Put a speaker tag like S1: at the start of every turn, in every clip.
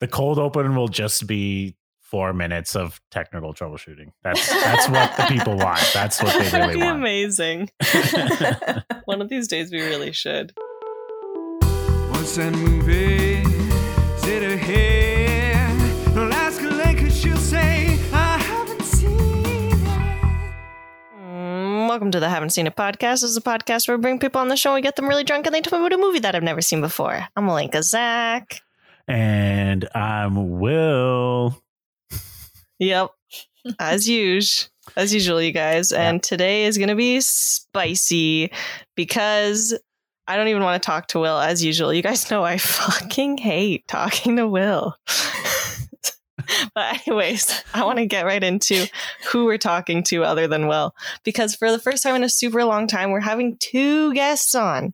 S1: the cold open will just be four minutes of technical troubleshooting. That's that's what the people want. That's what they
S2: That'd
S1: really
S2: be
S1: want.
S2: amazing. One of these days, we really should.
S3: What's that movie? Sit ahead. I'll ask her later, she'll say, I haven't seen it.
S2: Mm, Welcome to the Haven't Seen It podcast. This is a podcast where we bring people on the show and we get them really drunk and they tell me about a movie that I've never seen before. I'm Alinka Zach.
S1: And I'm Will.
S2: Yep. As usual. As usual, you guys. And today is going to be spicy because I don't even want to talk to Will as usual. You guys know I fucking hate talking to Will. but, anyways, I want to get right into who we're talking to other than Will because for the first time in a super long time, we're having two guests on.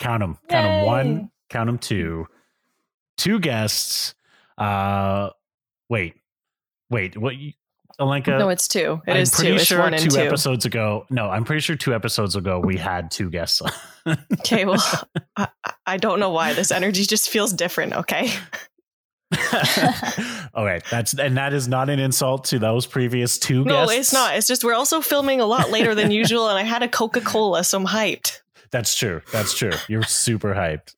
S1: Count them. Count them
S2: Yay.
S1: one. Count them two. Two guests. Uh, wait, wait. What? You, Alenka?
S2: No, it's two. It
S1: I'm
S2: is
S1: pretty
S2: two.
S1: sure
S2: it's one
S1: two,
S2: and two.
S1: episodes ago. No, I'm pretty sure two episodes ago we had two guests on.
S2: Okay, well, I, I- I don't know why this energy just feels different. Okay.
S1: All right, that's and that is not an insult to those previous two
S2: No,
S1: guests.
S2: it's not. It's just we're also filming a lot later than usual, and I had a Coca Cola, so I'm hyped.
S1: That's true. That's true. You're super hyped.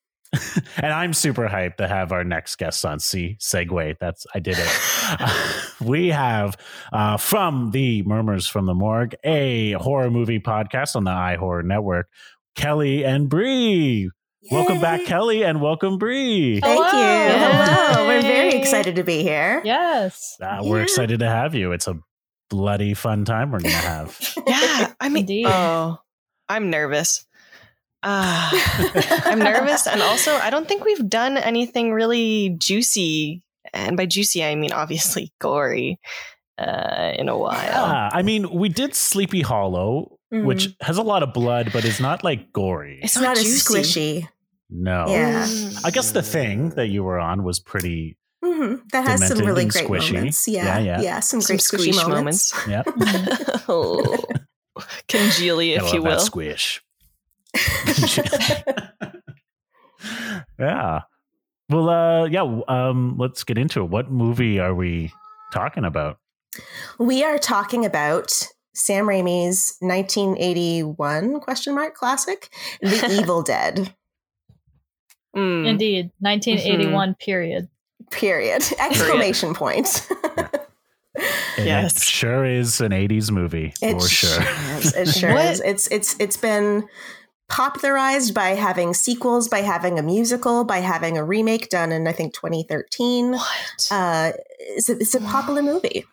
S1: and I'm super hyped to have our next guest on. See, segue. That's I did it. we have uh, from the Murmurs from the Morgue, a horror movie podcast on the iHorror Network. Kelly and Bree. Welcome back, Kelly, and welcome Bree.
S4: Thank
S5: Hello.
S4: you. Hello. We're very
S5: Yay.
S4: excited to be here.
S5: Yes.
S1: Uh, We're
S4: Yeah.
S1: excited to have you. It's a bloody fun time we're gonna have.
S2: Yeah, I mean,
S5: Indeed.
S2: oh, I'm nervous. Ah, I'm nervous, and also I don't think we've done anything really juicy, and by juicy I mean obviously gory, uh, in a while.
S1: Yeah, I mean, we did Sleepy Hollow, which has a lot of blood, but is not like gory.
S2: It's
S4: It's not as
S2: juicy. Mm.
S4: squishy.
S1: No.
S4: Yeah.
S1: I guess the thing that you were on was pretty.
S4: hmm That has some
S1: Demented
S4: really
S1: and
S4: great
S1: squishy.
S4: moments.
S1: Yeah,
S4: Yeah. Yeah.
S1: yeah.
S4: some
S2: Some
S4: great squishy
S2: squeesh
S4: moments.
S2: moments.
S1: Yeah.
S2: oh, congealy,
S1: Gotta
S2: if you
S1: love that
S2: will.
S1: squish. yeah. Well, uh, yeah. Um, let's get into it. What movie are we talking about?
S4: we are talking about Sam Raimi's 1981 question mark classic, The Evil Dead.
S2: Mm.
S5: Indeed. 1981
S2: Mm-hmm.
S5: period.
S4: Period. Exclamation point.
S1: And It
S2: Yes.
S1: sure is an 80s movie
S4: It
S1: for sure.
S4: is. It sure
S2: What?
S4: is. It's it's it's been popularized by having sequels, by having a musical, by having a remake done in I think 2013.
S2: What?
S4: Uh, it's, a, it's a popular movie.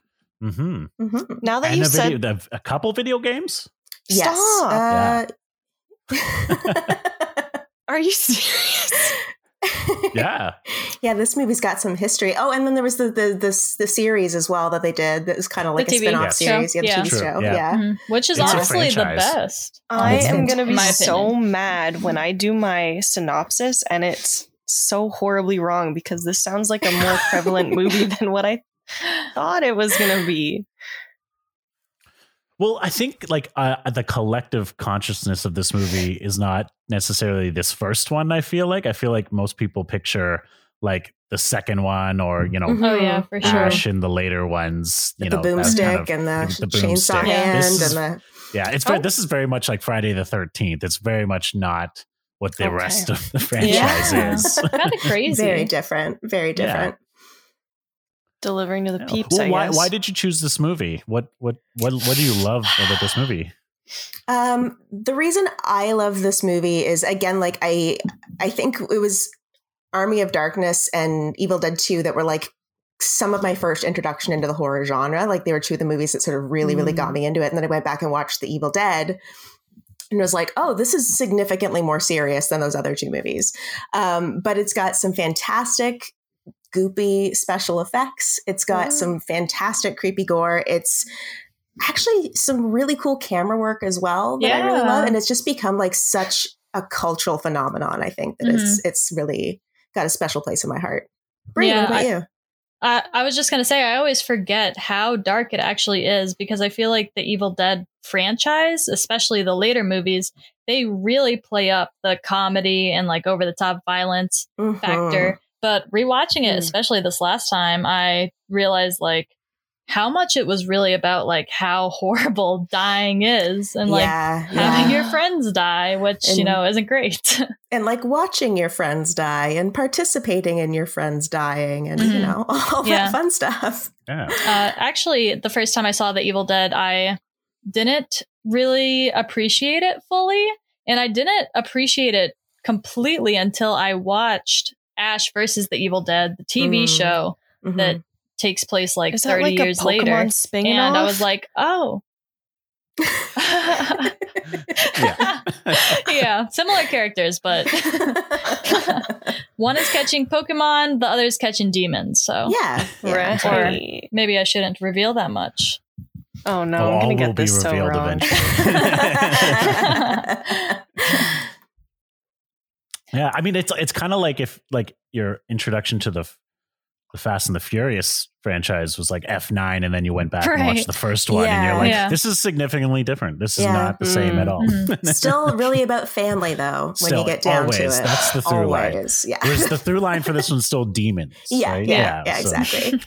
S1: Mm-hmm.
S4: hmm
S2: now that
S1: And
S2: you
S1: a,
S2: said
S1: video, the- a couple video games?
S4: Yes.
S2: Stop.
S4: Uh,
S2: Are you serious?
S1: Yeah.
S4: yeah, this movie's got some history. Oh, and then there was the the the, the series as well that they did. That was kind of like a
S5: TV
S4: spin-off
S1: Yes.
S4: series. Yeah, the
S5: show.
S4: TV
S1: True,
S4: show.
S1: yeah.
S4: Yeah.
S5: Mhm. Which is
S1: It's a
S5: honestly the
S1: franchise.
S5: best.
S2: I
S4: It's
S2: am
S4: been-
S2: going to be
S5: in my
S2: so
S5: opinion.
S2: mad when I do my synopsis and it's so horribly wrong because this sounds like a more prevalent movie than what I thought it was going to be.
S1: Well, I think like uh, the collective consciousness of this movie is not necessarily this first one. I feel like I feel like most people picture like the second one or you know
S4: Mhm.
S5: Oh, yeah, for sure.
S1: Mm-hmm. Ash and the later ones. You
S4: the
S1: know that's
S4: boomstick
S1: kind of-
S4: and the,
S1: the
S4: chainsaw
S1: boomstick.
S4: hand
S1: This is-
S4: and the
S1: yeah, it's very, this is very much like Friday the Thirteenth. It's very much not what the
S2: Okay.
S1: rest of the franchise
S5: Yeah.
S1: is.
S5: kind of crazy.
S4: very different, very
S1: Yeah.
S4: different.
S2: Delivering to the peeps.
S1: well,
S2: I
S1: why
S2: guess.
S1: why did you choose this movie? What what what what do you love about this movie?
S4: Um, the reason I love this movie is again, like I, I think it was Army of Darkness and Evil Dead Two that were like some of my first introduction into the horror genre. Like they were two of the movies that sort of really, really
S2: Mm.
S4: got me into it. And then I went back and watched The Evil Dead, and was like, oh, this is significantly more serious than those other two movies. Um, but it's got some fantastic goopy special effects. It's got
S2: Yeah.
S4: some fantastic creepy gore. It's actually some really cool camera work as well that I really
S5: Yeah.
S4: love. And it's just become like such a cultural phenomenon, I think, that it's it's really got a special place in my heart. Brie,
S5: Yeah,
S4: what about
S5: I-
S4: you?
S5: I, I was just going to say, I always forget how dark it actually is because I feel like the Evil Dead franchise, especially the later movies, they really play up the comedy and like over the top violence.
S4: Mhm.
S5: factor. But rewatching
S2: Hmm.
S5: it,
S4: Mm.
S5: especially this last time, I realized like how much it was really about like how horrible dying is and like
S4: Mm-hmm. yeah, yeah.
S5: having your friends die, which you
S4: And-
S5: know isn't great. Uh,
S4: and like watching your friends die and participating in your friends dying and you
S5: Mhm.
S4: know all
S5: Yeah.
S4: that fun stuff.
S1: Yeah.
S5: uh, actually, the first time I saw The Evil Dead, I didn't really appreciate it fully, and I didn't appreciate it completely until I watched Ash versus the Evil Dead, the TV
S4: Mm.
S5: show
S4: Mhm.
S5: that takes place like
S2: Is that
S5: thirty
S2: like a
S5: years
S2: Pokemon
S5: later, and
S2: spin
S5: I was like, oh.
S1: Yeah.
S5: yeah, similar characters, but one is catching Pokemon, the other is catching demons. So
S4: yeah, yeah.
S2: right.
S5: maybe I shouldn't reveal that much.
S2: Oh no,
S1: Well,
S2: I'm
S1: all
S2: gonna
S1: will
S2: get
S1: be
S2: this so
S1: revealed
S2: wrong.
S1: eventually. Yeah, I mean it's it's kind of like if like your introduction to the f- the Fast and the Furious franchise was like F nine, and then you went back and
S5: Right.
S1: watched the first one, and you're
S4: Yeah. Mm-hmm.
S1: like,
S5: Yeah.
S1: this is significantly different. This is
S4: Yeah.
S1: not the same at all.
S5: Mhm.
S4: Still really about family though when
S1: Still,
S4: you get down to it.
S1: always. That's the through line.
S4: Always. Yeah.
S1: Whereas the through line for this one's still demons.
S4: Yeah,
S1: right?
S4: yeah, yeah,
S1: so-
S4: exactly.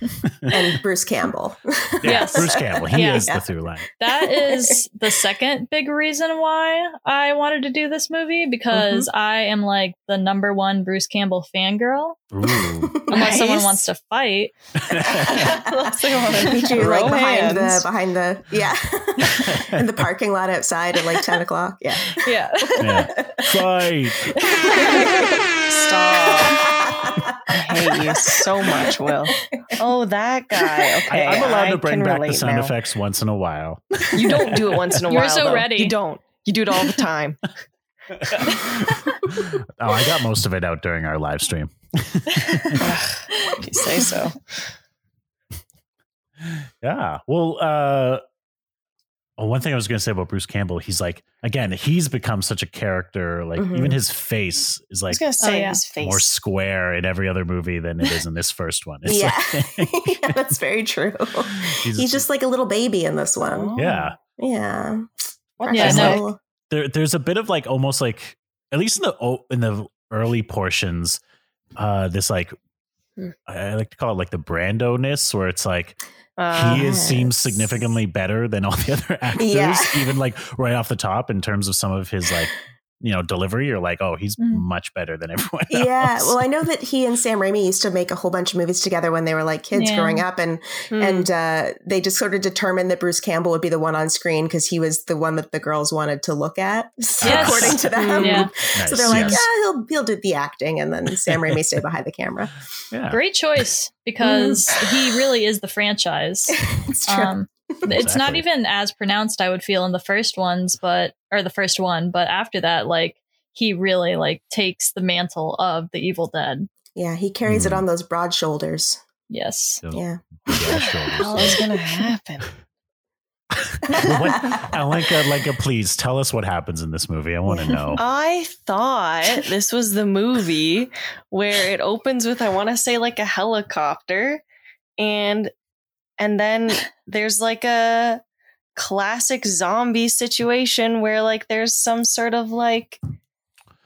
S4: and Bruce Campbell.
S1: Yeah,
S5: Yes.
S1: Bruce Campbell. He
S5: Yeah.
S1: is
S4: Yeah.
S1: the through line.
S5: that is the second big reason why I wanted to do this movie because I am like the number one Bruce Campbell fangirl.
S1: Ooh.
S5: Unless someone
S2: Nice.
S5: wants to fight,
S2: Looks like I wanna
S4: Meet you like
S2: throw
S4: behind the
S2: hands.
S4: behind the yeah in the parking lot outside at like ten o'clock. Yeah.
S5: yeah,
S1: Yeah. Fight.
S2: Stop. I hate you so much, Will. Oh, that guy. Okay.
S1: I, am allowed
S2: I
S1: to bring
S2: can
S1: back the
S2: relate
S1: sound
S2: now.
S1: effects once in a while.
S2: You don't do it once in a
S5: You're
S2: while.
S5: so
S2: though.
S5: ready.
S2: You don't. You do it all the time.
S1: oh, I got most of it out during our live stream.
S2: you say so.
S1: Yeah. Well, uh, well, one thing I was going to say about Bruce Campbell, he's like, again, he's become such a character. Like,
S4: Mhm.
S1: even his face is
S2: I
S1: like
S2: was gonna say
S5: Oh, yeah.
S2: his face.
S1: more square in every other movie than it is in this first one. It's
S4: Yeah.
S1: like-
S4: yeah, that's very true.
S1: he's,
S4: He's just like a little baby in this one.
S1: yeah.
S4: Yeah.
S2: Oh, What
S5: Yeah,
S4: Precious
S5: no.
S4: little-
S1: There, there's a bit of like almost like, at least in the o- in the early portions, uh, this like,
S2: Hmm.
S1: I I like to call it like the Brando ness, where it's like
S2: Uh,
S1: he is seems
S4: yes.
S1: significantly better than all the other actors,
S4: Uh-huh. Yeah.
S1: even like right off the top in terms of some of his like you know delivery. You're like, oh, he's
S5: Mm.
S1: much better than everyone.
S4: Yeah.
S1: else.
S4: Well, I know that he and Sam Raimi used to make a whole bunch of movies together when they were like kids
S5: Yeah.
S4: growing up and
S2: hmm.
S4: and uh, they just sort of determined that Bruce Campbell would be the one on screen because he was the one that the girls wanted to look at,
S5: Yes. Mm,
S4: according to them.
S5: yeah,
S1: Nice,
S4: So they're like, "Ah,
S1: yes.
S4: yeah, he'll he'll do the acting, and then Sam Raimi stay behind the camera.
S1: yeah,
S5: great choice because he really is the franchise.
S4: It's true.
S5: Um, It's not
S1: Exactly.
S5: even as pronounced, I would feel, in the first ones, but or the first one, but after that, like he really like takes the mantle of the Evil Dead.
S4: yeah, he carries it
S1: Mm.
S4: on those broad shoulders.
S5: Yes,
S1: So,
S4: Yeah.
S1: yeah,
S2: Hell
S1: shoulders.
S2: is gonna happen.
S1: what, Alenka, Alenka, please tell us what happens in this movie. I want to know.
S2: I thought this was the movie where it opens with I want to say like a helicopter and and then there's like a classic zombie situation where like there's some sort of like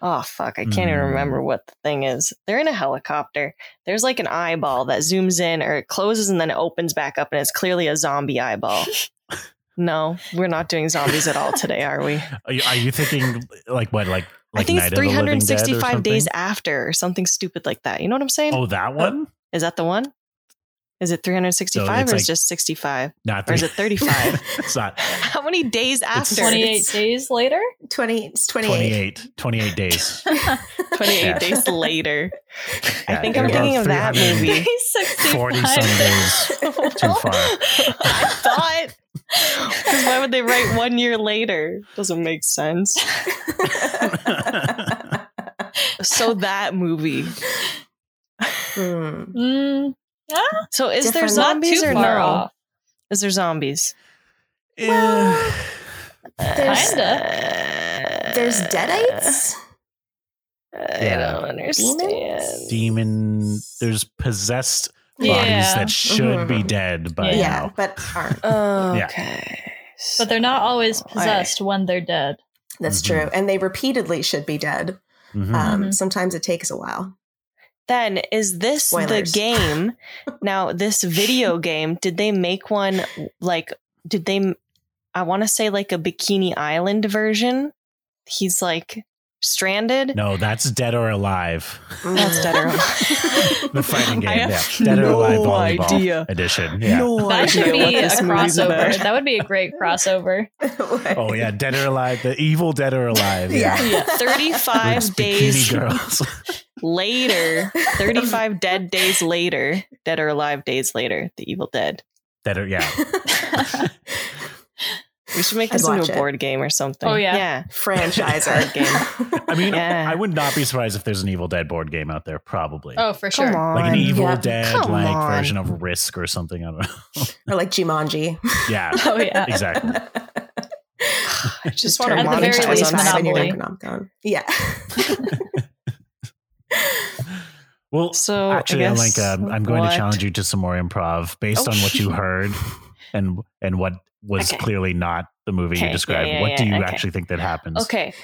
S2: oh fuck I can't
S1: Mm.
S2: even remember what the thing is. They're in a helicopter. There's like an eyeball that zooms in or it closes and then it opens back up and it's clearly a zombie eyeball. No, we're not doing zombies at all today, are we?
S1: Are you, are you thinking like what, like like
S2: I think
S1: Night
S2: it's
S1: of the Living Dead or
S2: 365 days
S1: something?
S2: after or something stupid like that. You know what I'm saying?
S1: Oh, that one?
S2: Is that the one? Is it 365
S1: So
S2: or
S1: it's
S2: is
S1: like-
S2: it just 65?
S1: Not three.
S2: Or is it 35?
S1: it's not
S2: How many days after?
S5: twenty-eight days later.
S4: 20, it's 28.
S1: 28, 28 days.
S2: 28
S1: Yeah.
S2: days later. I
S1: Yeah,
S2: think
S1: you're
S2: I'm
S1: about
S2: thinking of that
S1: 300
S2: movie.
S1: 40
S5: Sixty-five.
S1: some days too far.
S2: I thought. Because why would they write one year later? Doesn't make sense. So that movie.
S4: Hmm.
S5: Mm,
S2: So is there
S4: Different- Not
S2: zombies
S5: too
S2: or
S5: far
S2: no?
S5: off.
S2: Is there zombies? Uh,
S1: Well,
S4: There's-
S2: Kinda.
S5: Uh,
S4: There's deadites.
S1: Yeah.
S2: I don't understand.
S1: demon. There's possessed bodies
S5: Yeah.
S1: that should be
S2: Mm-hmm.
S4: Mhm.
S1: dead by
S5: Yeah.
S4: Yeah,
S1: now.
S4: but aren't.
S2: Okay.
S5: But they're not always
S2: So, all
S5: possessed when they're dead.
S4: That's
S1: Mhm.
S4: true. And they repeatedly should be dead.
S1: Mhm.
S2: Uh,
S4: Um,
S5: Mhm.
S4: Sometimes it takes a while.
S2: right. then is this
S4: Spoilers.
S2: the game? now, this video game, did they make one like, did they, I want to say like a Bikini Island version? He's like stranded.
S1: No, that's Dead or Alive.
S2: That's Dead or
S4: Alive.
S1: The fighting game,
S2: I have
S1: yeah. Dead or
S2: no
S1: Alive Volleyball
S2: idea.
S1: edition. Yeah.
S2: No
S5: That should
S2: idea what
S5: be a
S2: this movie's about.
S5: crossover. That would be a great crossover.
S1: Oh yeah, Dead or Alive, the evil Dead or Alive.
S2: Oh,
S1: Yeah.
S4: Yeah.
S2: 35
S1: With
S2: days
S1: Bikini Girls.
S2: later, 35 dead days later, dead or alive days later, the evil dead.
S1: Dead or yeah.
S2: We should make
S4: I'd
S2: this into
S4: watch
S2: a
S4: it.
S2: board game or something.
S5: Oh, yeah.
S2: Yeah.
S4: Franchise
S2: Card game.
S1: I mean,
S2: Yeah.
S1: I would not be surprised if there's an Evil Dead board game out there, probably.
S5: Oh, for
S2: Come
S5: sure.
S2: on.
S1: Like an Evil
S4: Yeah.
S1: Dead
S2: Come
S1: like
S2: on.
S1: version of Risk or something. I don't know.
S4: or like Jumanji.
S1: Yeah.
S5: Oh yeah.
S1: Exactly.
S2: I just want to
S5: At the very
S2: monetize
S5: least,
S2: on
S5: Monopoly.
S2: something.
S4: Yeah.
S1: Well,
S2: So
S1: actually,
S2: I guess,
S1: Alenka, I'm- I'm going
S2: what-
S1: to challenge you to some more improv based
S2: Oh.
S1: on what you heard and and what was
S2: Okay.
S1: clearly not the movie
S2: Okay,
S1: you
S2: yeah,
S1: described.
S2: yeah,
S1: what do
S2: yeah,
S1: you
S2: okay.
S1: actually think that happens?
S2: Okay.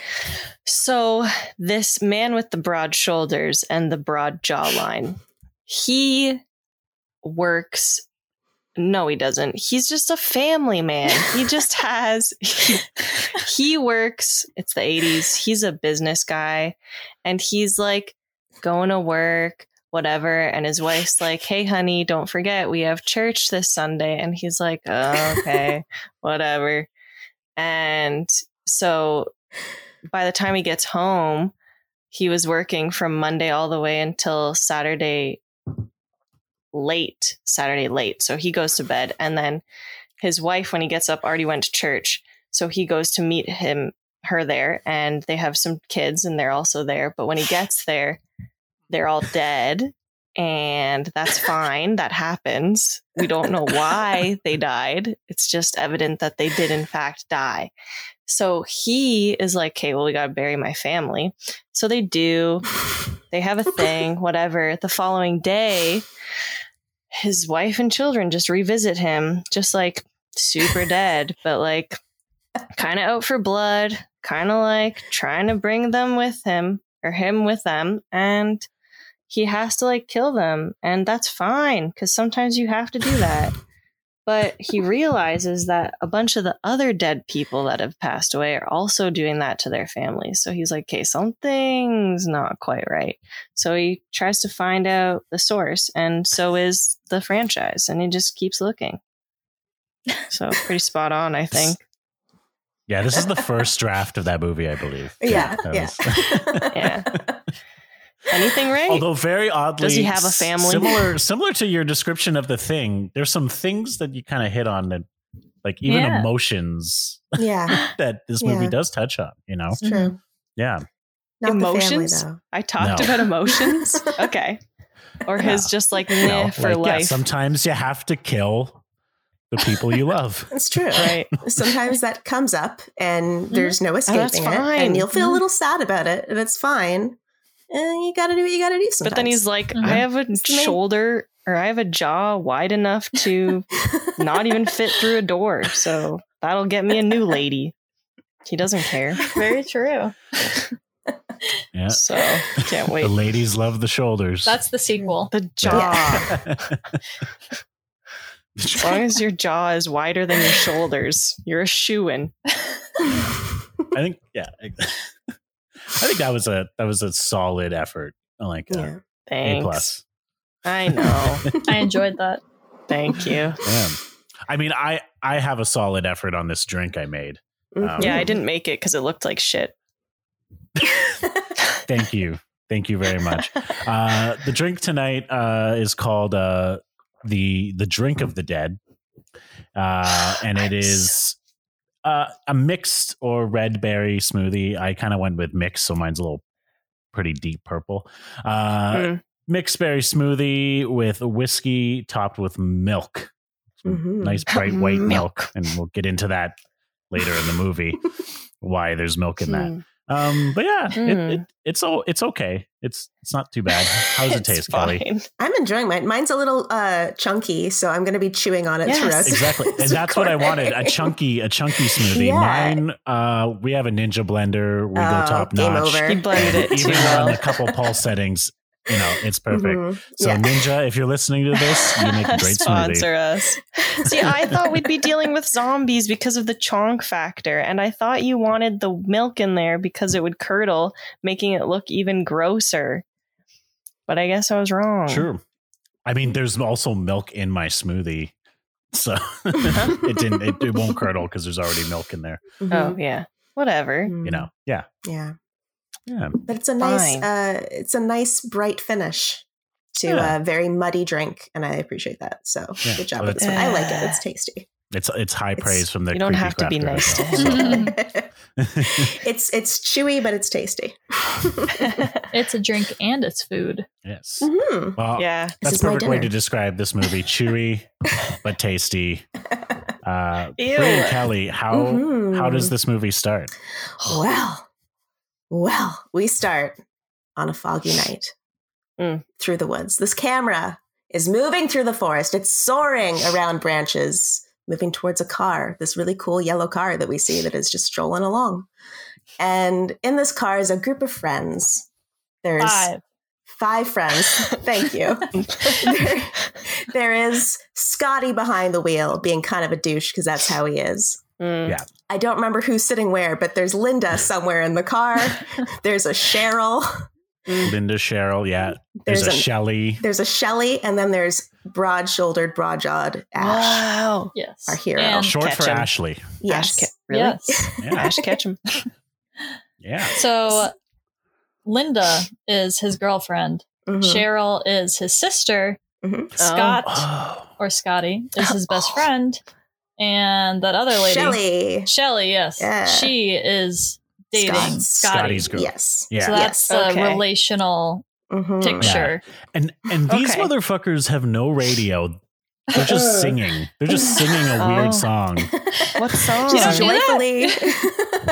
S2: So this man with the broad shoulders and the broad jawline, he works. No, he doesn't. He's just a family man. He just has. He, he works. It's the 80s. He's a business guy. And he's like going to work, whatever. And his wife's like, hey, honey, don't forget we have church this Sunday. And he's like, "Oh, okay, whatever. And so by the time he gets home, he was working from Monday all the way until Saturday late, Saturday late. So he goes to bed and then his wife when he gets up already went to church. So he goes to meet him her there and they have some kids and they're also there, but when he gets there, they're all dead and that's fine. that happens. We don't know why they died. It's just evident that they did in fact die. So he is like, okay, well, we got to bury my family. So they do. They have a thing, whatever. The following day, his wife and children just revisit him, just like super dead, but like kind of out for blood, kind of like trying to bring them with him or him with them. And he has to like kill them. And that's fine because sometimes you have to do that. But he realizes that a bunch of the other dead people that have passed away are also doing that to their families. So he's like, okay, something's not quite right. So he tries to find out the source, and so is the franchise. And he just keeps looking. So pretty spot on, I think.
S1: Yeah, this is the first draft of that movie, I believe.
S4: Yeah.
S1: That
S4: Yeah.
S1: was-
S2: Yeah. Anything right?
S1: Although very oddly,
S2: Does he have a family?
S1: Similar, similar to your description of the thing. There's some things that you kind of hit on that, like even
S5: Yeah.
S1: emotions
S4: yeah.
S1: that this movie
S4: Yeah.
S1: does touch on. You know,
S4: It's true.
S1: yeah.
S4: Not
S2: Emotions?
S4: the family,
S2: I talked
S1: No.
S2: about emotions. Okay. Or his just like meh
S1: No,
S2: for
S1: like, yeah,
S2: life.
S1: sometimes you have to kill the people you love.
S4: though. It's true.
S2: right. Mm-hmm. Oh,
S4: Sometimes that comes up and there's no escaping it.
S2: fine.
S4: And you'll feel
S2: Mhm.
S4: a little sad about it, and it's fine. And you got to do what you got to do sometimes.
S2: But then he's like,
S5: Mhm.
S1: Mm-hmm.
S2: I have a
S4: the main-
S2: shoulder or I have a jaw wide enough to not even fit through a door. So that'll get me a new lady. He doesn't care.
S5: Very true.
S1: Yeah.
S2: So can't
S1: The
S2: wait.
S1: ladies love the shoulders.
S5: That's the sequel.
S2: The jaw. As long
S1: I
S2: as your jaw is wider than your shoulders, you're a shoe in.
S1: think yeah. I think that was a that was a solid effort. I like uh,
S4: yeah.
S1: A
S2: Thanks.
S1: plus.
S2: I know.
S5: I enjoyed that.
S2: Thank you.
S1: Damn. I mean, I I have a solid effort on this drink I made. Um,
S2: Yeah, I didn't make it because it looked like shit.
S1: Thank you, thank you very much. Uh, the drink tonight uh, is called uh, the the drink of the dead, uh, and it
S2: I'm
S1: is uh, a mixed or red berry smoothie. I kind of went with mixed, so mine's a little pretty deep purple. Uh,
S2: Mm.
S1: Mixed berry smoothie with whiskey topped with milk.
S2: Mm-hmm.
S4: Mhm.
S1: nice
S2: Mm.
S1: bright white milk. and we'll get into that later in the movie why there's milk in that.
S2: Hmm.
S1: Um, but yeah,
S2: Hmm.
S1: it, it, it's o- it's okay. It's it's not too bad. How does it
S2: It's
S1: taste, Kelly?
S2: fine.
S4: I'm enjoying mine. Mine's a little uh, chunky, so I'm going to be chewing on it
S2: Yes.
S4: throughout.
S1: Exactly, and
S4: this
S1: that's what I wanted a
S4: recording.
S1: chunky a chunky smoothie.
S4: Yeah.
S1: Mine, uh, we have a Ninja blender. We
S4: Oh,
S1: go top
S4: game
S1: notch.
S4: over.
S2: You blended it
S1: Even
S2: too Mm-hmm.
S1: on
S2: well.
S1: a couple pulse settings, you know, it's perfect.
S4: Mhm.
S1: So
S4: Yeah.
S1: Ninja, if you're listening to this, you make a great
S2: Sponsor
S1: smoothie.
S2: us. See, I thought we'd be dealing with zombies because of the chonk factor, and I thought you wanted the milk in there because it would curdle, making it look even grosser. But I guess I was wrong.
S1: Sure. I mean, there's also milk in my smoothie. So it didn't it, it won't curdle because there's already milk in there.
S2: Oh
S4: Mhm.
S2: yeah. Whatever.
S1: You know. Yeah.
S4: Mm-hmm. Yeah,
S1: Yeah.
S4: but it's a nice,
S2: Fine.
S4: uh, it's a nice bright finish to
S1: Yeah.
S4: a very muddy drink, and I appreciate that. So
S1: Yeah.
S4: good job
S1: Well,
S4: with this one. I
S2: Ah.
S4: like it. It's tasty.
S1: It's it's high
S4: It's-
S1: praise from the
S2: you don't
S1: creepy
S2: have to be
S1: crafter
S2: nice
S1: as
S5: to
S1: well,
S5: him.
S1: so.
S4: it's it's chewy, but it's tasty. Mm-hmm.
S2: Mm.
S5: It's a drink and it's food.
S1: yes.
S4: Mhm.
S1: Well,
S2: yeah.
S1: that's
S4: is
S1: a
S4: my
S1: perfect way to
S4: dinner.
S1: describe this movie. Chewy but tasty. Uh
S2: Ew. Mm-hmm.
S1: Brady Kelly, how
S4: Mhm.
S1: how does this movie start?
S4: Well, well, we start on a foggy night
S2: Mm.
S4: through the woods. This camera is moving through the forest. It's soaring around branches, moving towards a car, this really cool yellow car that we see that is just strolling along. And in this car is a group of friends. There's
S5: Five.
S4: five friends. Thank you. there, there is Scotty behind the wheel, being kind of a douche because that's how he is.
S2: Mm.
S1: Yeah.
S4: I don't remember who's sitting where, but there's Linda somewhere in the car. There's a Cheryl.
S1: Linda Cheryl, yeah. There's,
S4: There's,
S1: a
S4: a,
S1: Shelley.
S4: there's a Shelley, and then there's broad-shouldered, broad-jawed Ash.
S2: Wow.
S5: Yes.
S4: Our hero.
S5: And-
S1: Short for
S2: Ketchum.
S1: Ashley.
S4: Yes.
S2: Ash, Ke- really?
S5: Yes.
S1: Yeah.
S2: Ash Ketchum.
S1: Yeah.
S5: So Linda is his girlfriend.
S4: Mhm.
S2: Mm-hmm.
S5: Cheryl is his sister.
S4: Mhm.
S5: Scott
S1: Oh.
S5: or Scotty is his best friend. And that other lady.
S4: Shelley.
S5: Shelly, yes.
S4: Yeah.
S5: She is dating Scotty.
S4: Scott's-
S2: Uh,
S1: Scotty's girl.
S4: Yes.
S1: Yeah.
S5: So that's
S2: Yes.
S5: the
S2: Okay.
S5: relational
S4: Mhm.
S5: picture.
S1: And and these
S2: Okay.
S1: motherfuckers have no radio. They're just singing. They're just singing a
S2: Oh.
S1: weird song.
S2: What song?
S5: You don't
S4: Just
S5: do that?
S4: joyfully.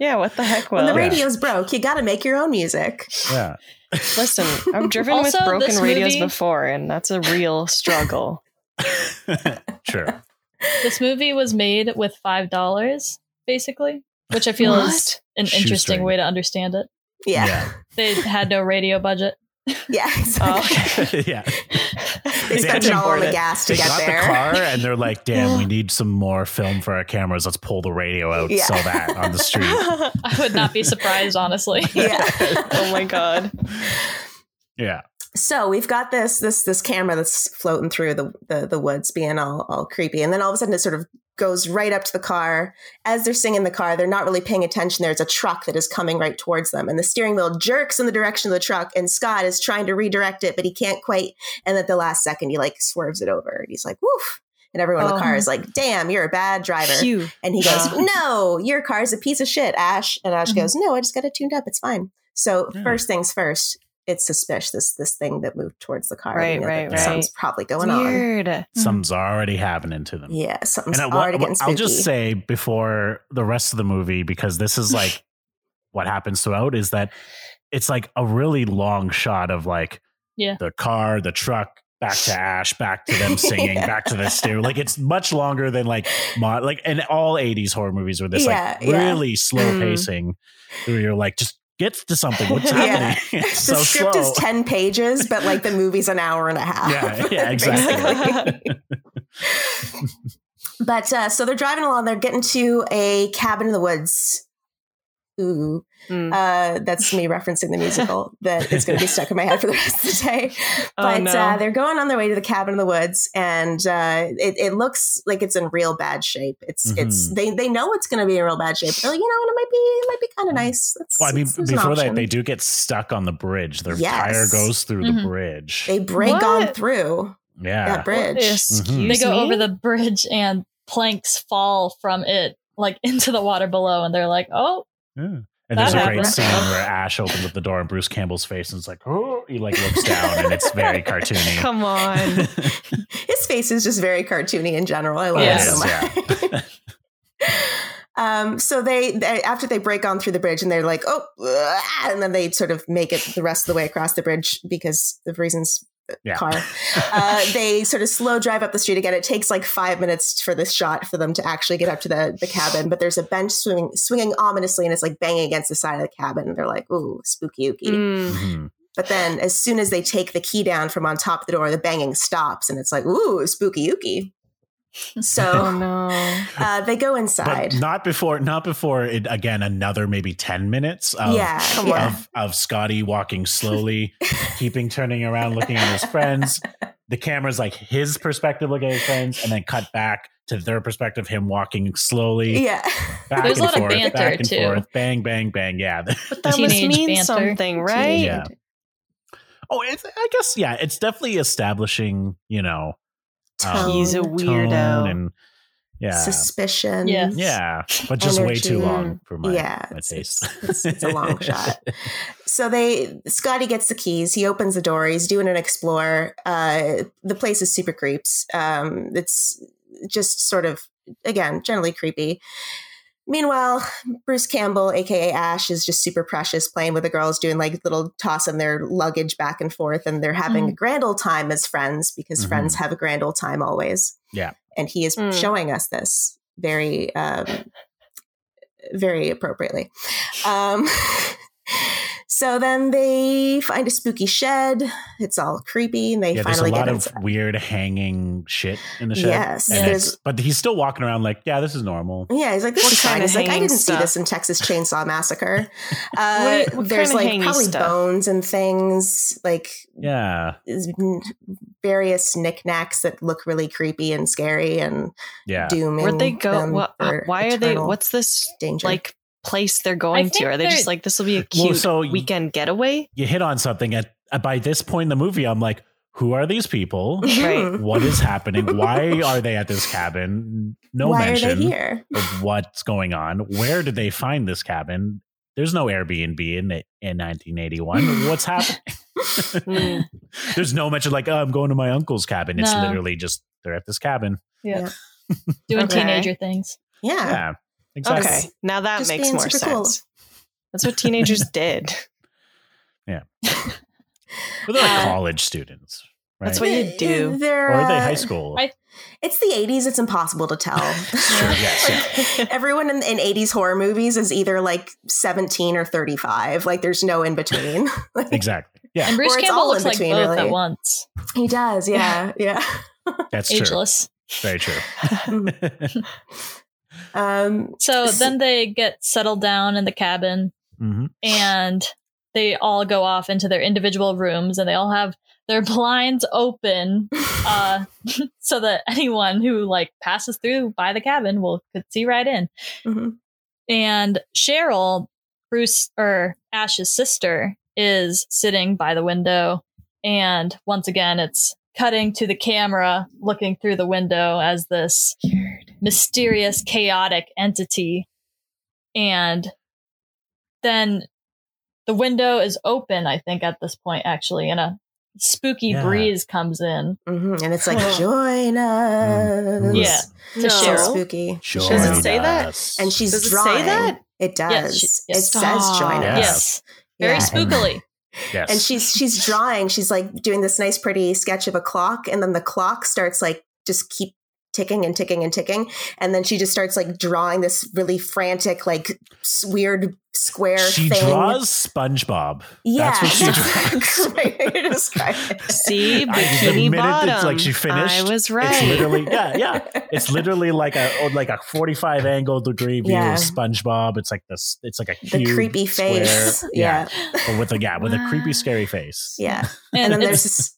S2: yeah, what the heck
S4: when
S2: well
S4: the
S1: Yeah.
S4: radio's broke, you got to make your own music.
S1: Yeah.
S2: listen, I've driven
S5: Also,
S2: with broken
S5: this
S2: radios
S5: movie-
S2: before and that's a real struggle.
S1: sure.
S5: This movie was made with five dollars, basically, which I feel is an interesting
S1: Shoestring.
S5: way to understand it.
S4: Yeah.
S5: They had no radio budget.
S4: Yeah.
S2: Oh,
S4: exactly.
S2: okay.
S1: Yeah. yeah.
S4: They
S1: They had
S4: spent it
S1: to
S4: all on
S2: import
S4: the
S2: it.
S4: gas to
S1: They
S4: get
S1: got
S4: there.
S1: the car and they're like, damn, we need some more film for our cameras. Let's pull the radio out,
S4: Yeah.
S1: sell that on the street.
S5: I would not be surprised, honestly.
S4: Yeah.
S2: oh my god.
S1: Yeah.
S4: so we've got this this this camera that's floating through the the, the woods being all, all creepy and then all of a sudden it sort of goes right up to the car as they're singing in the car they're not really paying attention there's a truck that is coming right towards them and the steering wheel jerks in the direction of the truck and scott is trying to redirect it but he can't quite and at the last second he like swerves it over and he's like woof and everyone in
S2: Oh.
S4: the car is like damn you're a bad driver
S2: Phew.
S4: and he goes,
S2: Yeah.
S4: No, your car's a piece of shit, Ash. And Ash
S2: Mm-hmm.
S5: Mhm.
S4: goes, No, I just got it tuned up. It's fine. So
S1: Yeah.
S4: first things first, it's suspicious this this thing that moved towards the car. We
S2: Right,
S4: know that
S2: right, right.
S4: Something's probably going on.
S2: Weird.
S1: Something's already happening to them.
S4: Yeah, something's
S1: And I,
S4: already
S1: will
S4: getting spooky.
S1: I'll just say before the rest of the movie, because this is like what happens throughout, is that it's like a really long shot of like
S5: Yeah.
S1: the car, the truck, back to Ash, back to them singing,
S4: Yeah.
S1: back to the stereo. Like it's much longer than like mo- like in all 80s horror movies where this
S4: Yeah,
S1: like
S4: yeah.
S1: really slow
S2: Mm.
S1: pacing where you're like, just get to something. What's
S2: Yeah.
S1: happening? It's
S4: the
S1: so
S4: script
S1: slow.
S4: is ten pages, but like the movie's an hour and a half.
S1: Yeah, yeah, exactly.
S4: basically. but uh, so they're driving along. They're getting to a cabin in the woods. Ooh,
S2: Mm.
S4: uh, that's me referencing the musical that is going to be stuck in my head for the rest of the day.
S2: Oh,
S4: But
S2: no.
S4: uh, they're going on their way to the cabin in the woods, and uh, it, it looks like it's in real bad shape. It's
S1: Mm-hmm.
S4: it's they they know it's going to be in real bad shape. They're like, you know what, it might be it might be kind of nice. Let's-
S1: Mm-hmm. well, I mean,
S4: let's- there's an
S1: before that,
S4: option."
S1: they do get stuck on the bridge. Their
S4: Yes. Mm-hmm.
S1: tire goes through
S5: Mhm.
S1: the bridge.
S4: they break on
S2: What?
S4: through
S1: yeah.
S4: that bridge.
S2: Excuse
S1: Mhm.
S5: Mm-hmm. They go
S2: me?
S5: over the bridge and planks fall from it like into the water below and they're like, Oh,
S1: Yeah. And
S5: That
S1: there's a great
S5: happened.
S1: scene where Ash opens up the door and Bruce Campbell's face and it's like, oh, he like looks down and it's very cartoony.
S2: Come on.
S4: His face is just very cartoony in general. I love
S5: Yes.
S4: it so much. um, so they, they after they break on through the bridge and they're like, oh, ah," and then they sort of make it the rest of the way across the bridge because of reasons.
S1: Yeah.
S4: Car. Uh, they sort of slow drive up the street again. It takes like five minutes for this shot for them to actually get up to the, the cabin. But there's a bench swinging swinging ominously, and it's like banging against the side of the cabin. And they're like, "Ooh, spooky, ooky."
S2: Mm.
S1: Mhm.
S4: But then as soon as they take the key down from on top of the door, the banging stops and it's like, ooh, spooky ooky.
S2: Oh
S4: So um,
S2: no.
S4: uh, they go
S1: But
S4: inside.
S1: not before, not before it, again, another maybe 10 minutes of,
S4: yeah.
S2: come
S4: yeah.
S1: of, of Scotty walking slowly, keeping turning around, looking at his friends. The camera's like his perspective, looking at his friends, and then cut back to their perspective, him walking slowly.
S4: Yeah.
S1: Back
S5: There's a
S1: and
S5: lot of
S1: forth,
S5: banter,
S1: back and
S5: too.
S1: Forth, bang, bang, bang. Yeah.
S2: But that must
S5: Teenage
S2: mean
S5: banter.
S2: something, right?
S1: Yeah. Oh, it's, I guess, yeah, it's definitely establishing, you know,
S4: Tone,
S2: He's a
S1: tone
S2: weirdo.
S1: and yeah.
S4: suspicion.
S5: Yes.
S1: yeah, but just way too
S4: energy.
S1: long for my,
S4: yeah,
S1: my
S4: it's,
S1: taste.
S4: it's- it's a long shot. So they Scotty gets the keys. He opens the door. He's doing an explore. Uh, the place is super creeps. Um, it's just sort of again generally creepy. Meanwhile, Bruce Campbell, aka Ash, is just super precious, playing with the girls, doing like little toss in their luggage back and forth, and they're having a grand old time as friends because
S1: Mhm.
S4: friends have a grand old time always.
S1: Yeah.
S4: and he is
S2: Mm.
S4: showing us this very, um, very appropriately. Um, so then they find a spooky shed. It's all creepy, and they
S1: yeah, there's a
S4: finally
S1: lot
S4: get
S1: of
S4: inside.
S1: weird hanging shit in the show.
S4: Yes,
S1: And
S4: there's- Mm.
S1: it's- but he's still walking around like, yeah, this is normal.
S4: Yeah, he's like, this
S2: What
S4: is fine.
S2: kinda
S4: He's like, I
S2: hanging
S4: didn't see
S2: stuff?
S4: this in Texas Chainsaw Massacre. Uh,
S2: What- what
S4: there's
S2: kinda
S4: like
S2: hangy
S4: probably
S2: stuff?
S4: bones and things, like
S1: Yeah,
S4: is- n- various knickknacks that look really creepy and scary and
S1: yeah.
S4: dooming.
S2: Where'd they go?
S4: them
S2: What, uh,
S4: for
S2: why are they?
S4: eternal
S2: What's this
S4: danger?
S2: like place they're going to?
S5: think
S2: Are they
S5: they're-
S2: just like this will be a
S1: Well,
S2: cute
S1: so y-
S2: weekend getaway?
S1: You hit on something. At, at by this point in the movie, I'm like, who are these people?
S2: Right.
S1: What is happening? Why are they at this cabin? No
S4: why
S1: mention
S4: are they here?
S1: of what's going on. Where did they find this cabin? There's no Airbnb in it in 1981. What's happening?
S2: Mm.
S1: There's no mention like, oh, I'm going to my uncle's cabin. It's
S5: No.
S1: literally just they're at this cabin.
S4: Yeah.
S5: Doing
S2: Okay.
S5: teenager things.
S4: Yeah.
S1: Yeah, exactly.
S2: Okay, now that
S4: Just
S2: makes
S4: being
S2: more
S4: super cool.
S2: sense. That's what teenagers did.
S1: But they're like
S4: Uh,
S1: college students, right?
S2: that's what you do.
S4: They're,
S1: or are they
S4: uh,
S1: high school?
S5: I-
S4: It's the 80s. It's impossible to tell.
S1: Sure, yes, yeah.
S4: Everyone in, in 80s horror movies is either like 17 or 35. Like there's no in between.
S1: exactly. Yeah,
S5: And Bruce
S4: Or it's
S5: Campbell
S4: all
S5: looks
S4: in
S5: like both
S4: between, really.
S5: at once.
S4: he does. Yeah. Yeah. Mm-hmm.
S1: that's true.
S5: Ageless.
S1: Very true.
S4: Um,
S5: So
S4: S-
S5: then they get settled down in the cabin
S1: Mhm.
S5: and they all go off into their individual rooms and they all have their blinds open uh, so that anyone who like passes through by the cabin will could see right in.
S4: mhm.
S5: And Cheryl, Bruce or Ash's sister, is sitting by the window. And once again, it's cutting to the camera looking through the window as this mysterious, chaotic entity. And then the window is open, I think, at this point, actually, and a spooky
S1: Yeah.
S5: breeze comes in.
S4: Mhm. And it's like,
S2: Well-
S4: join
S2: Mm-hmm.
S4: us.
S1: Mm.
S5: Yeah.
S2: No.
S4: So
S5: Cheryl.
S4: spooky.
S1: Sure.
S2: Does it say that?
S1: Yes.
S4: And she's
S2: Does it say
S4: drawing.
S2: that?
S4: It does.
S5: Yes, she- yes.
S4: It says join
S1: Yeah.
S4: us.
S5: Yes. Very
S4: Yeah.
S5: spookily.
S1: yes.
S4: And she's she's drawing. She's like doing this nice, pretty sketch of a clock, and then the clock starts like just keep ticking and ticking and ticking, and then she just starts like drawing this really frantic, like s- weird square
S1: she
S4: thing.
S1: draws SpongeBob.
S4: Yeah,
S1: That's what she
S4: that's
S1: draws.
S4: a great way to describe it.
S2: See,
S1: I- the
S2: bikini
S1: minute it's
S2: bottom.
S1: like she finished,
S2: I was
S1: It's
S2: right.
S1: literally yeah, yeah. It's literally like a oh, like a 45 angle degree view
S4: Yeah.
S1: of SpongeBob. It's like this. It's like a
S4: the
S1: cube
S4: creepy face.
S1: square.
S4: Yeah. Ah.
S1: But with a yeah, with a creepy
S5: Wow.
S1: scary face.
S4: yeah, And then
S5: And, it's
S4: there's this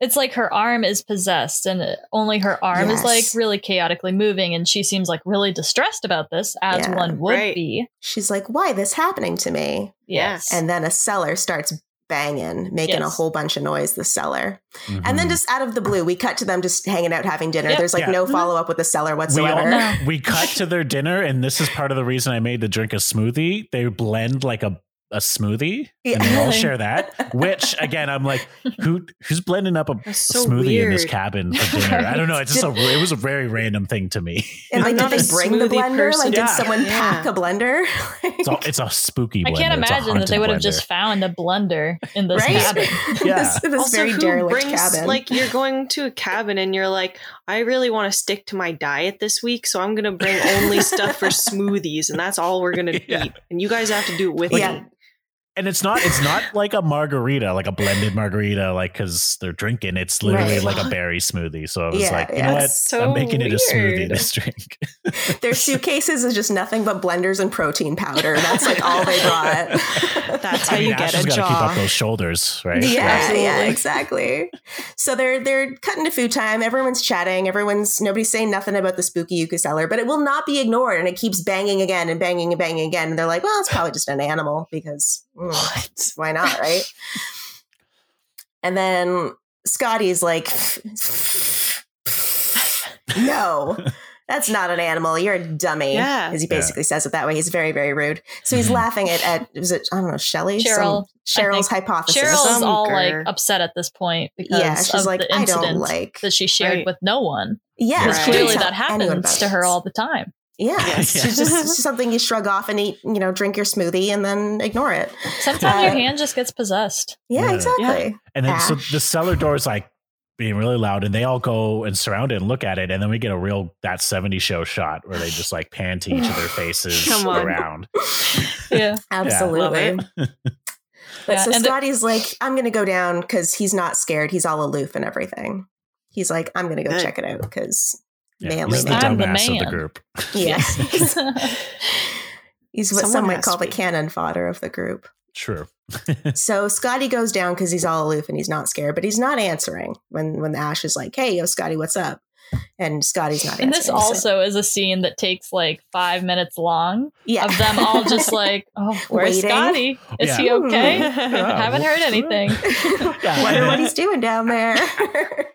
S5: it's like her arm is possessed and it- only her arm
S4: Yes.
S5: is like really chaotically moving and she seems like really distressed about this as
S4: Yeah.
S5: one would
S2: Right.
S5: be
S4: she's like, "Why this happening to me?"
S2: Yes.
S4: And then a seller starts banging, making a
S5: Yes.
S4: whole bunch of noise. The seller,
S1: Mhm.
S4: and then just out of the blue, we cut to them just hanging out, having dinner.
S5: Yep. Mm-hmm.
S4: There's like
S1: Yeah.
S4: no follow up with the seller
S1: we
S4: whatsoever.
S1: all,
S5: No.
S1: we cut to their dinner, and this is part of the reason I made the drink a smoothie. They blend like a a smoothie, and they all
S5: Yeah.
S1: share that. Which again, I'm like, who who's blending up a
S2: That's so
S1: smoothie in this
S2: weird.
S1: cabin for dinner? I don't know. It's just a it was a very random thing to me.
S4: and like,
S2: I'm
S4: did
S2: not
S4: they
S2: a
S4: bring the
S2: smoothie
S4: blender?
S2: person.
S4: Like,
S1: Yeah.
S4: did someone
S2: Yeah.
S4: pack a blender?
S1: It's a, it's a spooky.
S5: i
S1: Blender.
S5: can't
S1: It's a
S5: imagine that they
S1: haunted
S5: would have
S1: blender.
S5: just found a blender in this
S4: right?
S5: cabin
S1: Yeah.
S4: this this
S2: also,
S4: very
S2: who
S4: derelict
S2: brings
S4: cabin.
S2: like you're going to a cabin and you're like, I really want to stick to my diet this week, so I'm gonna bring only stuff for smoothies, and that's all we're gonna
S1: Yeah.
S2: eat. And you guys have to do it with
S4: Yeah.
S2: me.
S1: and it's not it's not like a margarita, like a blended margarita, like because they're drinking. It's literally
S4: Right.
S1: like a berry smoothie. So I was
S4: Yeah,
S1: like, you
S4: yeah.
S1: know what?
S2: That's so
S1: I'm making it a smoothie.
S2: weird.
S1: This drink.
S4: Their suitcases is just nothing but blenders and protein powder. That's like all they brought.
S2: That's how
S1: I mean,
S2: you
S1: Ash
S2: get
S1: has
S2: a
S1: gotta keep up
S2: job.
S1: those shoulders, right?
S4: Yeah, yeah,
S2: Absolutely.
S4: exactly. So they're they're cutting to food time. Everyone's chatting. Everyone's nobody's saying nothing about the spooky yucca cellar, but it will not be ignored, and it keeps banging again and banging and banging again. And they're like, "Well, it's probably just an animal because mm,
S2: What?
S4: why not, right?" and then Scotty's like, "No." That's not an animal. You're a dummy.
S2: Yeah. Mm-hmm.
S4: As he basically says it that way. He's very, very rude. So he's
S1: Mhm.
S4: laughing at, at was it, I don't know, Shelley?
S5: Cheryl,
S4: Some-
S5: I
S4: Cheryl's
S5: think.
S4: hypothesis.
S5: Cheryl is
S2: Some
S5: all
S2: girl.
S5: like upset at this point because
S4: yeah, she's
S5: of
S4: like,
S5: the
S4: I don't
S5: incident
S4: like.
S5: that she shared
S2: Right.
S5: with no one.
S4: yeah,
S2: Right.
S5: Because
S4: she
S5: clearly
S4: didn't
S5: that
S4: tell anyone
S5: happens
S4: about
S5: to her
S4: this.
S5: all the time.
S4: Yeah,
S1: Yes.
S4: it's just it's just something you shrug off and eat. You know, drink your smoothie and then ignore it.
S5: Sometimes
S4: Uh,
S5: your hand just gets possessed.
S4: Yeah,
S1: Yeah.
S4: exactly.
S1: And then so
S4: Ash.
S1: the cellar door is like being really loud, and they all go and surround it and look at it, and then we get a real that 70 show shot where they just like pan to each of their faces
S2: Come on.
S1: around.
S5: Yeah.
S4: Absolutely.
S2: Love
S4: But
S5: Yeah,
S4: so
S5: and the-
S4: Scotty's like, I'm gonna go down because he's not scared. He's all aloof and everything. He's like, I'm gonna go
S2: Good.
S4: check it out because
S1: Yeah,
S4: Manly
S1: he's the
S5: man.
S1: dumbass
S5: I'm the
S1: of the
S5: man.
S1: group.
S4: yeah, he's what some
S2: Someone
S4: might
S2: has
S4: call
S2: to
S4: the
S2: be.
S4: cannon fodder of the group.
S1: True.
S4: So Scotty goes down because he's all aloof and he's not scared, but he's not answering when when Ash is like, "Hey, yo, Scotty, what's up?" And Scotty's not.
S5: and
S4: answering,
S5: this
S4: so-
S5: also is a scene that takes like five minutes long
S4: yeah.
S5: of them all just like, oh, where's
S4: Waiting.
S5: Scotty? Is he
S4: Yeah.
S5: okay?
S1: Yeah.
S5: Haven't heard anything.
S4: Wonder what he's doing down there.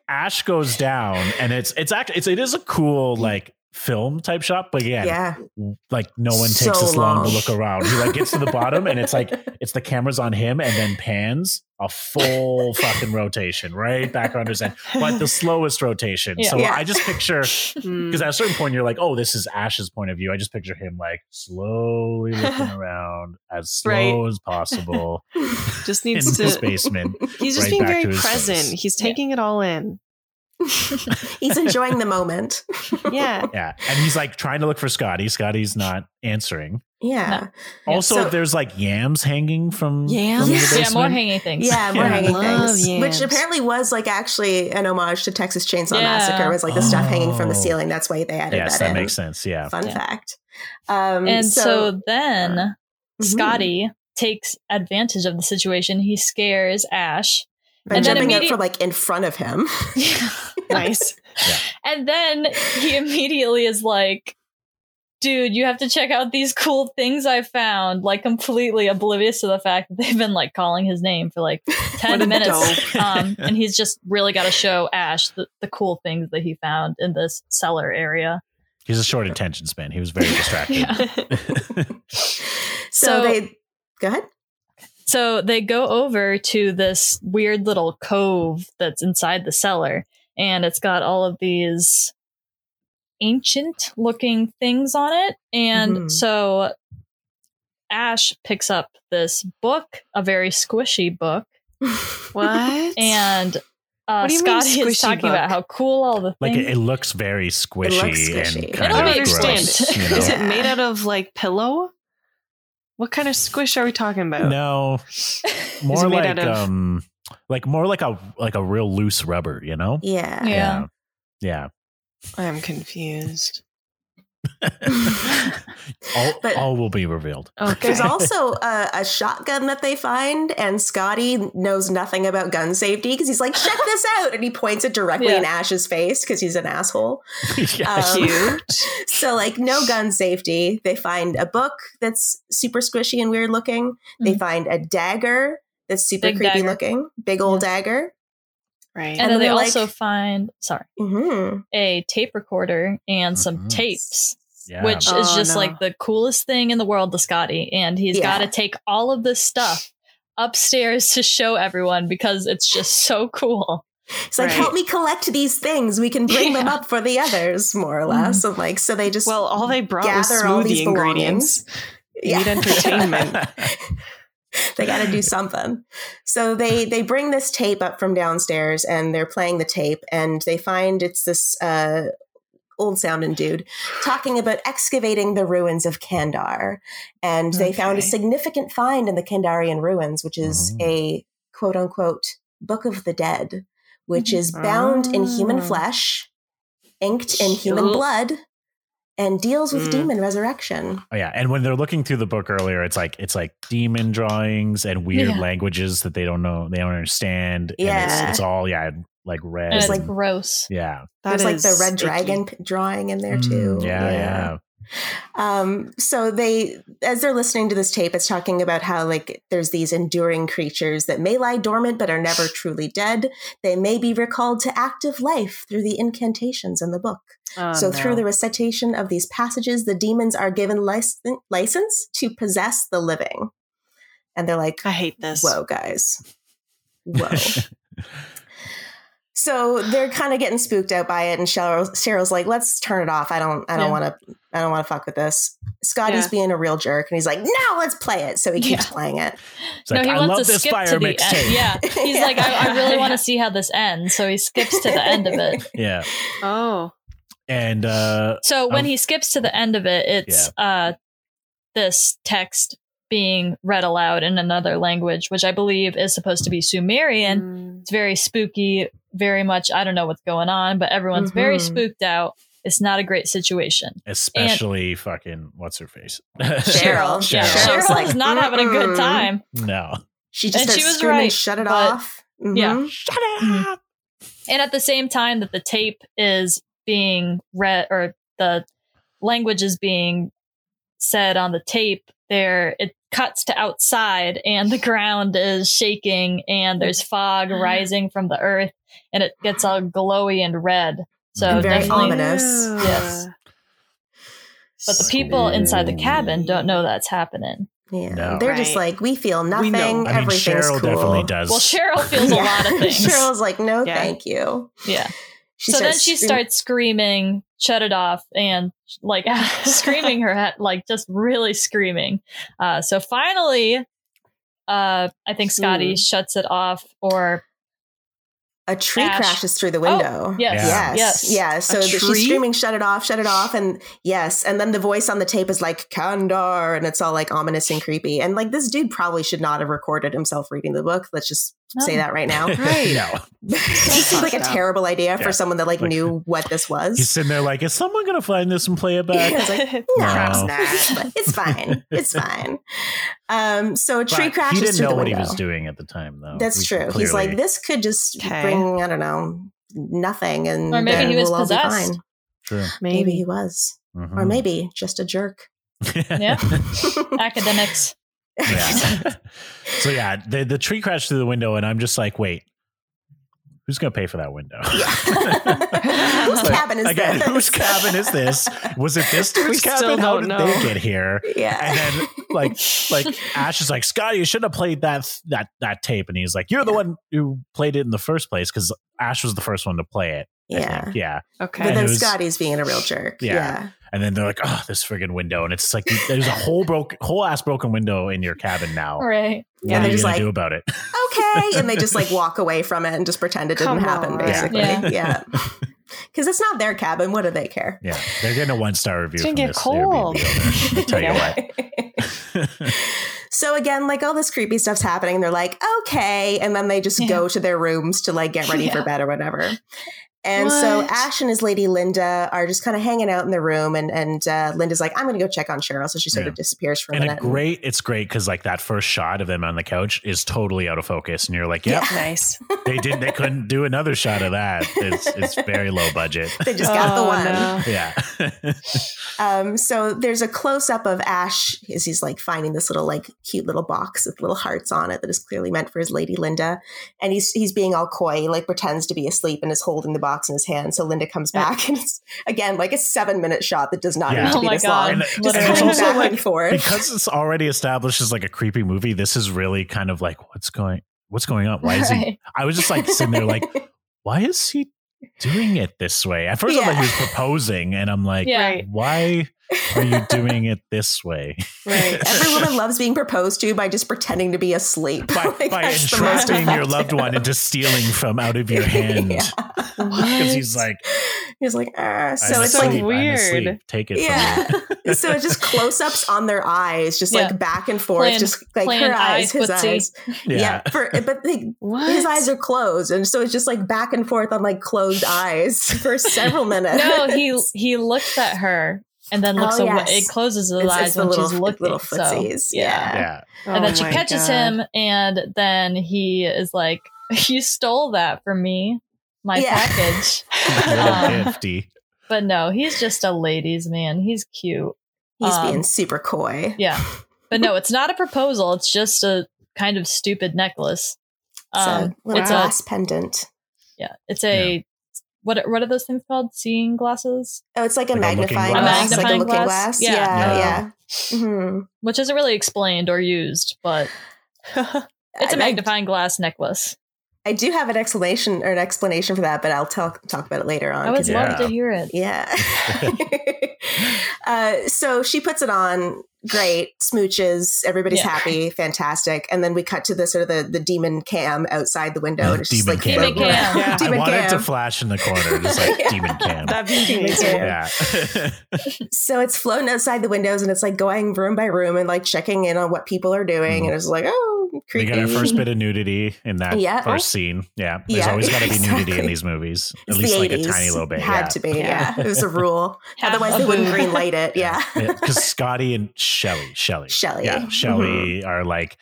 S1: Ash goes down, and it's it's actually it's it is a cool like film type shot, but again,
S4: yeah.
S1: like no one takes
S4: So
S1: this long. to
S4: long.
S1: look around. He like gets to the bottom, and it's like it's the cameras on him, and then pans a full fucking rotation right back on his end, but the slowest rotation.
S5: Yeah.
S1: So
S4: Yeah.
S1: I just picture
S2: Mm.
S1: because at a certain point you're like, oh, this is Ash's point of view. I just picture him like slowly looking around as slow as possible
S2: just
S1: in
S2: needs
S1: this
S2: to.
S1: basement.
S2: He's just
S1: right
S2: being
S1: back
S2: very
S1: to his
S2: present.
S1: face.
S2: He's
S5: Yeah.
S2: taking it all in.
S4: He's enjoying the moment.
S2: Yeah.
S1: Yeah, and he's like trying to look for Scotty. Scotty's not answering.
S4: Yeah.
S5: Yeah,
S1: Also,
S4: so-
S1: there's like yams hanging from
S2: Yams?
S1: from the
S5: Yeah, more
S1: basement.
S5: hanging things.
S4: Yeah, more
S1: Yeah.
S4: hanging
S2: Love
S4: things.
S2: yams.
S4: Which apparently was like actually an homage to Texas Chainsaw
S5: Yeah.
S4: Massacre was like the stuff hanging from the
S1: Oh.
S4: ceiling. That's why they added
S1: Yes,
S4: that,
S1: that
S4: in.
S1: makes sense. Yeah.
S4: Fun
S5: Yeah.
S4: fact. Um,
S5: And so, then
S4: Mhm.
S5: Scotty takes advantage of the situation. He scares Ash.
S4: by
S5: and then
S4: jumping out
S5: immediate-
S4: from like in front of him.
S2: Nice.
S5: And then he immediately is like, dude, you have to check out these cool things I found. Like, completely oblivious to the fact that they've been like calling his name for like 10
S2: What a
S5: minutes.
S2: dope.
S5: Um, and he's just really got to show Ash the, the cool things that he found in this cellar area.
S1: He's a short attention span. He was very distracted.
S5: Yeah.
S4: So,
S5: So-
S4: they go ahead.
S5: So they go over to this weird little cove that's inside the cellar, and it's got all of these ancient looking things on it. And
S2: Mm-hmm.
S4: Mhm.
S5: so Ash picks up this book, a very squishy book,
S2: What?
S5: and uh,
S2: What do you mean
S5: Scotty is
S2: squishy
S5: talking
S2: book?
S5: about how cool all the
S1: Like
S5: things.
S1: it, it looks very squishy,
S4: squishy.
S1: and
S5: I
S1: kind of
S5: don't understand.
S1: gross. You
S2: Is
S1: know?
S2: it made out of like pillow? What kind of squish are we talking about?
S1: No, more
S2: made
S1: like
S2: out of-
S1: um, like more like a like a real loose rubber. You know?
S4: Yeah.
S5: Yeah.
S1: Yeah.
S2: I'm confused.
S1: Yeah. all,
S4: But-
S1: all will be revealed.
S2: Okay.
S4: Oh, There's also a, a shotgun that they find, and Scotty knows nothing about gun safety because he's like, check this out. And he points it directly
S5: Yeah.
S4: in Ash's face because he's an asshole.
S1: Yes.
S4: Um,
S2: cute.
S4: So, like, no gun safety. They find a book that's super squishy and weird looking. They
S5: Mhm.
S4: find a dagger that's super
S5: Big
S4: creepy
S5: dagger.
S4: looking, big old dagger.
S2: right.
S5: and, then
S4: and
S5: they
S4: they're like-
S5: also find, sorry,
S4: hmm
S5: a tape recorder and some
S1: Mhm.
S5: tapes.
S1: yeah.
S5: which is
S2: Oh,
S5: just
S2: no.
S5: like the coolest thing in the world to Scotty. And he's
S4: Yeah.
S5: got to take all of this stuff upstairs to show everyone because it's just so cool.
S4: It's like,
S2: Right.
S4: help me collect these things. We can bring them
S5: Yeah.
S4: up for the others, more or less. And like, so they just
S2: Mm. well, all they brought was
S4: gather all these
S2: smoothie ingredients. You need entertainment.
S4: they got to do something. So they they bring this tape up from downstairs and they're playing the tape and they find it's this uh old sounding dude, talking about excavating the ruins of Kandar. And they found a
S2: Okay. Mm-hmm.
S4: significant find in the Kandarian ruins, which is
S1: Oh.
S4: a quote unquote book of the dead, which is bound in human
S2: Ah.
S4: flesh, inked in human
S2: Sure.
S4: blood, and deals with
S2: Mm.
S4: demon resurrection.
S1: Oh, yeah, and when they're looking through the book earlier, it's like it's like demon drawings and weird
S5: Yeah.
S1: languages that they don't know, they don't understand. and
S4: Yeah.
S1: it's, it's all yeah, like red.
S5: And it's
S1: and-
S5: like gross.
S1: yeah,
S4: There's like the
S2: is
S4: red
S2: icky.
S4: dragon p- drawing in there too.
S1: Mm, yeah, yeah,
S4: Um, so they, as they're listening to this tape, it's talking about how like there's these enduring creatures that may lie dormant but are never truly dead. They may be recalled to active life through the incantations in the book.
S2: Oh,
S4: so through the
S2: no.
S4: recitation of these passages, the demons are given licen- license to possess the living, and they're like,
S2: I hate this.
S4: "Whoa, guys, whoa." So they're kind of getting spooked out by it, and Cheryl, Cheryl's like, "Let's turn it off. I don't, I don't
S5: Yeah.
S4: want to, I don't want to fuck with this." Scotty's
S2: Yeah.
S4: being a real jerk, and he's like, "No, let's play it." So he keeps
S5: Yeah.
S4: playing it.
S1: It's like, I love this fire mixtape.
S5: end. Yeah. He's like, I, I really want
S2: Yeah.
S5: to see how this ends. So he skips to the end of it.
S1: yeah,
S2: Oh,
S1: and uh,
S5: So when
S1: Um,
S5: he skips to the end of it, it's uh, this text being read aloud in another language, which I believe is supposed to be Sumerian.
S2: Mm.
S5: It's very spooky, very much, I don't know what's going on, but everyone's very
S4: Mhm.
S5: spooked out. It's not a great situation.
S1: especially fucking what's her face?
S4: Cheryl.
S1: Cheryl.
S5: Yeah, Cheryl's
S4: Cheryl's like,
S5: not having a good
S4: "Mm-mm."
S5: time.
S1: no,
S4: She just
S5: And
S4: starts
S5: she was
S4: screaming,
S5: right,
S4: "Shut it
S5: but-
S4: off!"
S5: yeah.
S4: Mhm.
S1: shut
S5: Mhm.
S1: up.
S5: And at the same time that the tape is being read or the language is being said on the tape, there it cuts to outside and the ground is shaking and there's fog rising from the earth and it gets all glowy and red. So
S1: And
S4: very
S5: Oh, definitely
S4: ominous.
S2: Ew.
S5: Yes. but the people inside the cabin don't know that's happening.
S4: Yeah,
S1: No.
S4: they're just
S2: Right.
S4: like, "We feel
S2: know.
S4: nothing.
S2: I mean,
S1: I mean,
S4: Everything's
S1: Cheryl
S4: cool."
S1: definitely does.
S5: Well, Cheryl feels
S4: Yeah.
S5: a lot of things.
S4: Cheryl's like, "No,
S2: Yeah.
S4: thank you."
S5: yeah.
S4: She
S5: so then
S4: starts
S5: she
S4: screaming-
S5: starts screaming, shut it off, and like screaming her head, like just really screaming. Uh, so finally, uh, I think Scotty
S2: Hmm.
S5: shuts it off, or
S4: A tree
S5: Ash. Oh,
S4: crashes through the window.
S5: yes,
S1: Yeah.
S5: yes,
S4: yes, yeah. So
S2: A
S4: th- she's
S2: tree?
S4: screaming, "Shut it off! Shut it off!" And yes, and then the voice on the tape is like "Kandar," and it's all like ominous and creepy. And like this dude probably should not have recorded himself reading the book. Let's just say
S5: No.
S4: that right now.
S2: Right.
S1: no,
S4: It seems like a
S2: fucked up.
S4: terrible
S1: Yeah.
S4: idea for someone that like
S1: Like-
S4: knew what this
S1: he's
S4: was.
S1: sitting there like, is someone gonna find this and play it back?
S4: Yeah.
S1: No.
S2: Perhaps not.
S4: but it's fine. It's fine. Um, so a
S1: But
S4: tree crashes
S1: He didn't
S4: through
S1: know
S4: the
S1: what
S4: window.
S1: he was doing at the time, though.
S4: That's
S1: We
S4: true.
S1: can
S4: He's like,
S1: clearly-
S4: "This could just
S2: Okay.
S4: bring I don't know nothing," and
S5: Or maybe
S4: then
S5: he was
S4: we'll all be
S5: possessed.
S4: fine.
S1: True.
S4: Maybe he was,
S1: Mhm.
S4: or maybe just a jerk.
S5: Yeah. academics.
S1: yeah. so yeah, the the tree crashed through the window, and I'm just like, wait, who's gonna pay for that window?
S4: whose
S1: Like,
S4: cabin is
S1: Again,
S4: this?
S1: whose cabin is this? Was it this
S2: We
S1: dude's
S2: still
S1: cabin? How did
S2: don't
S1: they
S2: know.
S1: get here?
S4: Yeah.
S1: And then like like Ash is like, Scotty, you should have played that that that tape. And he's like, You're the one who played it in the first place, because Ash was the first one to play it. I
S4: yeah.
S1: think. Yeah.
S2: Okay.
S4: But
S1: And
S4: then
S1: it was-
S4: Scotty's being a real jerk.
S1: Yeah. And then they're like, Oh, this friggin' window. And it's like there's a whole broke whole ass broken window in your cabin now.
S5: All right.
S1: What
S4: Yeah,
S1: are
S4: they're
S1: you
S4: just
S1: gonna
S4: like,
S1: do about it?
S4: Okay. And they just like walk away from it and just pretend it didn't
S2: Come
S4: happen,
S2: on.
S4: basically.
S5: Yeah.
S4: Yeah. Because it's not their cabin. What do they care?
S1: Yeah, they're getting a one star review
S2: It's
S1: from
S2: gonna get
S1: this uh, cold.
S2: cold.
S1: Airbnb owner. I tell you
S5: Yeah.
S1: what.
S4: so again, like all this creepy stuff's happening. and They're like, okay. And then they just
S5: Yeah.
S4: go to their rooms to like get ready for
S5: Yeah.
S4: bed or whatever. And so
S2: What?
S4: Ash and his lady Linda are just kind of hanging out in the room. And, and uh, Linda's like, I'm going to go check on Cheryl. So she sort
S1: Yeah.
S4: of disappears for a
S1: And a
S4: minute.
S1: great, it's great because like that first shot of them on the couch is totally out of focus, and you're like, yep,
S2: nice.
S1: they didn't, they couldn't do another shot of that. It's it's very low budget.
S4: They just got the
S2: Oh,
S4: one.
S2: no.
S1: yeah,
S4: Um, so there's a close up of Ash as he's like finding this little like cute little box with little hearts on it that is clearly meant for his lady Linda, and he's he's being all coy, like pretends to be asleep and is holding the box in his hand. So Linda comes back and it's again like a seven minute shot that does not
S1: Yeah.
S4: need to
S5: Oh
S4: be
S5: my
S4: this
S5: God.
S4: long.
S1: And-
S4: Just
S5: Literally.
S1: and it's
S4: cutting
S1: also
S4: back
S1: like
S4: and forth.
S1: because it's already established as like a creepy movie. This is really kind of like what's going, what's going on? Why is he?
S5: Right.
S1: I was just like sitting there, like, why is he doing it this way? At first, I thought he was
S4: Yeah.
S1: proposing, and I'm like,
S5: Yeah.
S2: Right.
S1: why are you doing it this way?
S2: Right.
S4: Every woman loves being proposed to by just pretending to be asleep.
S1: by,
S4: Like,
S1: by
S4: that's Oh the most
S1: entrapping your
S4: effective.
S1: loved one into stealing from out of your hand
S4: Yeah.
S1: because he's like
S4: He was like, ah.
S1: I'm
S4: So it's
S2: asleep.
S4: like
S1: I'm
S2: weird.
S1: asleep. Take it
S4: yeah.
S1: from me.
S4: so it's just close ups on their eyes, just
S5: Yeah.
S4: like back and forth,
S5: Playing-
S4: just like
S5: playing
S4: her
S5: eye
S4: eyes, his
S5: footsie.
S4: eyes. Yeah.
S1: Yeah.
S4: for, but they,
S2: What?
S4: his eyes are closed. And so it's just like back and forth on like closed eyes for several minutes.
S5: No, he he looks at her and then looks
S4: Oh,
S5: away.
S4: yes.
S5: It closes his
S4: It's-
S5: eyes
S4: it's the
S5: when
S4: little-
S5: she's looking.
S4: little
S5: so,
S4: footsies, yeah.
S1: Yeah.
S5: And then
S2: Oh
S5: she
S2: my
S5: catches
S2: God.
S5: him, and then he is like, "You stole that from me, my
S4: Yeah.
S5: package."
S1: Little
S5: Um,
S1: nifty.
S5: But no, he's just a ladies' man. He's cute.
S4: He's
S5: Um,
S4: being super coy.
S5: Yeah. But no, it's not a proposal. It's just a kind of stupid necklace.
S4: it's
S5: Um,
S4: a little
S5: it's a
S4: glass pendant.
S5: yeah, it's a what what are those things called? Seeing glasses,
S4: Oh, it's like a
S1: Like a looking
S4: magnifying
S1: glass.
S4: glass, like
S5: A
S4: a
S5: magnifying
S4: looking
S5: glass?
S4: glass.
S5: Yeah.
S4: Yeah, yeah.
S1: Yeah.
S4: Mhm.
S5: which isn't really explained or used, but it's a
S4: I- I-
S5: magnifying glass necklace.
S4: I do have an explanation or an explanation for that, but I'll talk talk about it later on.
S5: I would
S4: 'cause-
S5: love to
S1: Yeah.
S5: hear it.
S4: yeah. uh, so she puts it on. Great smooches. Everybody's
S5: Yeah.
S4: happy. Fantastic. And then we cut to the sort of the the demon cam outside the window, and it's just
S1: Demon
S4: like
S1: cam.
S5: Demon
S4: floating
S5: cam.
S4: around.
S2: Yeah.
S1: I
S4: Demon
S1: want it
S4: cam.
S1: to flash in the corner, just like
S4: Yeah.
S1: demon cam.
S2: That'd be
S4: Demon
S2: amazing.
S4: cam.
S1: yeah.
S4: So it's floating outside the windows, and it's like going room by room and like checking in on what people are doing,
S1: Mhm.
S4: and it's like oh
S1: we
S4: creepy.
S1: got our first bit of nudity in that
S4: Yeah.
S1: first scene. Yeah. There's
S4: Yeah,
S1: always got to be nudity
S4: exactly.
S1: in these movies, at
S4: It's
S1: least
S4: the
S1: like a
S4: 80s.
S1: tiny little bit.
S4: Had
S1: yeah.
S4: to be,
S2: Yeah.
S4: yeah. It was a rule.
S5: Half
S4: Otherwise,
S5: a
S4: they wouldn't
S5: boob.
S4: green light it. Yeah.
S1: because Scotty and Shelly, Shelly, Mm-hmm.
S4: Shelley.
S1: yeah, Shelly are like,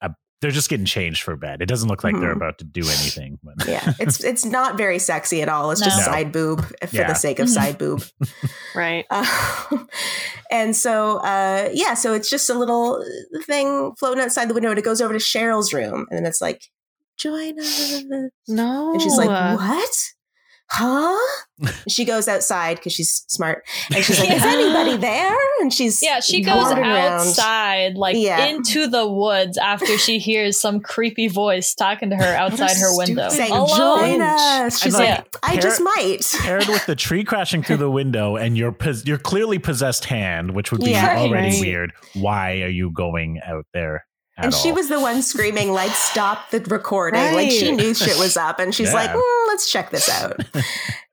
S1: uh, they're just getting changed for bed. It doesn't look like they're
S4: Mhm.
S1: about to do anything. But
S4: Yeah. It's it's not very sexy at all. It's just
S5: No.
S4: side boob eh, for
S1: Yeah.
S4: the sake of
S5: Mhm.
S4: side boob.
S2: Right.
S4: Um, and so, uh, yeah, so it's just a little thing floating outside the window and it goes over to Cheryl's room. And then it's like, join us.
S2: No.
S4: And she's like,
S2: Uh,
S4: what? Huh? And she goes outside because she's smart. And she's like, is anybody there? And she's
S5: Yeah, she goes
S4: wandering around.
S5: outside, like
S4: Yeah.
S5: into the woods after she hears some creepy voice talking to her outside her window.
S4: Saying,
S5: Alone.
S4: join us. She's
S5: I'm
S4: like,
S5: like,
S4: I just might.
S1: paired with the tree crashing through the window and your pos- your clearly possessed hand, which would be
S4: Yeah.
S1: already
S2: Right.
S1: weird. Why are you going out there? At
S4: and she
S1: all?
S4: was the one screaming like stop the recording like she
S2: Right.
S4: knew shit was up and she's
S1: Yeah.
S4: like "Mm, let's check this out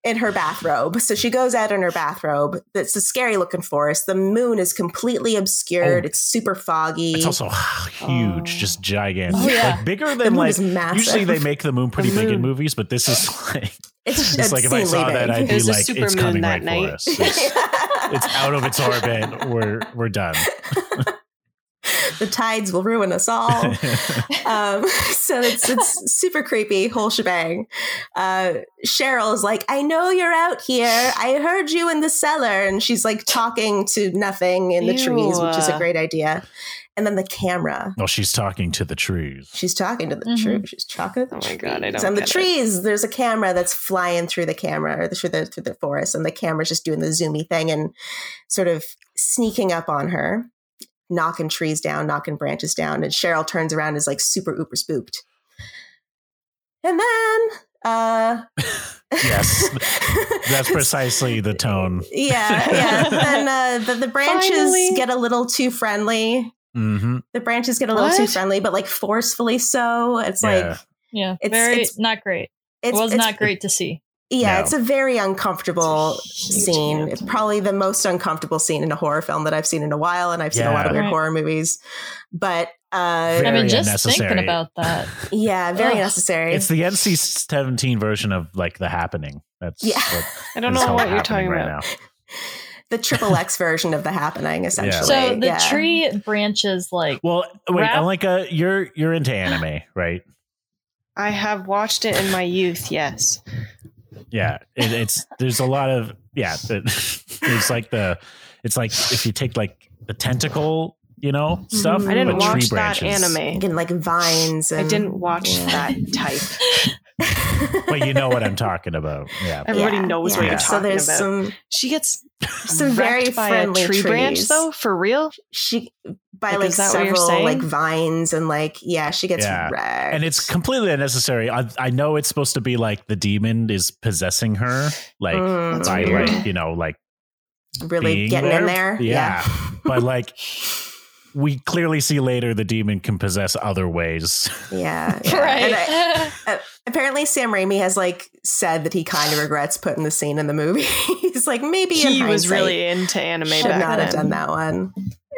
S4: in her bathrobe so she goes out in her bathrobe that's a scary looking forest the moon is completely obscured
S1: Oh.
S4: it's super foggy
S1: It's also huge,
S2: Oh.
S1: just gigantic,
S5: Oh, yeah.
S1: like bigger
S4: the
S1: than
S4: moon
S1: like.
S4: is massive
S1: Usually they make the moon pretty big in
S2: moon.
S1: movies, but this is like
S4: it's,
S1: it's like if I
S4: obscenely
S1: saw that, I'd
S4: big.
S1: be
S2: There's a
S1: like,
S2: super
S1: it's
S2: moon
S1: coming
S2: that
S1: right
S2: night.
S1: for us. It's- it's out of its orbit. We're we're done.
S4: the tides will ruin us all um, so it's it's super creepy, whole shebang. Uh, Cheryl is like, I know you're out here. I heard you in the cellar, and she's like talking to nothing in the trees, which is a
S2: Ew.
S4: great idea. And then the camera.
S1: well, she's talking to the trees.
S4: She's talking to the
S1: Mm-hmm.
S5: Mhm.
S4: tree. She's talking to the
S2: Oh my
S4: trees.
S2: God, I don't
S4: and the
S2: get it.
S4: trees, there's a camera that's flying through the camera or through the through the forest, and the camera's just doing the zoomy thing and sort of sneaking up on her, knocking trees down, knocking branches down. And Cheryl turns around and is like super ooper spooked. And then uh
S1: Yes. That's precisely the tone.
S4: Yeah, yeah. then uh, the, the branches
S2: Finally.
S4: get a little too friendly.
S1: Mm-hmm.
S4: The branches get a little too
S2: What?
S4: friendly, but like forcefully so. It's
S1: Yeah.
S4: like
S5: Yeah,
S4: It's-
S5: very
S4: it's-
S5: not great.
S4: it's,
S5: it was
S4: it's
S5: not great to see.
S4: Yeah,
S1: No.
S4: it's a very uncomfortable
S5: It's a huge
S4: scene.
S5: hand.
S4: It's probably the most uncomfortable scene in a horror film that I've seen in a while, and I've seen a lot
S1: Yeah.
S4: of weird
S5: Right.
S4: horror movies. But uh,
S5: I
S1: Very
S5: mean, just
S1: unnecessary.
S5: thinking about that.
S4: yeah, very
S5: Ugh.
S4: necessary.
S1: It's the NC seventeen version of like the happening. That's
S4: Yeah.
S1: what
S2: I don't
S1: is
S2: know
S1: called
S2: what you're
S1: happening
S2: talking
S1: right
S2: about.
S4: the triple X version of the happening, essentially.
S5: So the
S4: Yeah.
S5: tree branches like
S1: now. Well, wait,
S5: Rap-
S1: Alenka, you're you're into anime, right?
S2: I have watched it in my youth. Yes.
S1: Yeah, it, it's there's a lot of yeah. the- it's like the it's like if you take like the tentacle, you know, stuff.
S4: Mhm.
S2: Mm-hmm. I didn't
S1: but tree
S2: watch that
S1: branches.
S2: anime.
S4: and like vines.
S2: I
S4: And,
S2: didn't watch
S4: Yeah.
S2: that type.
S1: But you know what I'm talking about. Yeah.
S2: Everybody
S4: Yeah,
S2: knows what
S4: yeah.
S2: you're
S4: So
S2: talking
S4: there's
S2: about.
S4: some
S2: she gets
S4: some very
S2: wrecked by
S4: friendly
S2: a tree branch
S4: trees.
S2: though, for real.
S4: she by
S2: Like,
S4: like
S2: is that what you're
S4: several
S2: saying?
S4: like vines and like yeah, she gets
S1: Yeah.
S4: wrecked.
S1: and it's completely unnecessary. I, I know it's supposed to be like the demon is possessing her, like
S4: Mm,
S2: That's
S1: by
S2: weird.
S1: like you know, like
S4: really
S1: being
S4: getting in
S1: there.
S4: there.
S1: Yeah. but like we clearly see later the demon can possess other ways.
S4: Yeah. yeah. And I-
S5: Right.
S4: uh, apparently, Sam Raimi has like said that he kind of regrets putting the scene in the movie. He's like, maybe in
S2: he was
S4: hindsight,
S2: really into anime
S4: should
S2: back
S4: not
S2: then.
S4: have done that one.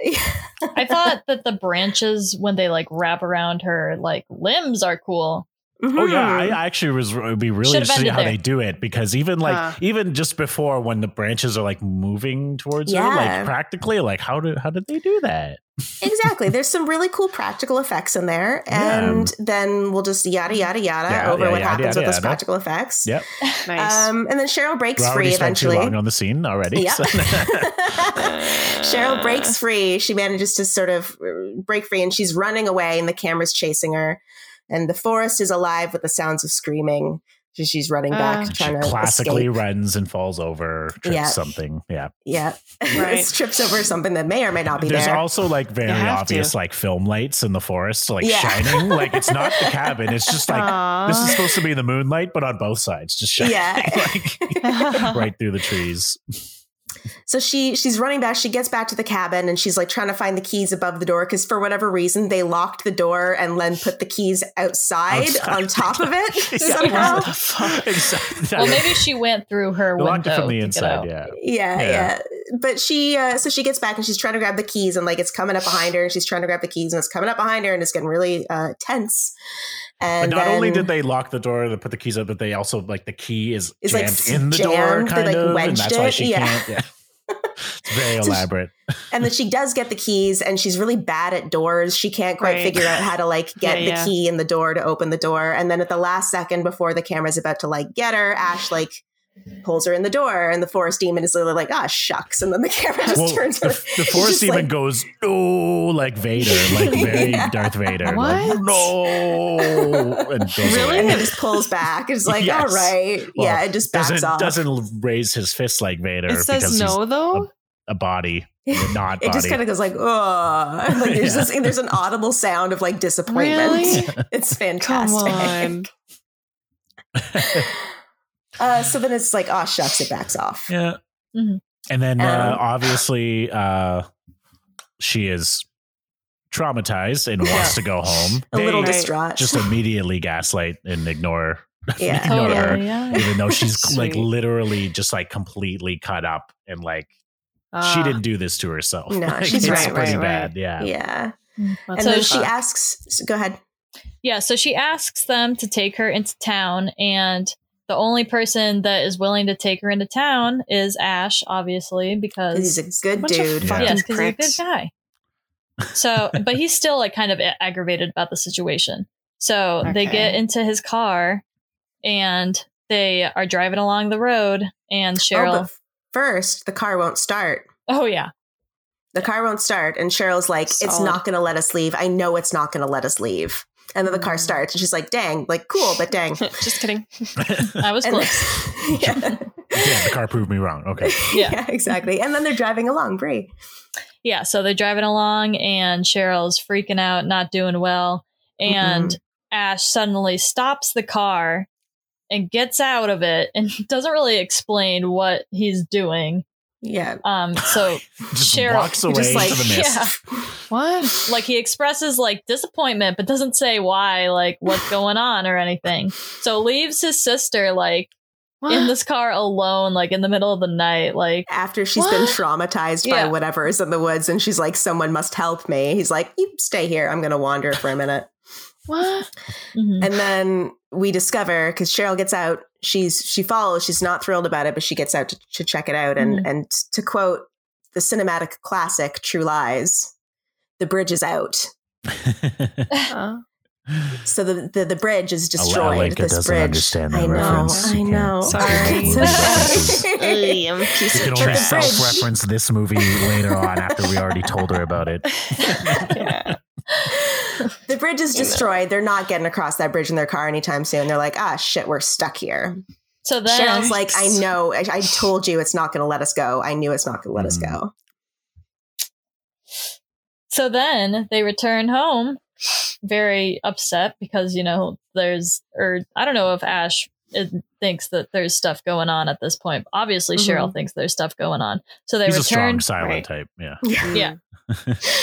S5: I thought that the branches when they like wrap around her like limbs are cool.
S1: Oh yeah,
S4: Mhm.
S1: I, I actually was would be really
S5: Should've
S1: interested to see
S5: ended
S1: how
S5: there.
S1: they do it because even like
S2: Huh.
S1: even just before when the branches are like moving towards her,
S4: Yeah.
S1: like practically, like how did how did they do that?
S4: exactly. There's some really cool practical effects in there,
S1: Yeah.
S4: and then we'll just yada yada yada
S1: Yeah,
S4: over
S1: yeah,
S4: what
S1: yada,
S4: happens
S1: yada,
S4: with those
S1: yada.
S4: practical effects.
S1: Yep.
S2: Nice.
S4: Um, and then Cheryl breaks
S1: We're already
S4: free
S1: spent too
S4: eventually.
S1: long on the scene already.
S4: Yep.
S1: so-
S4: Cheryl breaks free. She manages to sort of uh, break free and she's running away, and the camera's chasing her. And the forest is alive with the sounds of screaming. So she's running back,
S2: Ah.
S1: she
S4: trying to
S1: classically
S4: escape.
S1: runs and falls over, trips
S4: Yeah.
S1: something. Yeah.
S4: Yeah,
S2: Right.
S4: trips over something that may or may not be
S1: There's
S4: there.
S1: also like very
S2: have
S1: obvious like film lights in the forest, like
S4: Yeah.
S1: shining. like it's not the cabin. It's just like
S2: Aw.
S1: this is supposed to be the moonlight, but on both sides, just shining
S4: Yeah.
S1: like right through the trees.
S4: So she she's running back. She gets back to the cabin and she's like trying to find the keys above the door because for whatever reason they locked the door and then put the keys outside,
S1: Outside
S4: on
S1: the
S4: top of it
S1: Yeah.
S4: somehow.
S2: What the fuck?
S1: exactly.
S5: Well, maybe she went through her
S1: They locked
S5: window
S1: it from the
S5: to get out.
S1: inside. Yeah.
S4: Yeah,
S1: Yeah.
S4: yeah. But she, uh, so she gets back and she's trying to grab the keys, and like it's coming up behind her, and she's trying to grab the keys, and it's coming up behind her, and it's getting really uh, tense.
S1: But
S4: And
S1: not
S4: then
S1: only did they lock the door to put the keys up, but they also like the key is
S4: It's, like,
S1: jammed in the door,
S4: jammed. They,
S1: kind
S4: like,
S1: of, and
S4: wedged
S1: that's why
S4: it.
S1: she
S4: Yeah.
S1: can't. Yeah. It's very
S4: So she-
S1: elaborate.
S4: and then she does get the keys, and she's really bad at doors. She can't quite
S2: Right.
S4: figure out how to like get
S2: Yeah,
S4: the
S2: yeah.
S4: key in the door to open the door. And then at the last second before the camera's about to like get her, Ash like pulls her in the door, and the forest demon is literally like, "Ah, shucks," and then the camera just
S1: Well,
S4: turns her.
S1: the, the forest
S4: just
S1: demon
S4: like-
S1: goes no, like Vader, like very
S4: Yeah.
S1: Darth Vader.
S2: What?
S1: Like, no, and goes
S2: Really?
S1: away.
S4: And then just pulls back. It's like,
S1: Yes.
S4: all right,
S1: Well,
S4: yeah. It just backs
S1: Doesn't
S4: off.
S1: doesn't raise his fist like Vader
S2: It
S1: because
S2: says
S1: he's
S2: no though.
S1: a body, not
S4: It
S1: body.
S4: just kind of goes like, oh, like there's
S1: Yeah.
S4: this, there's an audible sound of like disappointment.
S2: Really?
S4: It's
S2: Come
S4: fantastic.
S2: on.
S4: Uh, so then it's like, oh shucks, it backs off.
S1: Yeah.
S2: Mm-hmm.
S5: Mhm.
S1: And then uh,
S4: Um,
S1: obviously uh, she is traumatized and wants to go home.
S4: A little
S1: They
S4: distraught.
S1: just immediately gaslight and ignore
S4: yeah.
S1: Ignore her.
S5: Totally. Oh, Yeah.
S1: even though she's like
S2: Sweet.
S1: literally just like completely cut up and like
S2: Ah,
S1: she didn't do this to herself.
S4: Uh, No,
S1: Like,
S4: she's
S1: it's
S4: right, right,
S1: pretty
S2: right.
S1: bad. Yeah.
S4: Yeah. And
S5: So
S4: then
S5: she
S4: she asks, so go ahead.
S5: Yeah, so she asks them to take her into town, and the only person that is willing to take her into town is Ash, obviously,
S4: 'Cause
S5: because
S4: He's a good
S2: bunch of
S4: dude.
S1: fuck-
S2: fucking
S5: yes, because he's a good
S2: pricks.
S5: guy. So, but he's still like kind of a- aggravated about the situation. So they get
S2: Okay.
S5: into his car, and they are driving along the road, and oh, Cheryl.
S4: Oh, but first, the car won't start.
S5: Oh, yeah,
S4: The car won't start. And Cheryl's like, it's
S2: Solid.
S4: not going to let us leave. I know it's not going to let us leave. And then the car starts. And she's like, dang, like, cool, but dang.
S2: Uh, Just kidding.
S5: I was
S4: And-
S5: close.
S4: yeah.
S1: Damn, the car proved me wrong. Okay.
S5: Yeah.
S4: exactly. And then they're driving along, Brie.
S5: yeah, so they're driving along and Cheryl's freaking out, not doing well. And
S1: Mm-hmm.
S5: Ash suddenly stops the car and gets out of it and doesn't really explain what he's doing.
S4: Yeah.
S5: Um, so
S1: Just
S5: Cheryl-
S1: walks away
S4: just like,
S1: into the mist.
S5: yeah.
S2: What?
S5: like he expresses like disappointment, but doesn't say why, like what's going on or anything. So leaves his sister like in this car alone, like in the middle of the night, like
S4: After she's been
S2: What?
S4: traumatized
S5: Yeah.
S4: by whatever is in the woods, and she's like, someone must help me. He's like, you stay here. I'm going to wander for a minute.
S2: What?
S5: mhm.
S4: And then we discover because Cheryl gets out, she's she follows, she's not thrilled about it, but she gets out to, to check it out. And
S5: Mhm.
S4: and to quote the cinematic classic True Lies, the bridge is out.
S2: Uh,
S4: So the the, the bridge is
S1: Ale-
S4: destroyed.
S1: Alenka
S4: this
S1: doesn't
S4: bridge.
S1: understand
S4: I
S1: that
S4: know.
S1: reference.
S4: I
S1: You can't-
S4: know.
S2: Sorry.
S4: It's okay.
S2: I'm a piece
S1: You can
S2: of
S4: But
S1: only
S4: the
S2: trash.
S4: bridge-
S1: self-reference this movie later on after we already told her about it.
S5: mm-hmm.
S2: Yeah.
S4: the bridge is destroyed. They're not getting across that bridge in their car anytime soon. They're like, ah, shit, we're stuck here.
S5: so then
S4: Cheryl's like, I know. I, I told you it's not going to let us go. I knew it's not going to let us
S1: Mm.
S4: go.
S5: So then they return home very upset because, you know, there's, or I don't know if Ash is, thinks that there's stuff going on at
S6: Mm-hmm.
S5: this point. Obviously, Cheryl thinks there's stuff going on. So they
S1: He's a strong
S5: return.
S1: silent
S2: Right.
S1: type. Yeah.
S5: Yeah.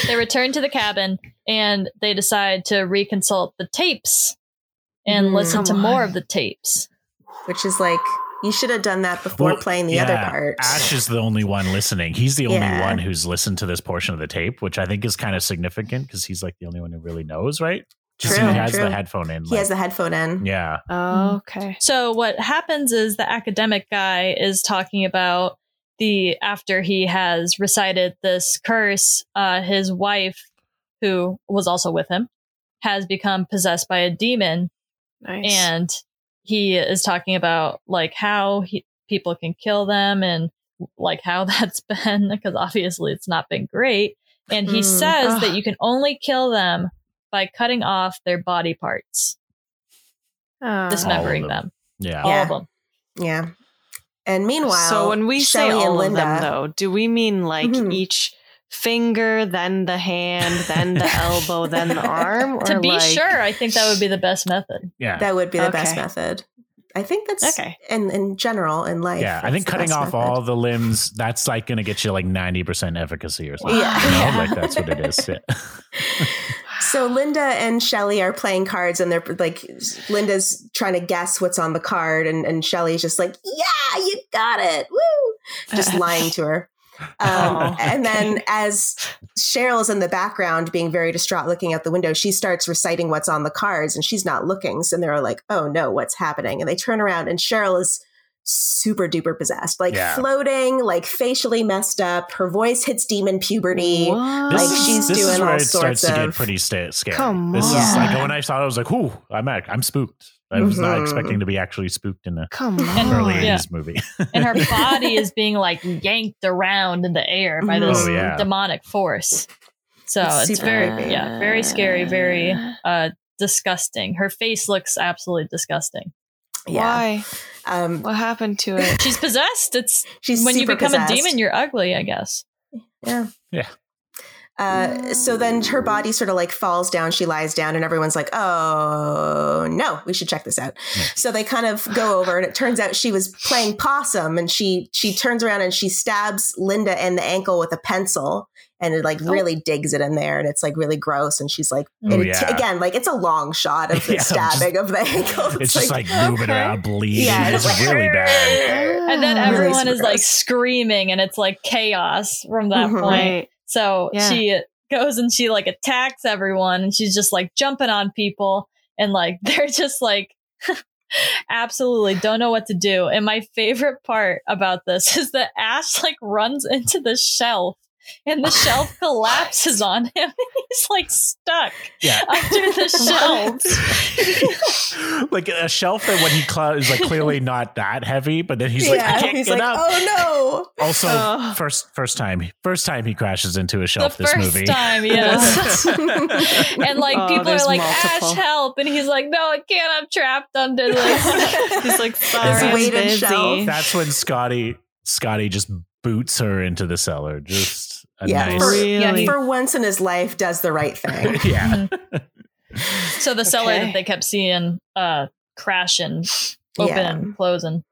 S5: they return to the cabin and they decide to reconsult the tapes and
S4: Mm.
S5: listen to
S6: Come
S5: more
S6: on.
S5: of the tapes.
S4: which is like you should have done that before
S1: Well,
S4: playing the other part.
S1: Ash is the only one listening. He's the only
S4: Yeah.
S1: one who's listened to this portion of the tape, which I think is kind of significant because he's like the only one who really knows, right? 'Cause
S4: True,
S1: he has
S4: true.
S1: the headphone in.
S4: he
S1: like-
S4: has the headphone in.
S1: yeah.
S6: okay.
S5: So what happens is the academic guy is talking about the after he has recited this curse, uh, his wife, who was also with him, has become possessed by a demon
S6: Nice.
S5: and he is talking about like how he, people can kill them and like how that's been because obviously it's not been great and he
S4: Mm,
S5: says
S6: ugh.
S5: that you can only kill them by cutting off their body parts
S6: Oh.
S2: Uh,
S5: dismembering
S1: All of
S5: them,
S1: them. Yeah.
S5: all
S4: Yeah.
S5: of them
S4: Yeah. And meanwhile,
S2: so when we say
S4: Shelley and
S2: all of
S4: Linda,
S2: them, though, do we mean like
S4: Mhm.
S2: each finger, then the hand, then the elbow, then the arm? Or
S5: to be
S2: like-
S5: sure i think that would be the best method
S1: Yeah.
S4: that would be the best
S2: Okay.
S4: method. I think that's
S2: Okay.
S4: in in general in life.
S1: yeah. I
S4: that's
S1: think
S4: the
S1: cutting
S4: best
S1: off
S4: method.
S1: all the limbs, that's like going to get you like 90% efficacy or something.
S4: Yeah.
S1: You know?
S5: Yeah.
S1: Like that's what it is. Yeah.
S4: So Linda and Shelly are playing cards, and they're like, Linda's trying to guess what's on the card, and and Shelly's just like, "Yeah, you got it, woo!" Just lying to her. Um,
S2: Oh,
S4: and then as Cheryl's in the background, being very distraught, looking out the window, she starts reciting what's on the cards, and she's not looking. So they're like, "Oh no, what's happening?" And they turn around, and Cheryl is super duper possessed, like
S1: Yeah.
S4: floating, like facially messed up. Her voice hits demon puberty.
S2: What?
S4: Like, she's
S1: this
S4: doing
S1: is where
S4: all
S1: it starts
S4: sorts
S1: to get
S4: of-
S1: pretty sta- scary.
S2: Come
S1: this is
S4: on.
S1: like when I saw it, I was like, "Whoo, I'm ac- I'm spooked." I was not
S4: Mhm.
S1: expecting to be actually spooked in a
S2: Come
S5: And-
S2: on.
S1: early
S5: Yeah.
S1: 80s movie.
S5: and her body is being like yanked around in the air
S4: Mm-hmm.
S5: by this
S1: Oh, yeah.
S5: demonic force so
S4: It's
S5: it's
S4: super
S5: very
S4: creepy.
S5: yeah very scary very uh disgusting her face looks absolutely disgusting
S2: Why?
S4: Um,
S2: What happened to it?
S5: She's possessed. It's
S4: she's
S5: when you
S4: super
S5: become
S4: possessed.
S5: a demon, you're ugly, I guess.
S4: Uh, so then her body sort of like falls down. She lies down, and everyone's like, "Oh no, we should check this out."
S1: Yeah.
S4: So they kind of go over, and it turns out she was playing possum, and she she turns around and she stabs Linda in the ankle with a pencil, and it
S1: Oh.
S4: like really digs it in there, and it's like really gross. And she's like,
S5: Oh,
S4: and it-
S1: yeah.
S4: again, like it's a long shot of the
S1: Yeah, I'm
S4: stabbing of the ankle.
S1: It's, just like, moving
S5: okay.
S1: around, bleeding.
S4: Yeah,
S1: it's
S4: it's like-
S1: really bad.
S5: And then
S4: Ah. Really
S5: everyone is
S4: super
S5: like
S4: gross.
S5: screaming and it's like chaos from that
S4: Mhm.
S5: point.
S2: Right.
S5: So
S2: Yeah.
S5: she goes and she like attacks everyone and she's just like jumping on people and like they're just like absolutely don't know what to do. And my favorite part about this is that Ash like runs into the shelf and the shelf collapses on him. He's like stuck
S1: Yeah.
S5: under the shelves.
S1: like a shelf that when he cl- is like clearly not that heavy, but then he's like, I can't
S4: he's
S1: get
S4: like,
S1: up.
S4: "Oh
S1: Also,
S2: Oh.
S1: first first time, first time he crashes into a shelf.
S5: the
S1: this
S5: first
S1: movie.
S5: time, yes.
S4: no!"
S5: and like
S2: Oh,
S5: people
S2: there's
S5: are like,
S2: multiple.
S5: Ash, help! And he's like, No, I can't. I'm trapped under this.
S2: He's like, sorry, I'm
S4: weighted
S2: busy.
S4: shelf.
S1: That's when Scotty Scotty just boots her into the cellar. Just a
S4: Yeah,
S1: nice.
S4: for-
S2: Really?
S4: For once in his life, does the right thing.
S1: yeah.
S5: so the cellar
S2: Okay.
S5: that they kept seeing uh crashing, open
S4: Yeah.
S5: and closing.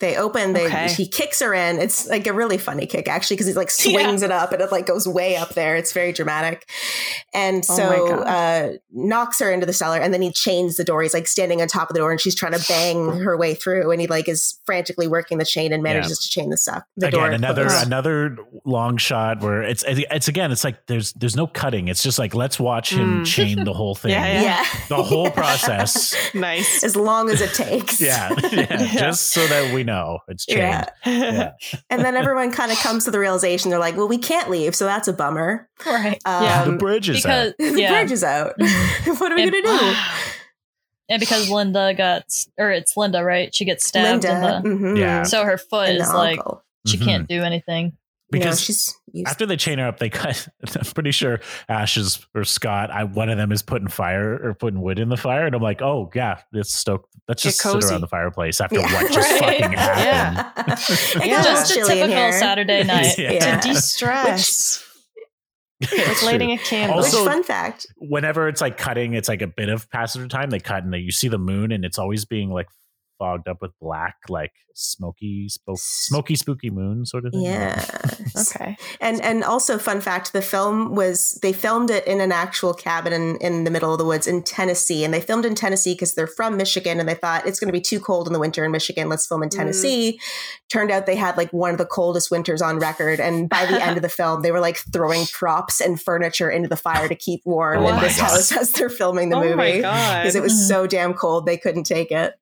S4: They open. They
S2: Okay.
S4: he kicks her in. It's like a really funny kick actually because he like swings it up and it like goes way up there. It's very dramatic, and
S2: Oh
S4: so
S2: my God.
S4: uh, knocks her into the cellar. And then he chains the door. He's like standing on top of the door and she's trying to bang her way through. And he like is frantically working the chain and manages to chain this up. The door
S1: Again, another
S4: closes.
S1: another long shot where it's it's again it's like there's there's no cutting. It's just like let's watch him
S2: Mm.
S1: chain the whole thing.
S2: Yeah,
S4: yeah,
S1: The whole process.
S2: Nice.
S4: as long as it takes.
S1: Yeah, yeah, Just so that we know it's chained.
S4: Yeah. And then everyone kind of comes to the realization they're like, well, we can't leave, so that's a bummer.
S5: Right.
S4: Um,
S5: yeah.
S1: the bridge Uh, is uh,
S5: Because
S1: out.
S4: The
S5: yeah.
S4: bridge is out. what are we
S5: And-
S4: going to do?
S5: And because Linda got s- or it's Linda, right? She gets stabbed in the
S4: mhm.
S1: Yeah.
S5: so her foot
S4: and
S5: is
S4: the
S5: like
S4: uncle.
S5: she
S1: Mhm.
S5: can't do anything.
S4: no,
S1: because
S4: she's used
S1: after they chain her up, they cut. I'm pretty sure Ash is or Scott. I one of them is putting fire or putting wood in the fire, and I'm like, oh yeah, it's stoked. Let's
S2: Get
S1: just
S2: cozy.
S1: sit around the fireplace after
S4: Yeah.
S1: what just
S5: Right.
S1: fucking happened.
S4: it
S2: Yeah.
S4: got
S5: Just a
S4: chilly in
S5: typical
S4: here.
S5: Saturday night.
S1: Yeah.
S4: Yeah.
S2: To de stress.
S1: It's
S2: With lighting
S1: true.
S2: a candle.
S4: Which
S1: Also-
S4: fun fact?
S1: Whenever it's like cutting, it's like a bit of passage of time. They cut and they, you see the moon, and it's always being like fogged up with black, like smoky, spook, smoky, spooky moon sort of thing.
S4: Yeah.
S6: Okay.
S4: And and also fun fact, the film was they filmed it in an actual cabin in, in the middle of the woods in Tennessee. And they filmed in Tennessee because they're from Michigan and they thought it's gonna be too cold in the winter in Michigan. Let's film in
S6: Mm.
S4: Tennessee. Turned out they had like one of the coldest winters on record. And by the end of the film, they were like throwing props and furniture into the fire to keep warm
S1: Oh
S4: in
S1: my
S4: this
S1: God.
S4: house as they're filming the
S6: oh my
S4: movie.
S6: god!
S4: Because it was
S5: Mhm.
S4: so damn cold they couldn't take it.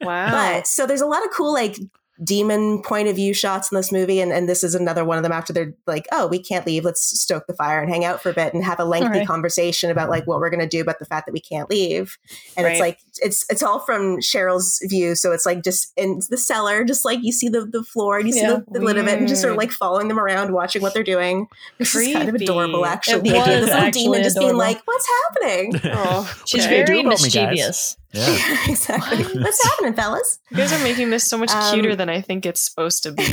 S6: wow.
S4: But so there's a lot of cool like demon point of view shots in this movie, and, and this is another one of them after they're like, oh, we can't leave. Let's stoke the fire and hang out for a bit and have a lengthy
S5: Right.
S4: conversation about like what we're gonna do about the fact that we can't leave. And it's
S6: Right.
S4: like it's it's all from Cheryl's view. So it's like just in the cellar, just like you see the the floor and you
S5: Yeah.
S4: see the, the lid of it and just sort of like following them around, watching what they're doing. Which is kind of
S6: Creepy.
S4: adorable
S6: It
S4: actually.
S5: was
S4: The idea of this little
S5: actually
S4: demon just being
S5: adorable.
S4: like, What's happening?
S6: oh,
S5: She's
S1: Okay.
S5: very
S1: Do about me, guys.
S5: mischievous.
S1: yeah.
S4: exactly. What's happening, fellas?
S2: You guys are making this so much
S4: Um,
S2: cuter than I think it's supposed to be.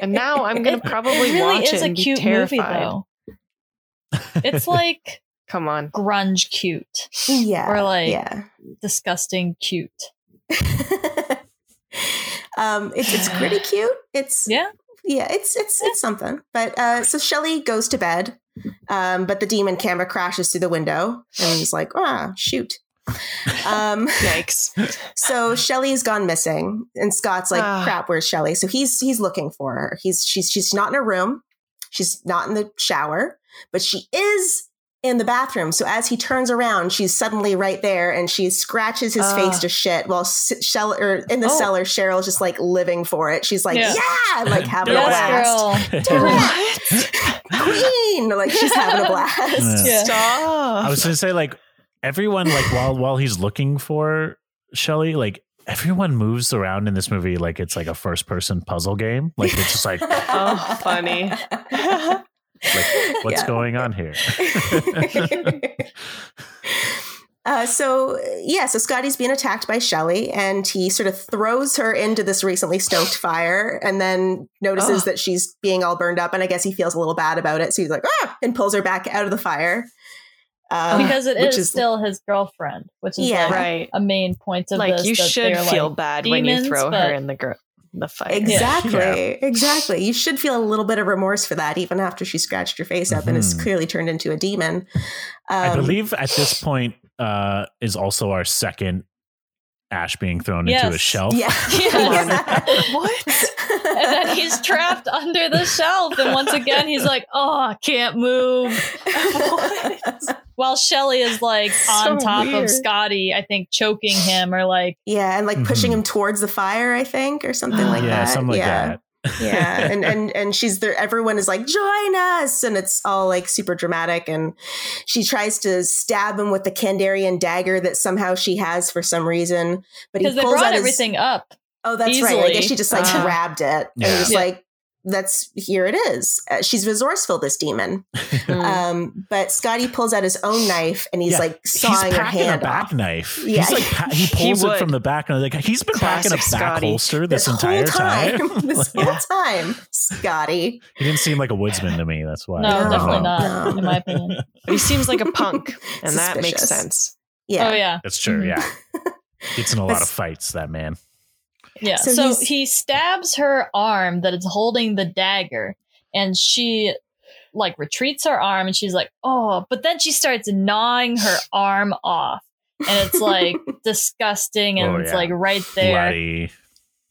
S2: And now I'm gonna
S5: It
S2: probably
S5: it really
S2: watch it
S5: is a
S2: and
S5: cute
S2: be
S5: movie,
S2: terrified.
S5: though. It's like
S2: Come on,
S5: grunge cute
S4: yeah
S5: or like
S4: yeah
S5: disgusting cute.
S4: um it's, it's pretty cute it's
S5: Yeah.
S4: yeah it's it's it's something but uh so shelly goes to bed um but the demon camera crashes through the window and he's like ah shoot um
S2: yikes!
S4: so Shelly's gone missing, and Scott's like,
S2: Ah.
S4: "Crap, where's Shelly?" So he's he's looking for her. He's she's she's not in her room, she's not in the shower, but she is in the bathroom. So as he turns around, she's suddenly right there, and she scratches his
S2: Ah.
S4: face to shit. While S- Shell or in the
S2: Oh.
S4: cellar, Cheryl's just like living for it. She's like, "Yeah,
S5: Yeah.
S4: like having
S1: Yes,
S4: a blast,
S1: girl.
S4: queen!" Like she's having a blast.
S5: Yeah.
S1: I
S2: Stop.
S1: was gonna say like everyone like while while he's looking for Shelly, like everyone moves around in this movie like it's like a first person puzzle game. Like it's just like
S2: Oh, funny.
S1: Like, what's
S4: Yeah. Um,
S1: going on here?
S4: Uh, so yeah, so Scotty's being attacked by Shelly, and he sort of throws her into this recently stoked fire, and then notices
S2: Oh.
S4: that she's being all burned up, and I guess he feels a little bad about it, so he's like, ah, and pulls her back out of the fire. Um,
S5: because it
S4: which
S5: is,
S4: is-
S5: still his girlfriend, which is
S4: Yeah.
S5: like
S2: Right.
S5: a main point of
S2: Like
S5: this.
S2: you
S5: that
S2: should
S5: they're,
S2: feel
S5: like,
S2: bad when you
S5: demons,
S2: throw
S5: but-
S2: her in the gr- the fire.
S4: exactly,
S1: Yeah.
S4: exactly. You should feel a little bit of remorse for that, even after she scratched your face up and is
S1: Mhm.
S4: clearly turned into a demon. Um,
S1: I believe at this point uh is also our second Ash being thrown
S5: Yes.
S1: into a shelf.
S4: Yeah.
S5: Yes.
S4: what?
S5: and then he's trapped under the shelf, and once again he's like, "Oh, I can't move." While Shelly is like on
S2: So
S5: top
S2: weird.
S5: of Scotty, I think choking him or like
S4: Yeah, and like pushing
S1: Mhm.
S4: him towards the fire, I think, or something like
S1: Yeah,
S4: that.
S1: something like
S4: yeah.
S1: that.
S4: yeah, and and and she's there. Everyone is like, "Join us!" and it's all like super dramatic. And she tries to stab him with the Kandarian dagger that somehow she has for some reason. But he
S5: because they
S4: pulls out
S5: brought
S4: his-
S5: everything up.
S4: Oh, that's right. I guess
S5: easily. Uh-huh.
S4: she just like
S2: Ah.
S4: grabbed it and
S1: Yeah.
S4: was
S5: Yeah.
S4: like, "That's here it is." Uh, she's resourceful, this demon.
S2: Hmm.
S5: Uh,
S4: Um, but Scotty pulls out his own knife and he's
S1: Mm. Yeah.
S4: like
S1: He's
S4: sawing her
S1: packing a
S4: hand
S1: back
S4: off.
S1: knife.
S4: Yeah.
S1: He's like pa- he
S2: He
S1: pulls it
S2: would.
S1: from the back and like he's been packing a back
S2: Classic Scotty.
S1: holster this, entire time.
S4: this
S1: Like,
S4: whole time, Scotty.
S1: he didn't seem like a woodsman to me. That's why.
S5: No,
S1: I don't
S5: definitely
S1: know.
S5: not,
S4: No.
S5: in my opinion.
S2: But he seems like a punk, and that makes
S4: Suspicious.
S2: sense.
S4: Yeah.
S5: Oh yeah,
S1: That's true.
S5: Mhm.
S1: Yeah. Gets in a lot of
S4: Mm-hmm. That's-
S1: fights, that man.
S5: yeah.
S4: So
S5: So,
S4: he's-
S5: he stabs her arm that is holding the dagger, and she like retreats her arm, and she's like, "Oh!" But then she starts gnawing her arm off, and it's like disgusting, and
S1: Oh,
S5: it's
S1: yeah.
S5: like right there.
S1: Bloody.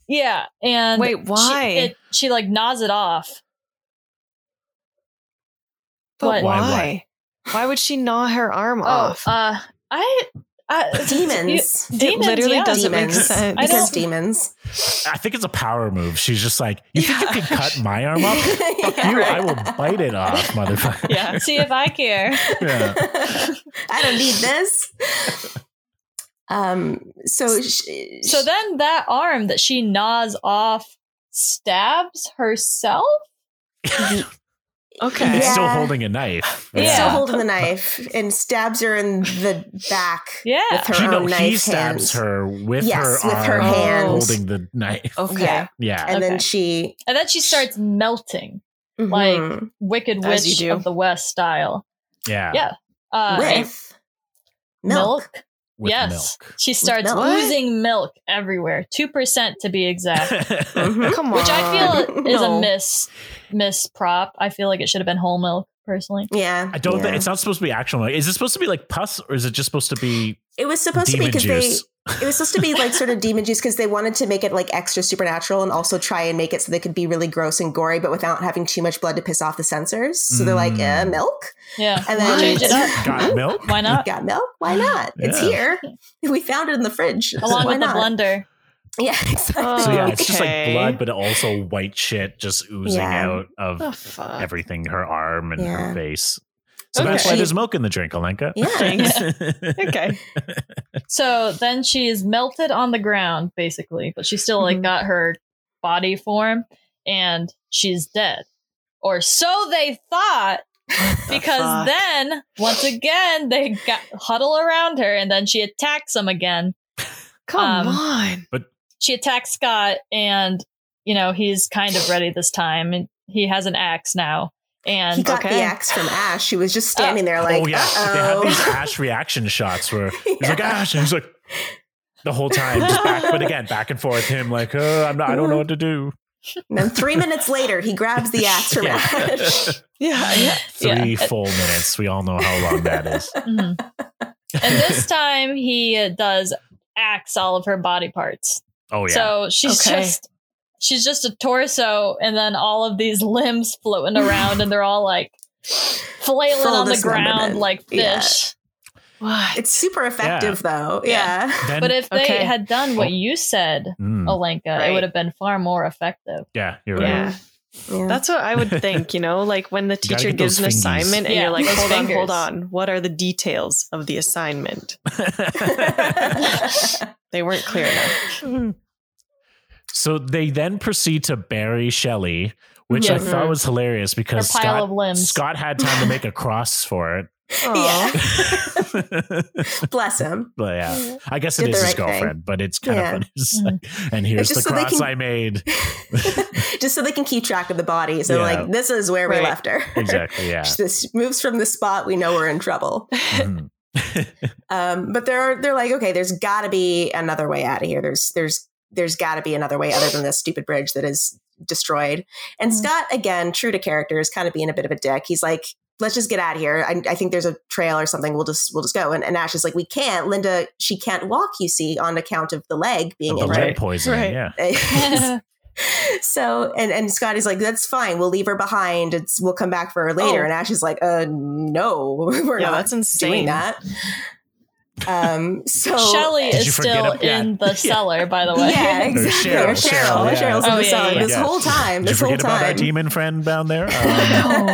S5: Yeah, and
S2: Wait, why?
S5: She, it, she like gnaws it off.
S2: But
S5: What?
S1: Why
S2: why?
S1: what?
S2: Why, would she gnaw her arm off?
S5: Oh, uh, I, I
S4: Demons.
S5: you-
S2: it
S5: demons,
S2: literally
S5: yeah.
S2: doesn't make
S4: Demons.
S2: sense.
S5: I
S4: because
S5: don't-
S4: demons.
S1: I think it's a power move. She's just like, You think you
S2: Yeah.
S1: can cut my arm off? You, I will bite it off, motherfucker.
S2: yeah.
S5: See if I care.
S1: Yeah.
S4: I don't need this. Um. So. She,
S5: So then that arm that she gnaws off stabs herself.
S2: Okay.
S1: It's still
S4: Yeah.
S1: holding a knife.
S4: it's
S5: Yeah.
S4: still holding the knife and stabs her in the back.
S5: Yeah.
S4: With her
S1: She,
S4: own
S1: no,
S4: knife
S1: he stabs
S4: hands.
S1: her with
S4: Yes,
S1: her
S4: with her
S1: arm
S2: hand.
S1: holding the knife.
S2: Okay.
S4: Yeah.
S1: Yeah.
S4: And then
S5: Okay.
S4: she.
S5: And then she starts melting, Like,
S4: mhm,
S5: Wicked
S2: As
S5: Witch
S2: you do.
S5: of the West style.
S1: Yeah.
S5: Yeah. Uh,
S4: with milk.
S5: milk.
S1: with
S5: yes.
S1: milk.
S5: She starts
S4: milk?
S5: oozing milk everywhere. 2% to be exact.
S4: Mm-hmm.
S2: Come on.
S5: Which I feel is
S2: No.
S5: a miss miss prop. I feel like it should have been whole milk personally.
S4: Yeah.
S1: I don't
S4: yeah.
S1: think it's not supposed to be actual milk. Is it supposed to be like pus or is it just supposed to be
S4: it was supposed to be
S1: demon
S4: because they
S1: juice?
S4: it was supposed to be like sort of demon juice because they wanted to make it like extra supernatural and also try and make it so they could be really gross and gory, but without having too much blood to piss off the censors. So they're like, uh,
S1: Mm.
S4: milk,
S5: Yeah.
S4: and then
S5: Change it up.
S1: Got milk?
S5: Why not?
S4: Got milk? Why not? It's
S1: Yeah.
S4: here. We found it in the fridge.
S5: Along
S4: Why
S5: with
S4: not?
S5: the blender.
S4: Yeah, exactly.
S1: So yeah, it's just like
S2: Okay.
S1: blood, but also white shit just oozing
S4: Yeah.
S1: out of
S6: Oh, fuck.
S1: everything, her arm and
S4: Yeah.
S1: her face. So
S2: Okay.
S1: that's why there's milk in the drink, Olenka.
S4: Yeah.
S2: okay.
S5: Um, So then she's melted on the ground, basically, but she still
S4: Mm-hmm.
S5: like
S6: Mhm.
S5: got her body form and she's dead. Or so they thought. Because
S2: fuck?
S5: then, once again, they got, huddle around her, and then she attacks them again.
S6: Come
S5: um,
S6: on.
S5: she attacks Scott, and you know he's kind of ready this time, and he has an axe now.
S4: He
S5: And
S4: got
S2: Okay.
S4: the axe from Ash. She was just standing there like,
S1: oh yeah, they have these
S4: oh
S1: Ash reaction shots where he's like Ash, and he's like the whole time, just back, but again back and forth. Him like, oh, I'm not, I don't know what to do.
S4: And then three minutes later, he grabs the axe from
S1: Yeah.
S4: Ash.
S2: Yeah. yeah.
S1: Three
S5: Yeah.
S1: full minutes. We all know how long that is.
S5: Mhm. and this time he uh, does axe all of her body parts.
S1: Oh yeah.
S5: So she's
S2: Okay.
S5: just she's just a torso, and then all of these limbs floating around, and they're all like flailing
S4: Full
S5: on the ground
S4: dismemberment.
S5: like fish.
S4: Yeah.
S2: What?
S4: It's super effective though.
S5: Yeah.
S4: Yeah.
S1: Then-
S5: But if Oh.
S2: Okay.
S5: they had done what
S1: Oh.
S5: you said,
S1: Mm,
S5: Olenka, it
S2: Right.
S5: would have been far more effective.
S1: yeah, you're right.
S2: Yeah.
S4: Yeah.
S2: That's what I would think, you know, like when the
S1: gotta
S2: teacher
S1: get those
S2: gives an
S1: fingies.
S2: assignment and
S5: Yeah,
S2: you're like,
S5: those
S2: hold on,
S5: fingers.
S2: hold on. What are the details of the assignment? They weren't clear enough.
S4: Mm.
S1: So they then proceed to bury Shelley, which I
S5: Yes.
S1: thought was hilarious
S5: Her
S1: because
S5: pile
S1: Scott,
S5: of limbs.
S1: Scott had time to make a cross for it.
S4: yeah.
S1: but
S4: Bless him.
S1: yeah, I guess it
S4: Did
S1: is
S4: the
S1: his
S4: right thing.
S1: girlfriend, but it's kind
S4: Yeah.
S1: of funny. It's like, and here's
S4: It's
S1: the
S4: just so they
S1: cross
S4: can-
S1: I made.
S4: Just so they can keep track of the body. So
S1: Yeah.
S4: like this is where
S2: Right.
S4: we left her.
S1: Exactly. Yeah.
S4: this moves from the spot we know we're in trouble.
S1: Mhm.
S4: Um, but they're they're like, okay, there's got to be another way out of here. There's there's there's got to be another way other than this stupid bridge that is destroyed. And
S1: Mm-hmm.
S5: Mhm.
S4: Scott, again, true to character, is kind of being a bit of a dick. He's like, let's just get out of here. I, I think there's a trail or something. We'll just we'll just go. And, and Ash is like, we can't. Linda, she can't walk. You see, on account of the leg
S1: The
S4: being
S1: lead
S4: injured.
S2: Right.
S1: poisoning.
S2: Right.
S1: Yeah.
S4: so and and Scott is like, that's fine. We'll leave her behind. It's we'll come back for her later.
S2: Oh.
S4: And Ash is like, uh, no, we're
S2: yeah,
S4: not
S2: that's insane.
S4: doing that. Um, so
S5: Shelly
S1: Did you
S5: is
S1: forget
S5: still
S1: ab- yeah.
S5: in the cellar, by the way.
S4: Yeah, exactly.
S1: Cheryl,
S4: Or Cheryl.
S1: Cheryl,
S4: Or
S1: yeah.
S4: Cheryl's
S5: Oh,
S4: in the
S5: yeah,
S4: cellar
S5: yeah,
S4: this
S1: yeah.
S4: whole time.
S1: Did you
S4: This whole
S1: forget about our
S4: time.
S1: demon friend down there? Um,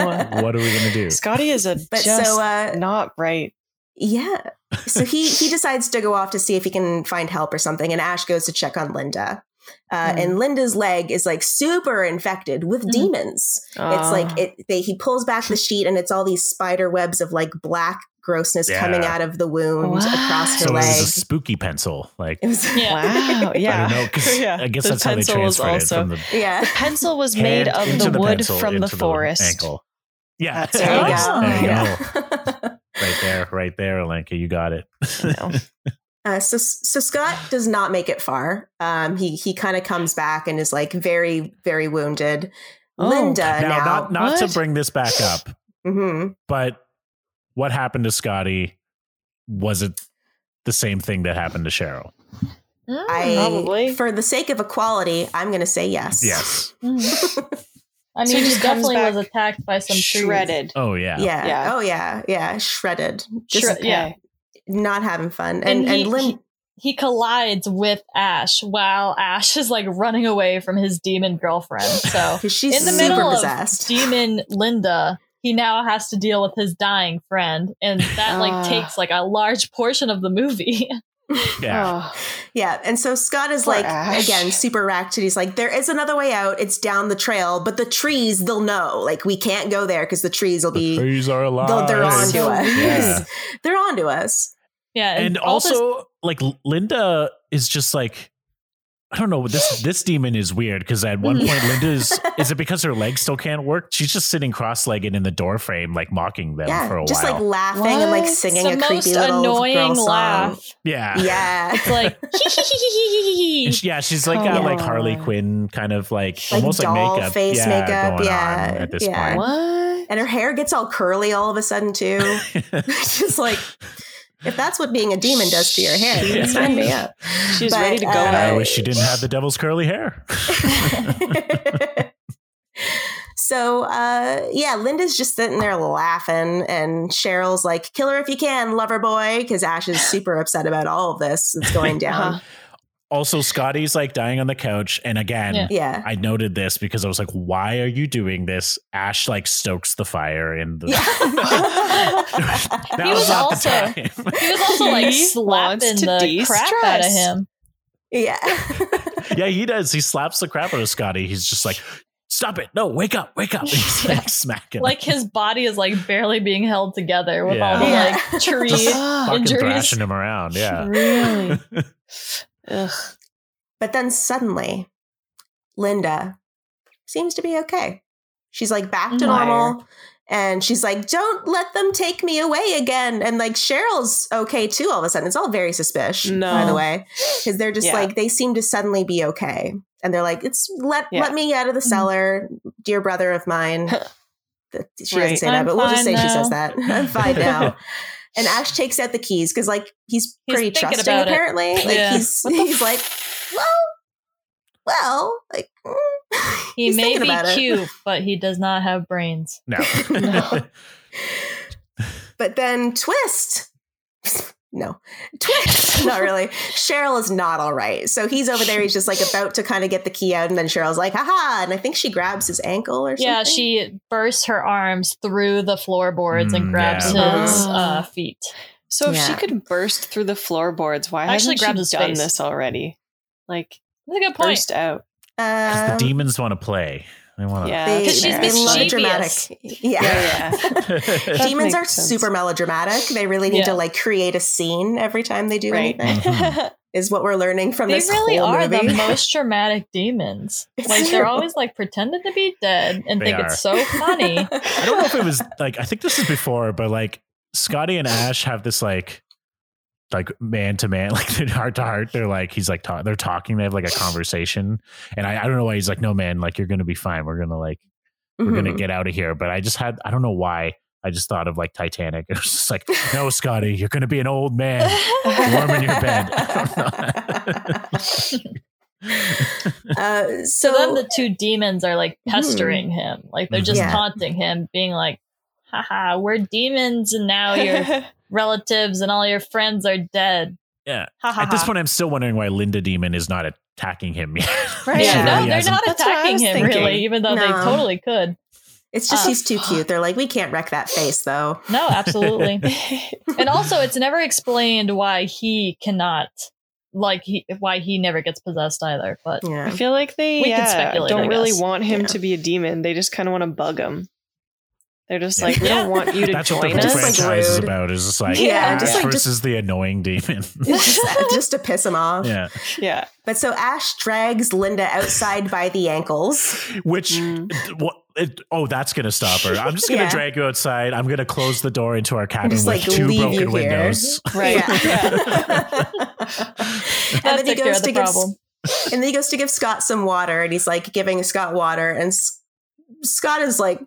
S1: what are we gonna do?
S2: Scotty is a
S4: But
S2: just
S4: so, uh,
S2: not right.
S4: yeah. So he he decides to go off to see if he can find help or something, and Ash goes to check on Linda. Uh,
S2: Hmm.
S4: And Linda's leg is like super infected with
S5: Mhm.
S4: demons. It's like
S2: Oh.
S4: it. They, he pulls back the sheet, and it's all these spider webs of like black grossness
S1: Yeah.
S4: coming out of the wound
S2: What?
S4: across her
S1: So
S4: leg.
S1: this is a spooky pencil. Like
S4: it was
S5: Yeah.
S2: Wow. Yeah.
S1: I don't know. 'cause
S2: Yeah.
S1: I guess
S2: The
S1: that's how they
S2: pencil was
S1: transferred it
S2: also-
S1: from the
S4: yeah.
S2: Pencil was made
S1: hand
S2: of
S1: into
S2: the, wood
S1: pencil
S2: from the
S1: into
S2: forest.
S1: ankle. Yeah,
S2: That's
S4: There you
S2: Nice.
S4: go.
S1: There you
S4: Yeah.
S1: go. Right there, right there, Alenka. You got it.
S2: know.
S4: Uh, so so Scott does not make it far. Um, he he kind of comes back and is like very very wounded.
S2: Oh.
S4: Linda
S1: now,
S4: now,
S1: not not to
S2: What?
S1: bring this back up,
S4: Mhm.
S1: but what happened to Scotty? Was it the same thing that happened to Cheryl?
S5: Mm,
S4: I
S2: Probably.
S4: for the sake of equality, I'm going to say yes.
S1: Yes.
S5: mm. I
S2: So
S5: mean,
S2: he
S5: he
S2: just comes
S5: definitely was
S2: back
S5: attacked by some trees.
S2: shredded.
S1: Oh yeah.
S4: Yeah.
S2: Yeah.
S4: Oh yeah. Yeah. Shredded. Just
S5: Shred- yeah.
S4: not having fun.
S5: And
S4: And and,
S5: he-
S4: Lin-
S5: he- He collides with Ash while Ash is like running away from his demon girlfriend. So,
S4: 'cause she's
S5: in the
S4: super
S5: middle
S4: possessed.
S5: of demon Linda, he now has to deal with his dying friend, and that like
S6: Ah.
S5: takes like a large portion of the movie.
S1: Yeah.
S4: yeah. And so Scott is
S2: Poor
S4: like
S2: Ash.
S4: again super racked and he's like, there is another way out. It's down the trail, but the trees they'll know. Like we can't go there because Oh, the trees will
S1: The
S4: be
S1: trees are
S4: they'll-
S1: alive.
S4: they're onto
S2: So
S4: us.
S1: Yeah.
S4: They're onto us.
S5: yeah,
S1: And
S5: all this-
S1: also, like Linda is just like I don't know. This this demon is weird because at one point
S4: Yeah.
S1: Linda's is it because her legs still can't work? She's just sitting cross-legged in the doorframe, like mocking them for a
S4: just
S1: while.
S4: like laughing and like
S5: What?
S4: singing
S5: It's
S4: a
S5: the
S4: creepy
S5: most
S4: little
S5: annoying
S4: girl song.
S5: laugh.
S1: yeah,
S4: Yeah,
S5: It's like
S1: And she- yeah. She's like got like Harley
S6: Aw.
S1: Quinn kind of like,
S4: Like
S1: almost like
S4: doll
S1: makeup,
S4: face
S1: yeah,
S4: makeup,
S1: going
S4: yeah,
S1: on at this
S4: yeah.
S1: point.
S6: What?
S4: and her hair gets all curly all of a sudden too. It's just like if that's what being a demon does to your hair, you can sign me up.
S2: She's
S4: But,
S2: ready to go.
S4: uh,
S1: I
S2: now.
S1: wish she didn't have the devil's curly hair.
S4: so uh, yeah, Linda's just sitting there laughing, and Cheryl's like, "Kill her if you can, lover boy," because Ash is super upset about all of this that's going down.
S2: Uh-huh.
S1: also, Scotty's like dying on the couch, and again,
S5: Yeah.
S4: Yeah.
S1: I noted this because I was like, "Why are you doing this?" Ash like stokes the fire in the.
S4: Yeah.
S1: That
S5: He
S1: was,
S5: was
S1: not
S5: also-
S1: the time.
S5: he was also like
S2: He wants
S5: slapping
S2: to
S5: the crap out of
S2: de-stress.
S5: him.
S4: yeah.
S1: yeah, he does. He slaps the crap out of Scotty. He's just like, "Stop it! No, wake up, wake up!" He's like smacking.
S5: Like his body is like barely being held together with all the
S4: Yeah. Yeah.
S5: like tree
S1: Just fucking
S5: injuries.
S1: thrashing him around. Yeah.
S2: Really? Ugh.
S4: But then suddenly, Linda seems to be okay. She's like back to
S2: Liar.
S4: normal. And she's like, don't let them take me away again. And like Cheryl's okay too, all of a sudden. It's all very suspicious,
S2: No.
S4: by the way. Because they're just
S2: Yeah.
S4: like, they seem to suddenly be okay. And they're like, it's let
S2: Yeah.
S4: let me out
S5: Mm-hmm.
S4: of the cellar, dear brother of mine. That- she doesn't
S2: Right.
S4: say that,
S5: I'm
S4: but we'll just say
S5: fine
S4: she says
S5: now.
S4: that. I'm fine now. and Ash takes out the keys because like he's
S5: He's
S4: pretty
S5: thinking
S4: trusting
S5: about it.
S4: apparently. Like
S5: Yeah.
S4: he's he's like, well, well, like mm.
S5: He
S4: He's
S5: may
S4: thinking
S5: be
S4: about it.
S5: cute, but he does not have brains.
S1: No.
S4: No. But then twist. No, twist. not really. Cheryl is not all right. So he's over there. He's just like about to kind of get the key out, and then Cheryl's like, haha. And I think she grabs his ankle or something.
S5: Yeah, she bursts her arms through the floorboards
S1: Mm,
S5: and grabs
S2: yeah.
S5: his
S4: Oh.
S5: uh,
S2: Ah.
S5: feet.
S2: So if she
S4: Yeah.
S2: could burst through the floorboards, why
S5: Actually
S2: hasn't
S5: grabbed
S2: she
S5: his
S2: done
S5: face.
S2: this already? Like
S5: That's a good point.
S2: burst out.
S1: 'Cause the
S4: Um,
S1: demons want to play. They want to.
S2: Yeah,
S4: They,
S5: Because she's
S4: they love it dramatic.
S5: mischievous.
S4: Yeah.
S2: Yeah, That
S4: Demons are
S2: makes sense.
S4: super melodramatic. They really need
S5: Yeah.
S4: to like create a scene every time they do
S2: Right.
S4: anything.
S1: Mm-hmm.
S2: yeah.
S4: Is what we're learning from
S5: Hmm. They
S4: this
S5: really
S4: whole
S5: are
S4: movie.
S5: the most dramatic demons.
S4: It's
S5: Like they're
S4: true.
S5: always like pretending to be dead and
S1: They
S5: think
S1: are.
S5: it's so funny.
S1: I don't know if it was like I think this is before, but like Scotty and Ash have this like like man to man, like they're heart to heart. They're like he's like ta- they're talking. They have like a conversation, and I, I don't know why he's like, no man, like you're gonna be fine. We're gonna like we're gonna
S4: Mhm.
S1: get out of here. But I just had I don't know why I just thought of like Titanic. It was just like, no, Scotty, you're gonna be an old man warm in your bed. I don't know.
S4: Uh, so
S5: So
S4: Hmm.
S5: then the two demons are like pestering him. Like they're just
S4: Yeah.
S5: taunting him, being like, haha, we're demons and now your relatives and all your friends are dead.
S1: yeah.
S5: Ha ha.
S1: At this
S5: ha.
S1: point, I'm still wondering why Linda Demon is not attacking him yet.
S5: Right.
S1: She
S2: Yeah.
S5: No,
S1: really
S5: they're
S1: hasn't-
S5: not
S2: That's what I
S5: attacking
S2: was
S5: him
S2: thinking.
S5: really, even though they
S4: No.
S5: totally could.
S4: it's just
S5: uh,
S4: he's too cute. They're like, we can't wreck that face though.
S5: No, absolutely. and also, it's never explained why he cannot, like, he, why he never gets possessed either. But
S4: Yeah.
S2: I feel like they
S5: We can
S2: yeah,
S5: speculate, I
S2: don't really
S5: guess.
S2: want him
S4: Yeah.
S2: to be a demon. They just kind of want to bug him. They're just
S1: Yeah.
S2: like, we
S5: Yeah.
S2: don't want you to
S1: That's what the
S2: join
S1: whole
S4: Just,
S2: us.
S4: like,
S1: franchise is
S4: rude.
S1: about. Is just like
S4: Yeah,
S1: Ash
S4: just, like,
S1: versus the annoying demon.
S4: It's just, just to piss him off.
S1: yeah,
S2: yeah,
S4: But so Ash drags Linda outside by the ankles.
S1: which
S2: Mm.
S1: th- what? It, oh, that's gonna stop her. I'm just gonna
S4: Yeah.
S1: drag you outside. I'm gonna close the door into our cabin with
S4: just, like,
S1: two
S4: leave you
S1: broken
S4: here.
S1: windows.
S2: right.
S4: Yeah. and
S5: that
S4: then he
S5: took care
S4: goes to
S5: of the
S4: give,
S5: problem.
S4: and then he goes to give Scott some water, and he's like giving Scott water, and S- Scott is like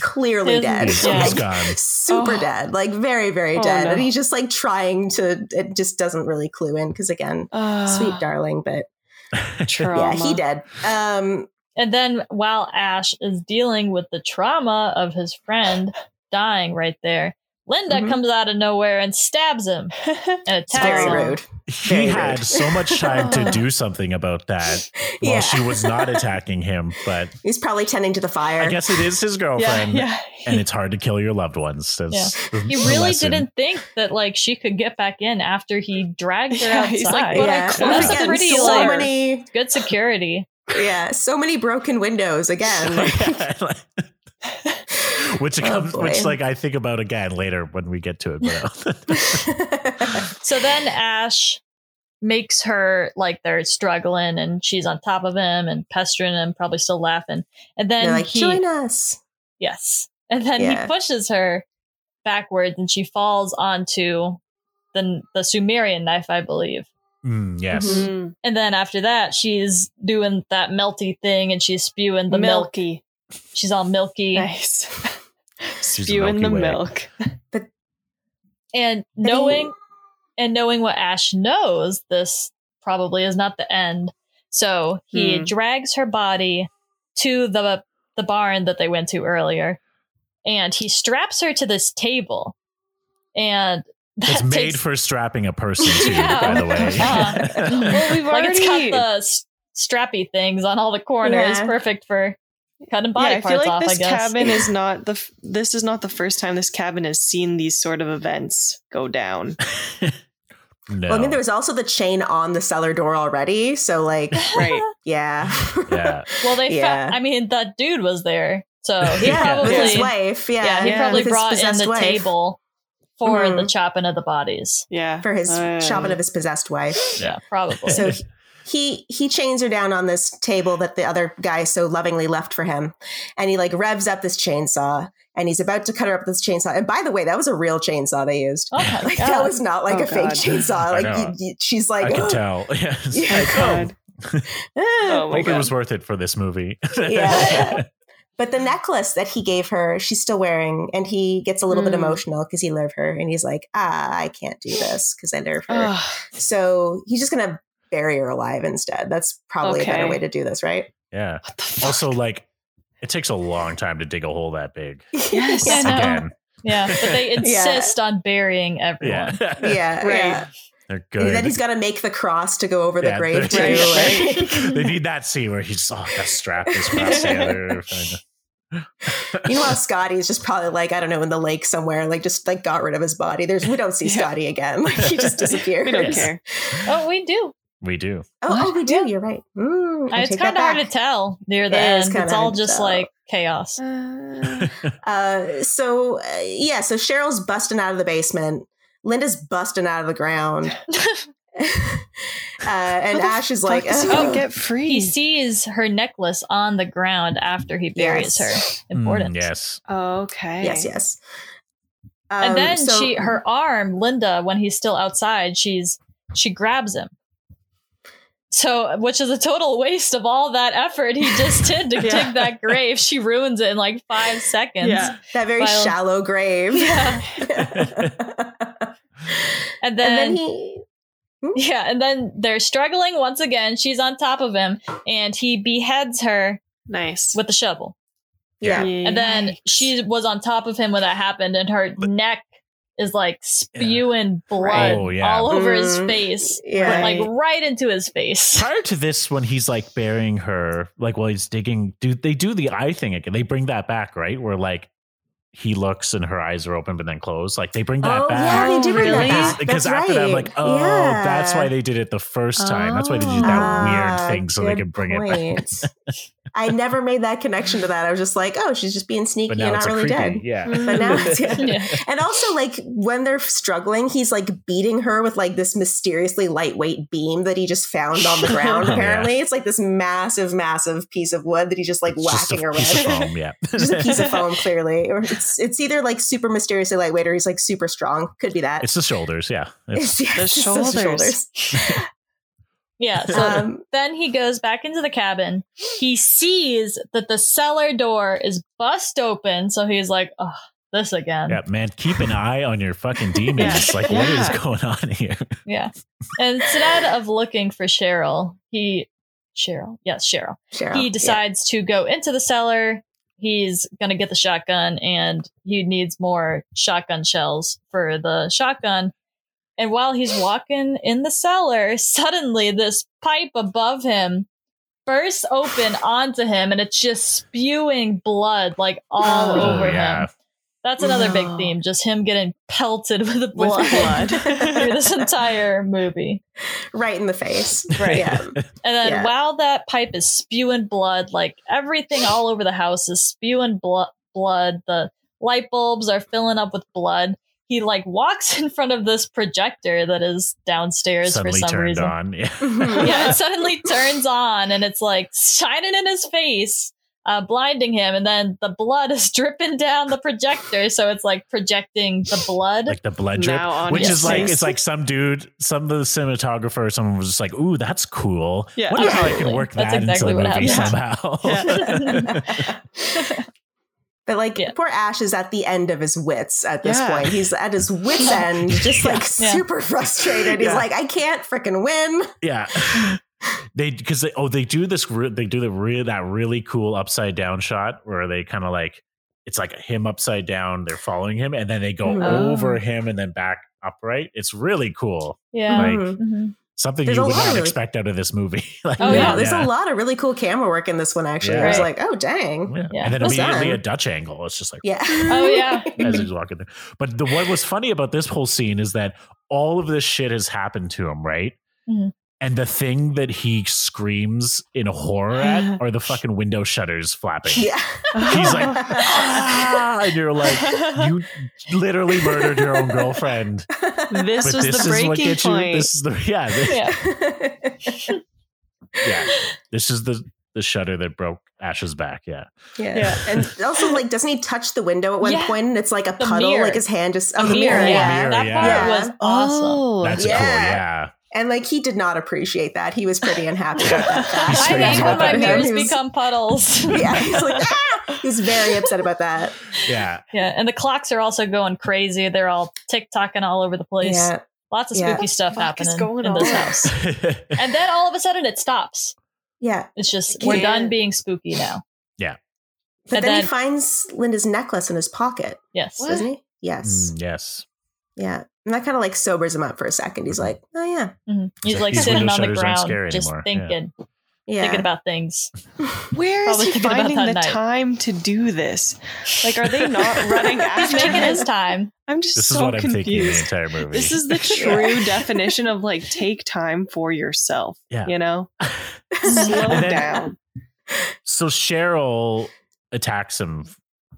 S4: clearly
S5: His-
S4: dead.
S1: It's
S5: Yeah.
S1: it's gone.
S4: super
S2: Oh.
S4: dead, like very, very
S2: Oh,
S4: dead.
S2: no.
S4: And he's just like trying to, it just doesn't really clue in because again,
S2: Ah,
S4: sweet darling, but
S2: trauma.
S4: yeah, he dead. Um,
S5: And then while Ash is dealing with the trauma of his friend dying right there, Linda
S4: Mhm.
S5: comes out of nowhere and stabs him and
S4: it's very
S5: attacks him.
S4: rude.
S1: He
S4: Very
S1: had
S4: rude.
S1: so much time to do something about that while
S4: yeah.
S1: she was not attacking him. But
S4: he's probably tending to the fire.
S1: I guess it is his
S2: Yeah,
S1: girlfriend,
S2: yeah.
S1: and it's hard to kill your loved ones. That's the-
S5: He
S1: the
S5: really
S1: lesson.
S5: didn't think that like she could get back in after he dragged her
S2: Yeah,
S5: outside.
S2: he's like,
S5: But
S2: "But
S5: I
S2: I
S4: yeah.
S2: closed
S4: Once
S5: That's a
S4: again,
S5: pretty,
S4: so
S5: like-
S4: many,
S5: good security.
S4: yeah, so many broken windows again.
S1: which
S4: Oh,
S1: comes, which
S4: boy.
S1: like I think about again later when we get to it. But
S5: So then Ash makes her like they're struggling and she's on top of him and pestering him, probably still laughing. And then
S4: They're like,
S5: he,
S4: join us.
S5: yes, and then
S4: Yeah.
S5: he pushes her backwards and she falls onto the the Sumerian knife, I believe.
S1: Mm, yes.
S4: Mhm.
S2: Mm-hmm.
S5: And then after that, she's doing that melty thing and she's spewing the milk.
S2: milky.
S5: She's all milky.
S2: Nice.
S1: She's a
S2: Spewing the
S1: Milky Way.
S2: milk.
S5: And knowing and knowing what Ash knows, this probably is not the end. So he
S2: Hmm.
S5: drags her body to the the barn that they went to earlier, and he straps her to this table, and that
S1: It's made
S5: takes-
S1: for strapping a person to,
S5: Yeah.
S1: by the
S5: Uh-huh.
S1: way.
S2: well, we've
S5: like it's
S2: already.
S5: got the s- strappy things on all the corners,
S4: Yeah.
S5: perfect for cutting
S2: yeah,
S5: body
S2: I
S5: parts
S2: feel like
S5: off.
S2: this
S5: I guess.
S2: cabin is not the. F- this is not the first time this cabin has seen these sort of events go down.
S1: no.
S4: Well, I mean, there was also the chain on the cellar door already. So, like,
S2: Right.
S4: yeah.
S1: yeah.
S5: Well, they.
S4: Yeah.
S5: Found, I mean, that dude was there, so he
S4: yeah,
S5: probably
S4: with his wife. Yeah,
S5: yeah, he probably
S4: with his
S5: brought in
S4: possessed
S5: the
S4: wife.
S5: table for
S4: Mhm.
S5: the chopping of the bodies.
S2: Yeah.
S4: for his
S2: Uh,
S4: shopping of his possessed wife.
S1: Yeah.
S5: Probably.
S4: So he- he he chains her down on this table that the other guy so lovingly left for him, and he like revs up this chainsaw, and he's about to cut her up with this chainsaw. And by the way, that was a real chainsaw they used.
S5: oh my
S4: Like
S5: god.
S4: that was not like
S2: Oh,
S4: a fake
S2: God.
S4: chainsaw.
S1: I
S4: Like
S1: know.
S4: you, you, she's like,
S1: I can tell. Yes.
S4: Yeah.
S1: Like, oh,
S2: God. Oh my
S1: hope it
S2: god.
S1: was worth it for this movie.
S4: Yeah. But the necklace that he gave her, she's still wearing, and he gets a little bit
S2: Mm.
S4: emotional because he loved her, and he's like, "Ah, I can't do this because I love her."
S2: Ugh.
S4: so he's just gonna bury her alive instead. That's probably a better
S2: Okay.
S4: way to do this, right?
S1: Yeah.
S2: What the fuck?
S1: Also, like, it takes a long time to dig a hole that big.
S2: Yes.
S5: I know.
S1: Again.
S5: yeah, but they insist on burying
S1: Yeah.
S5: everyone.
S4: yeah,
S2: Right.
S4: yeah.
S1: They're
S4: And
S1: good.
S4: Then he's got to make the cross to go over
S1: Yeah,
S4: the grave too.
S1: they're-
S2: Right,
S4: like-
S1: they need that scene where he's oh, gotta strap this cross together.
S4: Meanwhile, Scotty is just probably like I don't know in the lake somewhere, like just like got rid of his body. There's we don't see
S2: Yeah.
S4: Scotty again. Like he just disappeared.
S2: We don't care.
S5: Oh, we do.
S1: We do.
S4: Oh, oh, we do. You're right. Mm, I
S5: it's
S4: take
S5: kind
S4: that
S5: of hard
S4: back.
S5: to tell near the
S4: It is
S5: end.
S4: kinda
S5: It's all
S4: hard to
S5: just
S4: tell.
S5: like chaos.
S6: Uh,
S4: Uh, so uh, yeah, so Cheryl's busting out of the basement. Linda's busting out of the ground, uh,
S2: How
S4: and
S2: the
S4: Ash is
S2: fuck
S4: like, "Oh."
S2: does he
S4: "Ugh."
S2: even get free?
S5: He sees her necklace on the ground after he buries
S4: Yes.
S5: her. Important.
S1: Mm, yes.
S6: okay.
S4: yes, yes. Um,
S5: And then
S4: so-
S5: she, her arm, Linda, when he's still outside, she's she grabs him. So, which is a total waste of all that effort he just did to
S2: Yeah.
S5: dig that grave. She ruins it in like five seconds.
S2: Yeah.
S4: that very
S5: Well-
S4: shallow grave.
S5: Yeah. And then,
S4: and then he
S5: yeah, and then they're struggling once again. She's on top of him, and he beheads her
S2: Nice.
S5: with a shovel.
S4: yeah.
S5: And then she was on top of him when that happened, and her neck is like spewing blood
S1: Oh, yeah.
S5: all over his
S4: Mm,
S5: face,
S4: yeah.
S5: like right into his face.
S1: Prior to this, when he's like burying her, like while he's digging, do they do the eye thing again? They bring that back, right? Where like he looks and her eyes are open but then closed. Like they bring that
S4: Oh yeah,
S1: back.
S4: they do bring
S2: Really?
S4: that back.
S1: Because
S4: That's
S1: after that, I'm
S4: right.
S1: like, oh,
S4: Yeah.
S1: that's why they did it the first time. That's why they did that
S4: Ah,
S1: weird thing so they
S4: good
S1: could bring it back.
S4: point. I never made that connection to that. I was just like, oh, she's just being sneaky
S1: But
S4: and
S1: now
S4: not
S1: it's a
S4: really
S1: creepy.
S4: dead.
S1: Yeah.
S4: But now, it's,
S5: Yeah.
S4: and also like when they're struggling, he's like beating her with like this mysteriously lightweight beam that he just found on the ground.
S1: Yeah.
S4: Apparently, it's like this massive, massive piece of wood that he's just like
S1: It's just
S4: whacking
S1: a
S4: her
S1: piece of
S4: with.
S1: foam, yeah.
S4: just a piece of foam, clearly. Or it's it's either like super mysteriously lightweight or he's like super strong. Could be that.
S1: It's the shoulders, yeah. It's-
S4: It's- yes,
S2: The
S4: it's those
S2: shoulders.
S5: Yeah. So
S4: Um,
S5: then he goes back into the cabin. He sees that the cellar door is bust open, so he's like, "Oh, this again."
S1: Yeah, man, keep an eye on your fucking demons. Like, what is
S2: Yeah.
S1: going on here?
S5: Yeah. And instead of looking for Cheryl, he Cheryl, yes, Cheryl.
S4: Cheryl,
S5: he
S4: yeah.
S5: decides to go into the cellar. He's going to get the shotgun and he needs more shotgun shells for the shotgun. And while he's walking in the cellar, suddenly this pipe above him bursts open onto him and it's just spewing blood like all
S4: Oh,
S5: over
S1: yeah.
S5: him. That's another
S2: No.
S5: big theme, just him getting pelted with the blood,
S2: blood.
S5: through this entire movie.
S4: Right in the face.
S5: Right.
S4: Yeah.
S5: And then
S4: Yeah.
S5: while that pipe is spewing blood, like everything all over the house is spewing blo- blood. The light bulbs are filling up with blood. he like walks in front of this projector that is downstairs
S1: Suddenly
S5: for some
S1: turned
S5: reason.
S1: on. Yeah.
S4: Mm-hmm.
S5: yeah, it suddenly turns on and it's like shining in his face, uh, blinding him, and then the blood is dripping down the projector, so it's like projecting the blood.
S1: like the blood drip,
S2: Now on
S1: which
S2: his
S1: is like
S2: face.
S1: it's like some dude, some of the cinematographer, or someone was just like, "Ooh, that's cool.
S2: Yeah,
S1: Wonder how I can
S5: absolutely.
S1: work
S5: That's
S1: that
S5: exactly
S1: into
S5: what
S1: the movie
S5: happened.
S1: somehow."
S4: But like
S5: Yeah.
S4: poor Ash is at the end of his wits at this
S2: Yeah.
S4: point. He's at his wits end, just like
S5: Yeah.
S4: super frustrated. He's
S1: Yeah.
S4: like, I can't freaking win.
S1: yeah. They because they oh they do this re- they do the re- that really cool upside down shot where they kind of like it's like him upside down they're following him and then they go
S5: Oh.
S1: over him and then back upright it's really cool
S5: yeah.
S1: Like-
S4: Mhm.
S5: Mhm.
S1: something
S4: There's
S1: you
S4: a
S1: would
S4: lot
S1: not
S4: of-
S1: expect out of this movie like
S5: Oh,
S4: No,
S5: yeah.
S4: there's a lot of really cool camera work in this one. Actually, I was
S5: Yeah.
S4: like, oh dang,
S1: Yeah.
S5: Yeah.
S1: and then
S4: What's
S1: immediately
S4: that?
S1: a Dutch angle it's just like
S4: yeah.
S5: Oh, yeah.
S1: as he's walking there. But the what was funny about this whole scene is that all of this shit has happened to him, right?
S2: Mm-hmm.
S5: Mhm.
S1: And the thing that he screams in horror at are the fucking window shutters flapping.
S4: yeah.
S1: He's like, ah! and you're like, you literally murdered your own girlfriend.
S2: this
S1: but this
S2: was the
S1: is
S2: breaking
S1: what gets
S2: point.
S1: you. This is the yeah, this,
S5: Yeah.
S1: yeah. This is the the shutter that broke Ash's back. Yeah,
S4: Yeah.
S2: Yeah.
S4: And also, like, doesn't he touch the window at one
S5: Yeah.
S4: point and it's like a
S5: The
S4: puddle?
S5: mirror.
S4: Like his hand just
S5: A
S4: oh the mirror,
S5: mirror,
S4: yeah.
S1: Mirror,
S5: That part
S1: yeah.
S5: was
S2: Oh,
S5: awesome.
S1: that's a
S4: Yeah.
S1: cool. Yeah,
S4: And like he did not appreciate that. He was pretty unhappy about that fact.
S5: I
S1: Sorry
S5: hate when
S1: about
S5: my
S1: that.
S5: mirrors
S4: He was-
S5: become puddles.
S4: Yeah, he's like, ah! He's very upset about that.
S1: yeah.
S5: yeah, and the clocks are also going crazy. They're all tick tocking all over the place.
S4: Yeah.
S5: Lots of
S4: Yeah.
S5: spooky stuff
S2: What the fuck is
S5: happening
S2: going
S5: in this
S2: on?
S5: house. And then all of a sudden it stops.
S4: Yeah.
S5: It's just
S4: Yeah.
S5: we're done being spooky now.
S4: But
S5: And
S4: then, he
S5: then-
S4: finds Linda's necklace in his pocket,
S5: Yes.
S4: doesn't he? Yes.
S1: Mm, yes.
S4: Yeah. And that kind of like sobers him up for a second. He's like, oh, yeah.
S5: Mhm. He's
S1: like,
S5: like
S1: these
S5: sitting
S1: window
S5: on the
S1: shutters aren't scary
S5: ground, just
S1: anymore. Yeah.
S5: thinking,
S4: Yeah.
S5: thinking about things.
S2: Where is
S5: Probably
S2: he
S5: thinking about
S2: finding
S5: that
S2: the
S5: night.
S2: time to do this? Like, are they not running
S5: He's
S2: after
S5: making his
S2: him?
S5: time.
S2: I'm just
S1: This
S2: so
S1: is what I'm thinking the
S2: confused.
S1: entire movie.
S2: This is the true definition of like take time for yourself.
S1: Yeah.
S2: You know, slow
S1: And then-
S2: down.
S1: So Cheryl attacks him,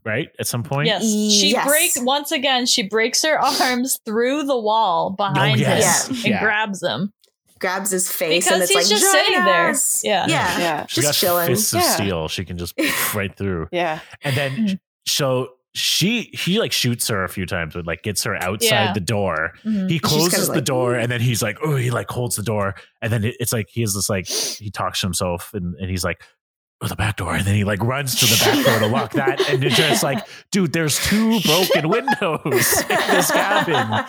S1: right? At some point?
S5: Yes. She
S4: Yes.
S5: break once again, she breaks her arms through the wall behind
S1: Oh, yes.
S5: him
S1: Yeah.
S5: and grabs him.
S4: Grabs his face and it's
S5: Because he's
S4: like,
S5: just
S4: "Join
S5: sitting there."
S4: us!"
S5: Yeah.
S4: Yeah.
S2: Yeah.
S1: She
S4: Just
S1: got
S4: chilling.
S1: fists of
S2: Yeah.
S1: steel. She can just right through.
S2: Yeah.
S1: And then
S5: Mm.
S1: so she he like shoots her a few times, but like gets her outside
S5: Yeah.
S1: the door.
S5: Mhm.
S1: He closes
S4: Mm. kinda
S1: the
S4: like,
S1: door
S4: "Ooh."
S1: and then he's like, oh, he like holds the door. And then it- it's like he is this like he talks to himself and, and he's like, Oh, the back door. And then he like runs to the back door to lock that. And it's just like, dude, there's two broken windows in this cabin.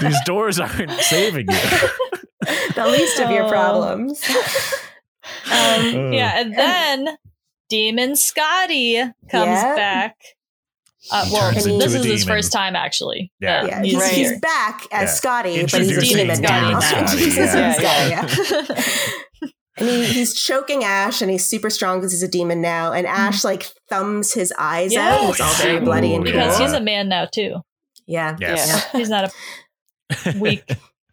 S1: These doors aren't saving you.
S4: the least of your
S5: Oh.
S4: problems. um,
S1: Oh.
S5: Yeah, and then Demon Scotty comes
S4: Yeah.
S5: back. Uh,
S1: He
S5: well,
S1: turns
S5: this
S4: into
S5: is
S1: a
S5: his
S1: demon.
S5: first time actually.
S1: Yeah.
S5: that
S4: yeah,
S5: he's
S4: he's,
S2: Right.
S5: here.
S4: he's back as
S1: Yeah.
S4: Scotty, but he's
S1: Introducing
S4: demon now.
S5: Demon
S1: Scotty,
S4: Introducing
S2: yeah.
S4: Scotty, yeah. And he, he's choking Ash, and he's super strong because he's a demon now. And Ash like thumbs his eyes
S5: Mm. Yes.
S4: out. It's all very bloody and
S1: Ooh,
S4: cool.
S5: because
S1: yeah.
S5: he's a man now too.
S4: yeah,
S1: Yes.
S5: He's not a weak,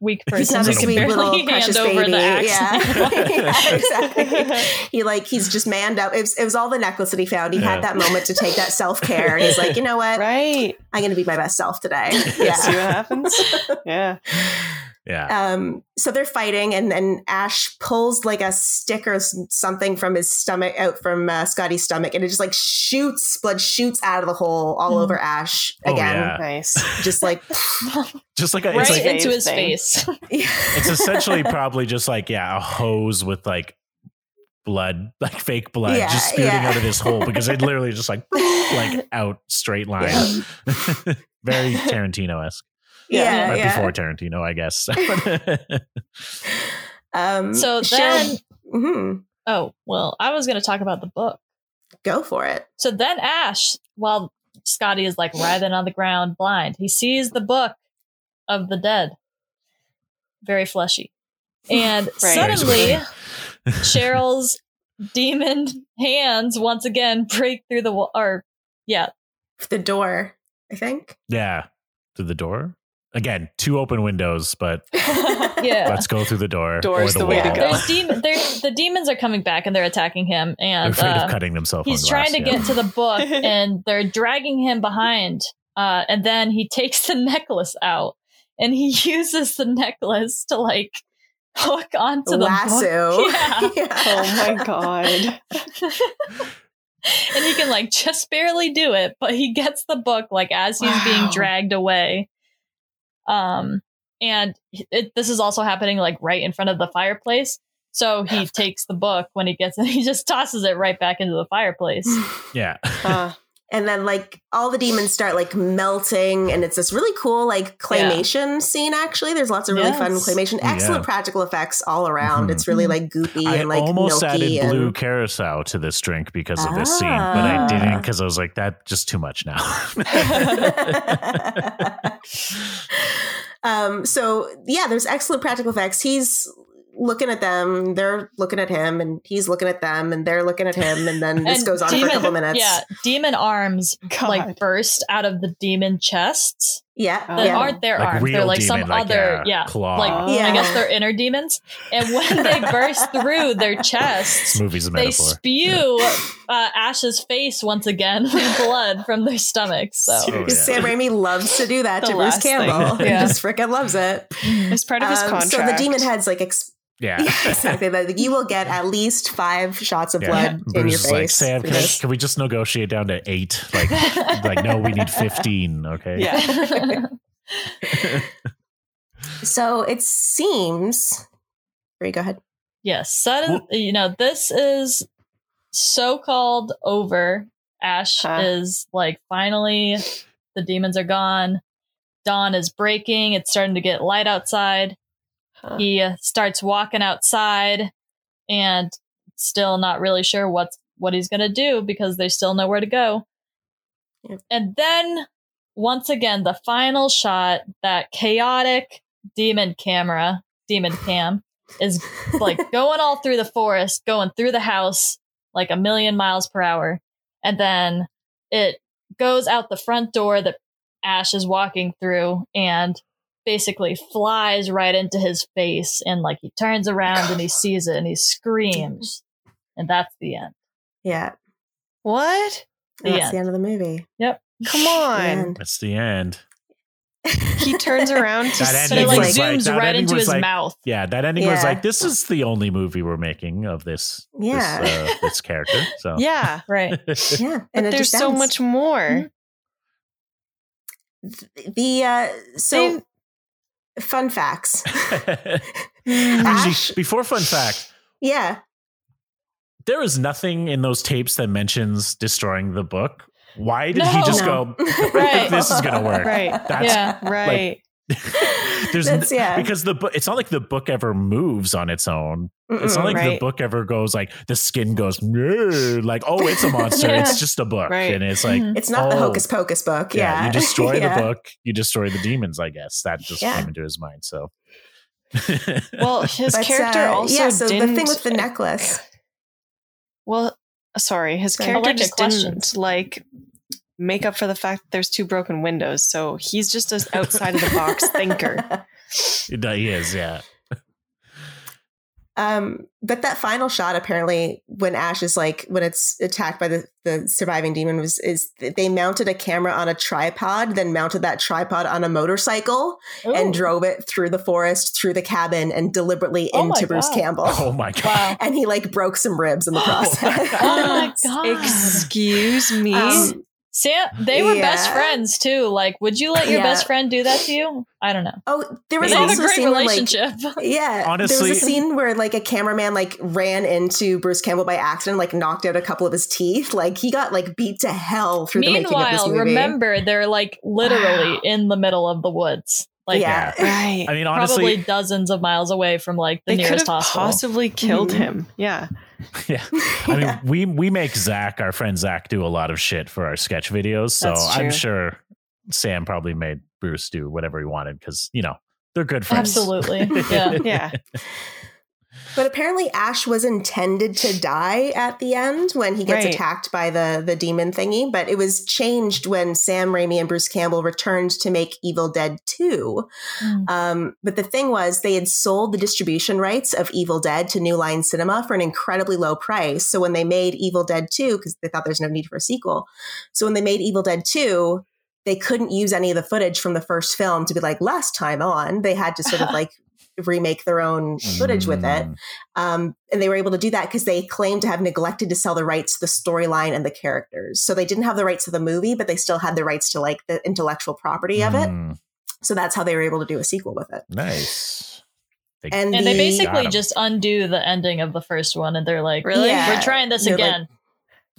S5: weak person.
S4: he's not
S1: Person
S4: a
S5: who
S4: sweet
S5: can barely
S4: little precious
S5: hand over
S4: baby.
S5: the axe.
S4: yeah. Yeah, exactly.
S5: anymore.
S4: He like he's just manned up. It was, it was all the necklace that he found. He
S1: Yeah.
S4: had that moment to take that self care, and he's like, you know what?
S2: Right.
S4: I'm going to be my best self today.
S2: See
S4: Yeah.
S2: what happens? Yeah.
S1: Yeah.
S4: um so they're fighting and then ash pulls like a stick or s- something from his stomach out from uh, scotty's stomach and it just like shoots blood shoots out of the hole all
S5: Mhm.
S4: over ash
S1: Oh,
S4: again
S1: yeah.
S2: Nice.
S4: just like
S1: Just like a,
S5: right
S1: it's like
S5: into
S2: Save
S5: his
S2: thing.
S5: face.
S1: it's essentially probably just like yeah, a hose with like blood, like fake blood,
S4: Yeah,
S1: just spewing
S4: yeah.
S1: out of this hole because it literally just like like out straight line. Very Tarantino esque,
S4: yeah
S1: right
S4: yeah
S1: before Tarantino, I guess.
S4: um
S5: So
S4: Cheryl-
S5: then-
S4: Mhm.
S5: Oh well, I was going to talk about the book.
S4: go for it
S5: So then Ash, while Scotty is like writhing on the ground, blind, he sees the book of the dead, very fleshy, and
S2: Right.
S5: suddenly Cheryl's demon hands once again break through the wall. Or yeah,
S4: the door i think
S1: yeah, through the door again. Two open windows, but
S5: yeah.
S1: let's go through the door.
S2: Door's
S1: or the,
S2: the way to
S1: wall.
S2: go.
S5: There's demon. There, the demons are coming back and they're attacking him,
S1: They're
S5: and
S1: afraid
S5: uh,
S1: of cutting themselves.
S5: he's
S1: on glass,
S5: trying to
S1: yeah.
S5: get to the book, and they're dragging him behind. Uh, and then he takes the necklace out and he uses the necklace to like hook onto the book.
S4: lasso.
S5: Yeah.
S6: Oh my god.
S5: and he can like just barely do it, but he gets the book like as he's being
S4: Wow.
S5: dragged away. Um, and it, this is also happening like right in front of the fireplace. So he takes the book when he gets it, he just tosses it right back into the fireplace.
S1: Yeah.
S6: Huh.
S4: and then like all the demons start like melting and it's this really cool like claymation scene actually there's lots of really fun
S5: Yes. Mm-hmm.
S4: claymation
S1: Oh, yeah.
S4: excellent practical effects all around
S1: Mhm.
S4: it's really like goopy
S1: I
S4: and like
S1: almost
S4: milky
S1: added blue
S4: and
S1: carousel to this drink because of this scene, but I didn't
S4: Ah.
S1: because I was like, that just too much now.
S4: um so yeah there's excellent practical effects he's looking at them they're looking at him and he's looking at them and they're looking at him and then this
S5: And
S4: goes on for a couple minutes
S5: Yeah, demon arms
S6: God.
S5: like burst out of the demon chests
S4: yeah,
S6: Oh.
S5: that
S4: yeah.
S5: aren't their
S1: like
S5: arms.
S1: real
S5: They're like
S1: demon,
S5: some
S1: like,
S5: other, yeah,
S1: claw.
S5: like
S6: Yeah.
S5: I guess they're inner demons. And when they burst through their chests,
S1: this movie's a
S5: they
S1: metaphor.
S5: spew uh, Ash's face once again with blood from their stomachs. So
S1: Oh, yeah.
S4: Sam Raimi loves to do that
S2: The
S4: to Bruce
S2: last thing.
S4: Campbell. He
S5: Yeah.
S4: just freaking loves it.
S2: It's part of his
S4: Um,
S2: contract.
S4: So the demon head's like ex-
S1: yeah.
S4: yeah, exactly. Like, you will get at least five shots of
S1: Yeah.
S4: blood
S1: Bruce
S4: in your
S1: is
S4: face.
S1: like, Sam,
S4: for
S1: can, I-
S4: this."
S1: can we just negotiate down to eight? Like, like no, we need 15. Okay.
S6: Yeah.
S4: so it seems. Three, go ahead.
S5: yes, sudden. you know, this is so-called over. Ash
S6: Huh.
S5: is like finally the demons are gone. Dawn is breaking. It's starting to get light outside.
S6: Huh.
S5: He uh, starts walking outside, and still not really sure what's what he's gonna do because there's still nowhere to go.
S4: Yep.
S5: And then once again, the final shot, that chaotic demon camera, demon cam, is like going all through the forest, going through the house like a million miles per hour. And then it goes out the front door that Ash is walking through and basically flies right into his face. And like he turns around and he sees it and he screams. And that's the end.
S4: Yeah.
S2: what?
S4: And
S5: The
S4: that's the end of the movie.
S2: Come on.
S4: And-
S1: That's the end.
S2: He turns around to
S1: That
S5: But
S1: ending
S5: it like
S1: was like-
S5: zooms
S1: that
S5: right
S1: ending
S5: into
S1: was
S5: his
S1: like-
S5: mouth.
S1: Yeah, that ending was
S4: Yeah.
S1: like, this is the only movie we're making of this
S4: Yeah.
S1: this, uh, this character. So
S2: Yeah.
S5: Right.
S4: yeah. And
S2: But
S4: it
S2: there's
S4: just
S2: so
S4: ends.
S2: much more.
S4: The uh, so
S2: They-
S4: fun facts. Ash-
S1: Actually, before fun fact,
S4: yeah.
S1: there is nothing in those tapes that mentions destroying the book. Why did he just
S4: No.
S1: go?
S5: Right.
S1: This is gonna work.
S2: Right.
S1: That's
S4: Mm-hmm.
S5: Yeah.
S2: Right.
S1: there's n-
S4: That's- yeah.
S1: because the book. It's not like the book ever moves on its own. It's not
S4: Mm-mm.
S1: like the
S2: right.
S1: book ever goes like the skin goes "Grr," like oh it's a monster.
S5: Yeah.
S1: It's just a book,
S6: Right.
S1: and it's like
S5: Mhm.
S4: It's not the
S1: Oh.
S4: hocus pocus book.
S1: yeah,
S4: Yeah.
S1: you destroy
S4: Yeah.
S1: the book, you destroy the demons. I guess that just
S4: Yeah.
S1: came into his mind. So
S2: Well, his
S4: But,
S2: character
S4: uh,
S2: also
S4: yeah. So
S2: didn't.
S4: the thing with the necklace.
S2: well, sorry, his
S4: Sorry.
S2: character
S5: Electric
S2: just
S5: questions.
S2: didn't like make up for the fact that there's two broken windows. So he's just an outside of the box thinker.
S1: he is, yeah.
S4: Um, but that final shot, apparently, when Ash is like when it's attacked by the, the surviving demon, was is th- they mounted a camera on a tripod, then mounted that tripod on a motorcycle and
S5: Ooh.
S4: drove it through the forest, through the cabin, and deliberately
S5: Oh my
S4: into Bruce
S5: God.
S4: Campbell.
S1: Oh my god.
S5: Wow.
S4: And he like broke some ribs in the process.
S5: Oh my god.
S2: Excuse me.
S4: Um,
S5: Sam, they were best
S4: Yeah.
S5: friends too. Like, would you let your
S4: Yeah.
S5: best friend do that to you? I don't know.
S4: oh, there was
S5: They have a
S4: also a
S5: great
S4: scene where, like,
S5: relationship.
S4: Yeah. there
S1: Honestly-
S4: was a scene where like a cameraman like ran into Bruce Campbell by accident, like knocked out a couple of his teeth. Like he got like beat to hell through the making of this
S5: Meanwhile,
S4: movie.
S5: remember they're like literally in the middle of the woods, like
S4: yeah.
S2: right.
S1: I mean,
S5: probably
S1: honestly,
S5: dozens of miles away from like the
S2: they could
S5: nearest
S2: have
S5: hospital.
S2: possibly killed
S4: Mhm.
S5: Mm-hmm.
S2: him. Yeah.
S1: yeah. I mean, we we make Zach, our friend Zach, do a lot of shit for our sketch videos. So
S2: That's
S1: I'm
S2: true.
S1: sure Sam probably made Bruce do whatever he wanted because you know they're good friends.
S5: Absolutely, yeah.
S2: Yeah.
S4: But apparently Ash was intended to die at the end when he gets
S2: Right.
S4: attacked by the the demon thingy, but it was changed when Sam Raimi and Bruce Campbell returned to make Evil Dead 2.
S5: Mm.
S4: Um, but the thing was they had sold the distribution rights of Evil Dead to New Line Cinema for an incredibly low price. So when they made Evil Dead 2 cuz they thought there's no need for a sequel. So when they made Evil Dead 2, they couldn't use any of the footage from the first film to be like last time on. They had to sort of like remake their own footage with it.
S7: Mm.
S4: Um, and they were able to do that because they claimed to have neglected to sell the rights to the storyline and the characters. So they didn't have the rights to the movie, but they still had the rights to like the intellectual property of it.
S1: Mm-hmm.
S7: Mm.
S4: So that's how they were able to do a sequel with it.
S7: Nice.
S4: And,
S5: And
S4: the,
S5: they
S1: Got
S5: basically
S1: 'em.
S5: just undo the ending of the first one and they're like,
S2: Really?
S4: Yeah.
S5: We're trying this
S4: They're like-
S5: again.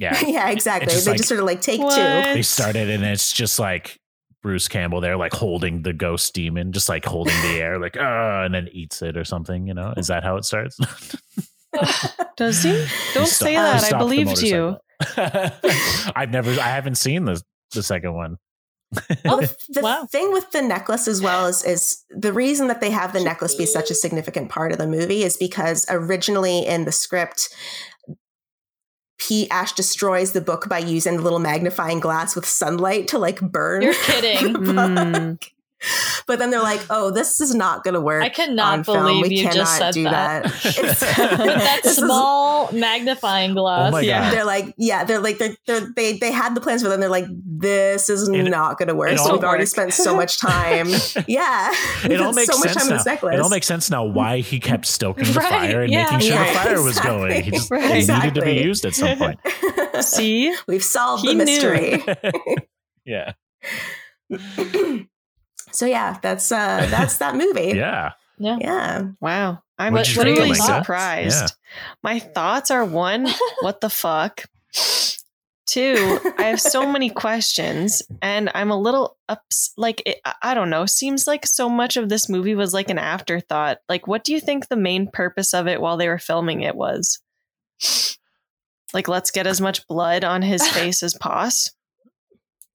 S1: Yeah.
S4: yeah, exactly.
S1: It's just
S4: they
S1: like-
S4: just sort of like take two.
S2: What?
S1: They started and it's just like Bruce Campbell there, like holding the ghost demon, just like holding the air, like, uh, and then eats it or something, you know? Is that how it starts?
S2: Does he? Don't
S1: stopped-
S2: say
S1: he
S2: that.
S1: stopped the
S2: I believed you.
S1: motorcycle. I've never, I haven't seen the, the second one.
S4: Well, the- the
S5: Wow.
S4: thing with the necklace as well is is the reason that they have the necklace be such a significant part of the movie is because originally in the script Pete Ash destroys the book by using a little magnifying glass with sunlight to like burn
S5: You're kidding.
S4: the book.
S2: Mm.
S4: But then they're like, "Oh, this is not going to work."
S5: I cannot
S4: on film.
S5: believe
S4: We
S5: you
S4: cannot
S5: just said
S4: do
S5: that.
S4: that.
S5: With that
S4: This is-
S5: small magnifying glass.
S1: Oh my
S2: yeah.
S1: God.
S4: they're like, yeah, they're like, they're, they're, they they had the plans, but then they're like, this is
S1: It-
S4: not going to work.
S1: it
S4: So
S1: all-
S4: we've already
S2: work.
S4: spent so much time. yeah,
S1: It all
S4: We've spent
S1: makes
S4: so much
S1: sense
S4: time on
S1: now.
S4: this necklace.
S1: It all makes sense now why he kept stoking the
S5: Right,
S1: fire and
S5: yeah.
S1: making sure
S4: Yeah,
S1: the fire was
S4: exactly.
S1: going. He just
S2: Right.
S1: it needed to be
S4: Exactly.
S1: used at some point.
S2: See?
S4: we've solved
S2: He
S4: the
S2: knew.
S4: mystery.
S1: yeah.
S4: so yeah, that's uh that's that movie.
S1: Yeah.
S5: Yeah.
S4: Yeah.
S2: Wow. I'm
S1: What'd
S5: you think,
S2: literally
S5: Alexa?
S2: surprised.
S1: Yeah.
S2: My thoughts are one, what the fuck? Two, I have so many questions and I'm a little ups like it, I- I don't know, seems like so much of this movie was like an afterthought. Like what do you think the main purpose of it while they were filming it was? Like let's get as much blood on his face as pos.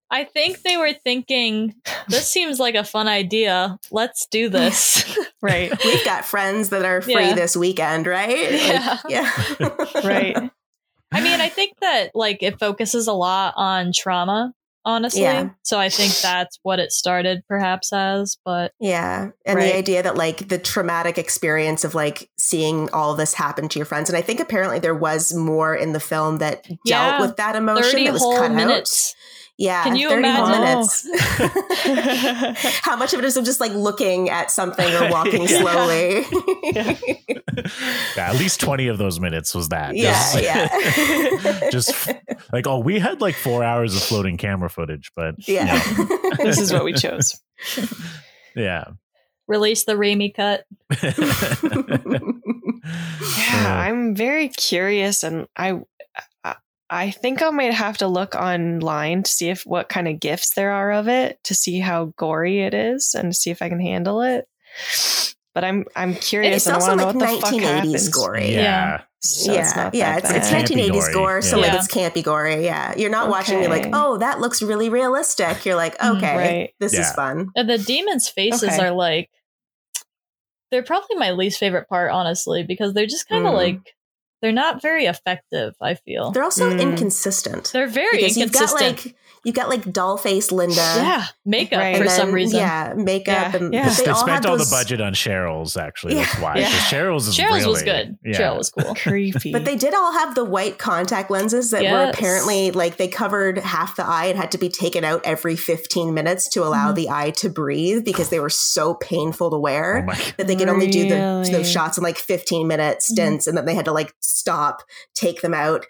S5: I think they were thinking, this seems like a fun idea. Let's do this.
S2: Right.
S4: We've got friends that are free
S5: Yeah.
S4: this weekend, right?
S5: Yeah.
S4: Like, yeah.
S2: Right.
S5: I mean, I think that like it focuses a lot on trauma, honestly.
S4: Yeah.
S5: So I think that's what it started perhaps as, but
S4: Yeah. And
S2: Right.
S4: the idea that like the traumatic experience of like seeing all this happen to your friends. And I think apparently there was more in the film that dealt
S5: Yeah.
S4: with that emotion
S5: 30
S4: that Oh, was
S5: whole
S4: cut
S5: minutes.
S4: out. Yeah.
S5: Can you
S4: 30 whole
S2: imagine?
S4: minutes. How much of it is of just like looking at something or walking
S1: Yeah.
S4: slowly?
S2: Yeah.
S1: Yeah, At least 20 of those minutes was that.
S4: Yeah,
S1: Just-
S4: yeah.
S1: just f- like, oh, we had like four hours of floating camera footage, but
S4: yeah.
S2: This is what we chose.
S1: yeah.
S5: Release the Raimi cut.
S2: Yeah,
S1: Uh,
S2: I'm very curious, and I, I- I think I might have to look online to see if what kind of gifts there are of it, to see how gory it is, and see if I can handle it. But I'm I'm curious
S4: It's
S2: and I
S4: also
S2: want to
S4: like
S2: know what the fuck
S4: 1980s
S2: happens.
S4: gory.
S1: yeah.
S2: So
S4: yeah,
S2: it's not
S4: yeah,
S2: that
S4: it's, it's
S2: bad.
S1: Can't be
S4: 1980s
S1: gory,
S4: gore, so like
S5: yeah.
S4: it's campy gory. Yeah, you're not watching. You're like,
S2: Okay. Mm-hmm.
S4: oh, that looks really realistic. You're like,
S5: Mm,
S4: okay,
S2: right.
S4: this is
S1: Yeah.
S4: fun.
S5: And the demons' faces
S2: Okay.
S5: are like they're probably my least favorite part, honestly, because they're just kind of
S4: Mm.
S5: like they're not very effective, I feel. They're,
S4: They're also
S2: Mm.
S4: inconsistent.
S5: very
S4: you've
S5: inconsistent.
S4: got like you've got like doll face Linda.
S5: yeah, makeup
S2: Right.
S5: for
S4: and
S5: some
S4: then,
S5: reason.
S4: Yeah, makeup
S2: Yeah,
S4: and
S2: yeah.
S4: but
S1: They,
S4: they, all had
S1: spent all
S4: those-
S1: the budget on Cheryl's, actually. That's why.
S5: Yeah.
S1: 'cause Cheryl's is
S5: Cheryl's was
S1: really-
S5: good.
S1: Yeah.
S5: Cheryl was cool.
S2: Creepy.
S4: But they did all have the white contact lenses that were
S5: Yes.
S4: apparently like they covered half the eye and had to be taken out every 15 minutes to allow
S2: Mm-hmm.
S4: the eye to breathe because they were so painful to wear.
S1: Oh my God.
S4: that they could only do the,
S2: Really?
S4: those shots in like 15 minute stints and then they had to like stop take them out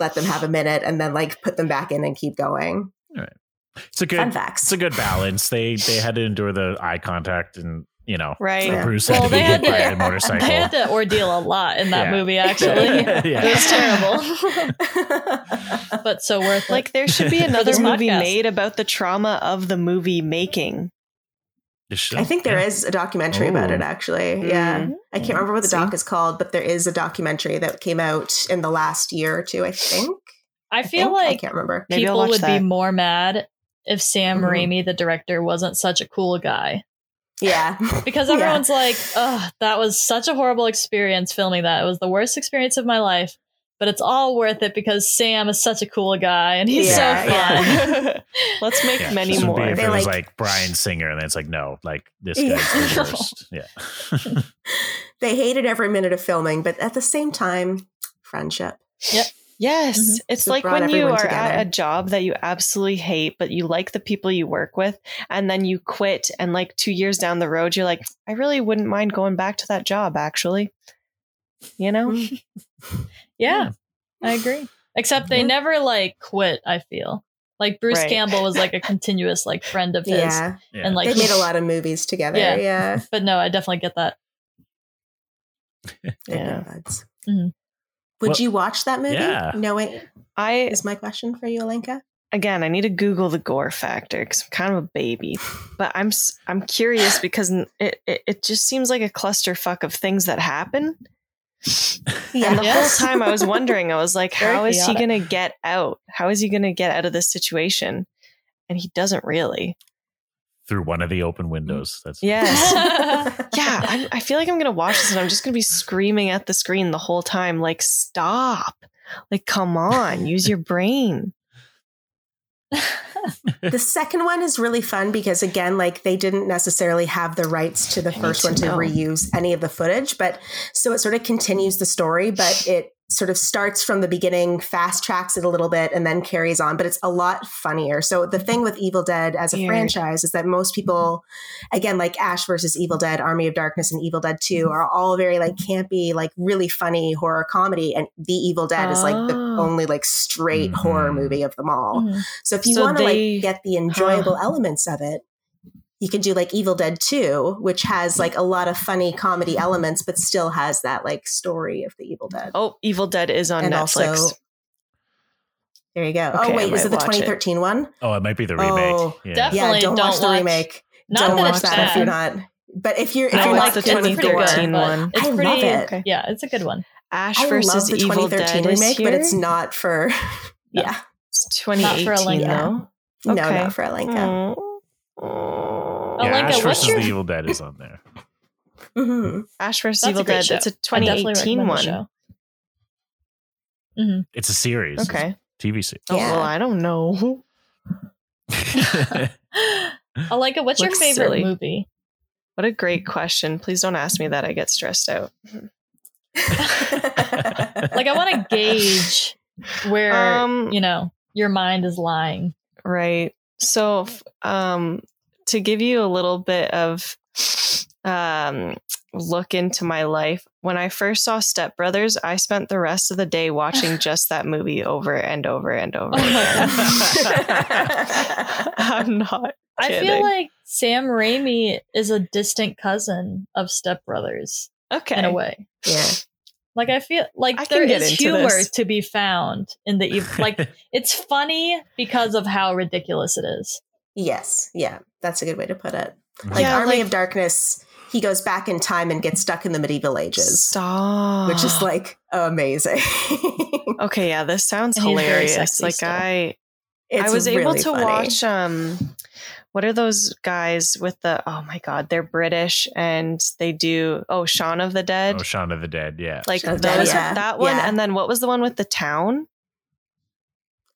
S4: let them have a minute and then like put them back in and keep going
S1: It's a
S4: fun
S1: good
S4: facts
S1: it's a good balance. They they had to endure the eye contact and you know
S2: right.
S4: Yeah.
S1: Bruce had
S5: Well,
S1: to
S5: they
S1: be
S5: had
S1: hit by
S5: to-
S1: a motorcycle.
S5: They had to ordeal a lot in that
S1: Yeah.
S5: movie, actually.
S1: Yeah.
S5: It was terrible, but so worth it.
S2: Like there should be
S1: For
S2: another
S5: this
S2: movie
S5: podcast.
S2: made about the trauma of the movie making.
S4: i think there is a documentary about
S1: Ooh.
S4: it actually yeah
S2: Mm.
S4: i can't remember what the
S2: See?
S4: doc is called but there is a documentary that came out in the last year or two i think
S5: I feel
S4: think. i
S5: like
S4: can't remember
S2: Maybe I'll
S5: people
S2: watch
S5: would
S2: that.
S5: be more mad if Sam
S4: Mhm.
S5: Raimi, the director, wasn't such a cool guy.
S4: yeah
S5: Because
S4: Yeah.
S5: everyone's like, oh, that was such a horrible experience filming that. It was the worst experience of my life. But it's all worth it because Sam is such a cool guy and he's
S4: Yeah,
S5: so fun.
S2: Let's make
S1: Yeah,
S2: many
S1: this would be
S2: more.
S1: if
S4: They
S1: it was
S4: like-
S1: like Brian Singer, and then it's like no, like this
S4: Yeah.
S1: guy's the worst. Yeah,
S4: they hated every minute of filming but at the same time friendship
S2: Yes.
S5: Mhm.
S2: It's
S4: We
S2: like
S4: brought
S2: when you are
S4: everyone
S2: at
S4: together.
S2: a job that you absolutely hate, but you like the people you work with, and then you quit, and like two years down the road, you're like, I really wouldn't mind going back to that job, actually. You
S4: Mm.
S2: know?
S1: Mm.
S5: Yeah, I agree. Except they never like quit. I feel like Bruce
S2: Right.
S5: Campbell was like a continuous like friend of his,
S4: Yeah.
S1: Yeah.
S5: and like
S4: they made a lot of movies together.
S5: Yeah.
S4: Yeah.
S5: But no, I definitely get that.
S4: They're
S2: Yeah.
S4: good buds.
S5: Mhm.
S4: Would
S1: Well-
S4: you watch that movie?
S1: Yeah.
S4: Knowing
S2: I,
S4: is my question for you, Alenka.
S2: again, I need to Google the gore factor because I'm kind of a baby, but I'm, s- I'm curious because n- it, it, it just seems like a clusterfuck of things that happen. And the
S5: Yes.
S2: whole time I was wondering, I was like,
S5: Very
S2: how is he
S5: chaotic.
S2: going to get out? How is he going to get out of this situation? And he doesn't really.
S1: Through one of the open windows. That's
S2: Yes. yeah. I, I feel like I'm going to watch this and I'm just going to be screaming at the screen the whole time, like, stop. Like, come on, use your brain.
S4: the second one is really fun because again like they didn't necessarily have the rights to the
S2: need
S4: first
S2: to
S4: one to
S2: know.
S4: reuse any of the footage but so it sort of continues the story but it sort of starts from the beginning fast tracks it a little bit and then carries on but it's a lot funnier so the thing with evil dead as a
S2: Weird.
S4: franchise is that most people again like ash versus evil dead army of darkness and evil dead
S2: Mm-hmm.
S4: 2 are all very like campy like really funny horror comedy and the evil dead is like the
S2: Oh. Mm-hmm.
S4: only like straight horror
S1: Mhm.
S4: movie of them all
S5: Mhm.
S4: so if you
S2: So
S4: want to
S2: they-
S4: like get the enjoyable
S2: Huh.
S4: elements of it, you can do like Evil Dead 2, which has like a lot of funny comedy elements, but still has that like story of the Evil Dead.
S2: Oh, Evil Dead is on
S4: And
S2: Netflix.
S4: also- There you go.
S2: Okay, I
S4: oh wait, is
S2: might
S4: it the
S2: watch it.
S4: 2013 one?
S1: Oh, it might be the remake.
S4: Oh,
S1: yeah.
S5: def-
S4: yeah,
S5: Definitely
S4: don't,
S5: don't
S4: watch the
S5: watch-
S4: remake.
S5: Not
S4: don't
S5: that
S4: watch
S5: it's
S4: that
S5: bad.
S4: if you're not. But if you're if
S2: I
S4: you're
S2: like
S4: not
S2: the
S4: good with gore,
S2: 2013 one.
S5: It's
S4: I
S5: pretty,
S4: love it.
S2: Okay.
S5: Yeah, it's a good one.
S2: Ash
S4: I love
S2: versus
S4: the
S2: Evil Dead
S4: 2013
S2: is
S4: remake,
S2: here.
S4: but it's not for
S5: No.
S4: yeah,
S2: It's 2018
S5: Alenka.
S2: though.
S4: no,
S2: Okay.
S4: not for Alenka.
S2: Oh. Oh.
S1: yeah,
S5: Alenka,
S1: Ash
S5: Mm. what's
S1: versus
S5: your-
S1: the Evil Dead is on there.
S4: Mhm.
S2: Ash versus
S5: That's a
S2: Evil
S5: great
S2: Dead.
S5: show.
S2: It's a
S5: I definitely
S2: 2018
S5: recommend the
S2: one.
S5: show. Mhm.
S1: It's a series. It's
S2: Okay.
S1: a TV series.
S2: Oh,
S4: Yeah.
S2: well, I don't know.
S5: Alika, what's your
S2: Looks
S5: favorite
S2: silly.
S5: movie?
S2: What a great question. Please don't ask me that. I get stressed out.
S5: Like, I want to gauge where
S2: Um,
S5: you know your mind is lying.
S2: Right. So, f- um, to give you a little bit of um, look into my life, when I first saw Step Brothers, I spent the rest of the day watching just that movie over and over and over.
S5: Oh my
S2: again.
S4: God.
S2: I'm not.
S5: I
S2: kidding.
S5: feel like Sam Raimi is a distant cousin of Step Brothers
S2: Okay.
S5: in a way.
S4: Yeah.
S5: Like I feel like
S2: I
S5: there
S2: can get
S5: is
S2: into
S5: humor
S2: this.
S5: to be found in the ev- like it's funny because of how ridiculous it is.
S4: Yes. Yeah. That's a good way to put it. Like
S2: Yeah,
S4: Army
S2: like-
S4: of Darkness, he goes back in time and gets stuck in the medieval ages,
S2: Stop.
S4: which is like amazing.
S2: Okay, yeah, this sounds
S5: And he's very
S2: hilarious.
S5: sexy
S2: Like
S5: still.
S2: I
S4: It's
S2: I was able
S4: really
S2: to
S4: funny.
S2: watch um what are those guys with the oh my god, they're British and they do oh Shaun of the Dead.
S1: oh, Shaun of the Dead. Yeah.
S2: like
S4: Shaun
S2: those
S4: of the Dead, yeah,
S2: that one
S4: yeah.
S2: and then what was the one with the town?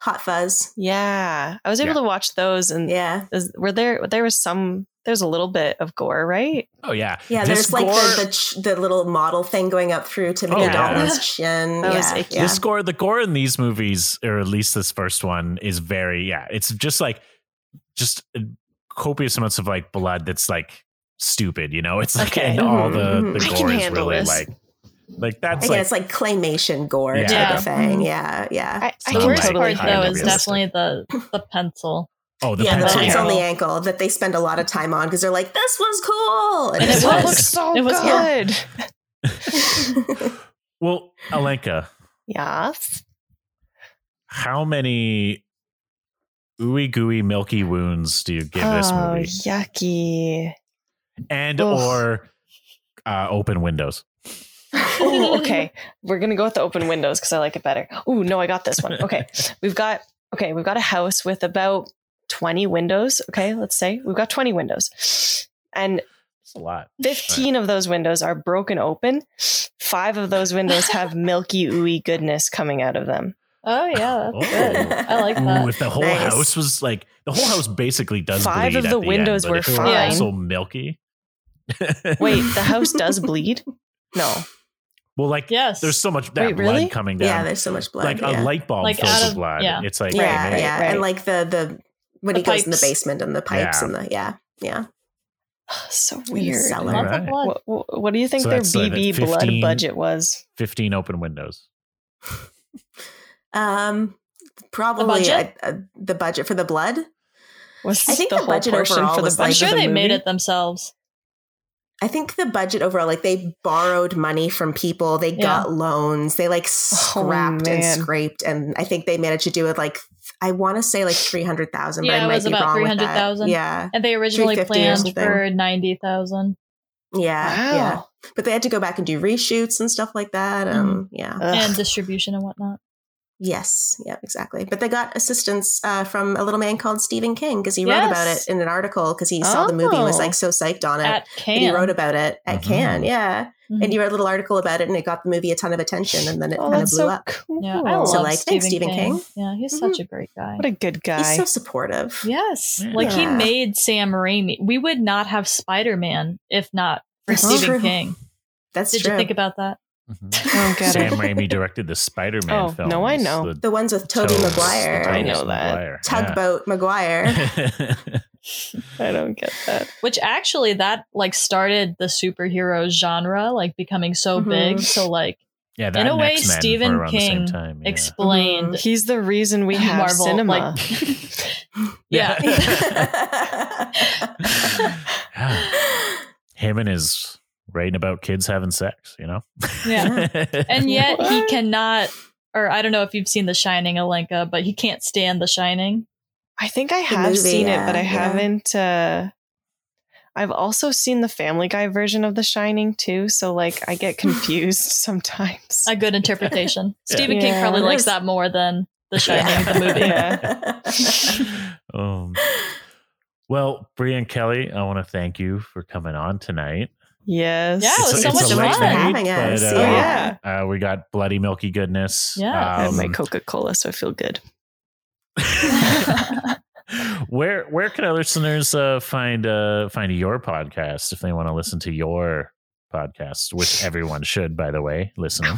S4: Hot Fuzz.
S2: Yeah. I was able
S1: Yeah.
S2: to watch those and
S4: Yeah.
S2: is- were there there was some there's a little bit of gore, right?
S1: oh yeah.
S4: Yeah,
S1: This
S4: there's like
S1: gore-
S4: the, the ch- the little model thing going up through Timothy
S1: Oh, yeah.
S4: Dalton's chin.
S2: That
S4: yeah,
S2: was icky.
S4: yeah.
S1: The score, the gore in these movies, or at least this first one, is very yeah. It's just like just uh, copious amounts of like blood that's like stupid. You know, it's like
S2: Okay.
S1: and all the
S4: Mhm,
S1: the
S2: mhm. I can
S1: gore is
S2: handle
S1: really
S2: this.
S1: like like that's
S4: Again,
S1: like
S4: it's like claymation gore
S1: Yeah.
S4: type
S5: Yeah.
S4: of thing.
S2: Mhm.
S4: Yeah, yeah.
S2: I, I
S1: not
S5: The
S2: can
S5: worst
S2: totally
S5: part
S1: kind
S5: though
S1: of
S5: is
S1: realistic.
S5: definitely the the pencil.
S1: oh the
S4: yeah, the
S1: pencil.
S5: pencil.
S4: pants on
S5: Yeah.
S4: the ankle that they spend a lot of time on because they're like, "This was cool,"
S5: And
S4: it's
S5: it
S4: like-
S5: was.
S2: looks so
S5: It was
S2: good.
S1: Well, Alenka,
S2: Yes.
S1: how many ooey gooey milky wounds do you give this
S2: oh,
S1: movie,
S2: yucky.
S1: and
S2: Ugh.
S1: or uh, open windows?
S2: Ooh, okay. We're gonna go with the open windows because I like it better. Ooh, no, I got this one. Okay. We've got okay, we've got a house with about 20 windows. Okay, let's say we've got 20 windows. And
S1: It's a lot.
S2: 15 of those windows are broken open. Five of those windows have milky, ooey goodness coming out of them.
S5: Oh yeah, that's good.
S1: Oh.
S5: I like
S2: Uh,
S1: Ooh,
S5: that.
S1: if the whole
S4: Nice.
S1: house was like the whole house basically does
S2: Five
S1: bleed
S2: of
S1: at
S2: the
S1: end,
S2: windows
S1: but
S2: were
S1: if it
S2: fine.
S1: also milky.
S2: Wait, the house does bleed? No.
S1: Well, like
S5: Yes.
S1: there's so much that
S2: Wait,
S1: blood
S2: really?
S1: coming
S4: Yeah,
S1: down.
S4: there's so much blood.
S1: like a
S4: yeah.
S1: light bulb
S5: Like,
S1: fills
S5: out
S1: with
S5: of-
S1: blood.
S5: yeah.
S1: It's like
S4: yeah,
S1: they make-
S4: yeah,
S6: right.
S4: and like the the when
S5: The
S4: he goes in the
S5: pipes.
S4: basement and the pipes
S1: Yeah.
S4: and the yeah, yeah,
S2: so
S4: In the
S2: weird.
S4: cellar.
S5: Lots of
S1: Right.
S5: blood.
S2: What, what, what do you think
S1: So
S2: their
S1: that's, uh, that
S2: BB
S1: 15
S2: blood budget was?
S1: 15 open windows.
S4: Um, probably
S5: budget?
S4: uh, uh, the budget for the blood.
S2: Was
S4: I think the
S2: whole
S4: budget
S2: portion
S4: overall was, like,
S5: I'm
S2: budget
S5: sure
S2: of the
S5: they made
S2: movie?
S5: it themselves.
S4: I think the budget overall, like they borrowed money from people, they
S5: Yeah. Oh,
S4: got loans, they like scrapped and
S2: man.
S4: scraped, and I think they managed to do it like I want to say like three hundred thousand,
S5: Yeah,
S4: but I
S5: it
S4: might
S5: was
S4: be
S5: about
S4: wrong. with that.
S5: 300,000.
S4: Yeah,
S5: And they originally
S4: 350 or
S5: planned
S4: something.
S5: for 90,000.
S4: yeah, yeah.
S2: Wow.
S4: But they had to go back and do reshoots and stuff like that.
S5: Mm-hmm.
S4: Um, yeah,
S2: Ugh.
S5: and distribution and whatnot.
S4: Yes, yeah, exactly. But they got assistance uh, from a little man called Stephen King because he wrote about
S5: Yes.
S4: it in an article because he saw the movie and was
S2: Oh.
S4: like so psyched on it.
S5: At
S4: that
S5: Cannes.
S4: he wrote about it at
S1: Mhm.
S4: Cannes, yeah.
S5: Mhm.
S4: And he wrote a little article about it, and it got the movie a ton of attention, and then it
S2: Oh,
S4: kind of
S2: that's
S4: blew
S2: so
S4: up.
S2: cool.
S5: yeah, I love
S4: So, like,
S5: Stephen,
S4: thanks, Stephen
S5: King.
S4: King.
S5: Yeah, he's
S4: Mhm.
S5: such a great guy.
S2: What a good guy.
S4: He's so supportive.
S5: yes,
S1: Yeah.
S5: like he
S4: Yeah.
S5: made Sam Raimi. We would not have Spider Man if not for
S4: That's
S5: Stephen
S4: true.
S5: King.
S4: That's
S5: Did
S4: true.
S5: you think about that? Mm-hmm.
S2: oh, get
S1: Sam
S2: it.
S1: Raimi directed the Spider Man
S2: Oh,
S1: film.
S2: no, I know.
S4: the ones with Toby
S1: Toads,
S4: Maguire,
S1: the
S2: I
S1: Toads
S2: know that.
S1: Maguire.
S4: Tugboat Maguire.
S1: Yeah.
S2: I don't get that.
S5: Which actually, that like started the superhero genre, like becoming so
S4: Mhm.
S2: Mm-hmm.
S5: big. So like
S1: yeah, that
S5: In a
S1: and
S5: way,
S1: X-Men
S5: Stephen
S1: were around the same
S5: King
S1: time. Yeah.
S5: explained
S2: He's the reason we Mm-hmm. have
S5: Marvel,
S2: cinema.
S5: like- yeah.
S1: Yeah. Him and his writing about kids having sex, you know?
S5: Yeah. and yet he
S2: What?
S5: cannot, or I don't know if you've seen The Shining, Alenka, but he can't stand The Shining.
S2: I think I have
S4: movie,
S2: seen
S4: yeah,
S2: it, but I
S4: yeah.
S2: haven't. Uh, I've also seen the Family Guy version of The Shining too, so like I get confused sometimes.
S5: A good interpretation.
S1: Yeah.
S5: Stephen King
S2: Yeah,
S5: probably
S2: it
S5: likes
S2: is.
S5: that more than The Shining,
S4: Yeah.
S5: the movie.
S1: um, well, Brie and Kelly, I want to thank you for coming on tonight.
S2: yes.
S5: Yeah, it was
S1: It's
S5: so
S1: a- it's
S5: much
S1: a late
S5: fun.
S1: night,
S4: having
S1: but,
S4: us.
S1: uh,
S2: Oh yeah.
S1: Uh, we got bloody milky goodness.
S5: Yeah.
S2: I have my
S1: Um,
S2: Coca Cola, so I feel good.
S1: where where can our listeners uh, find uh, find your podcast if they want to listen to your podcast, which everyone should, by the way, listen. to.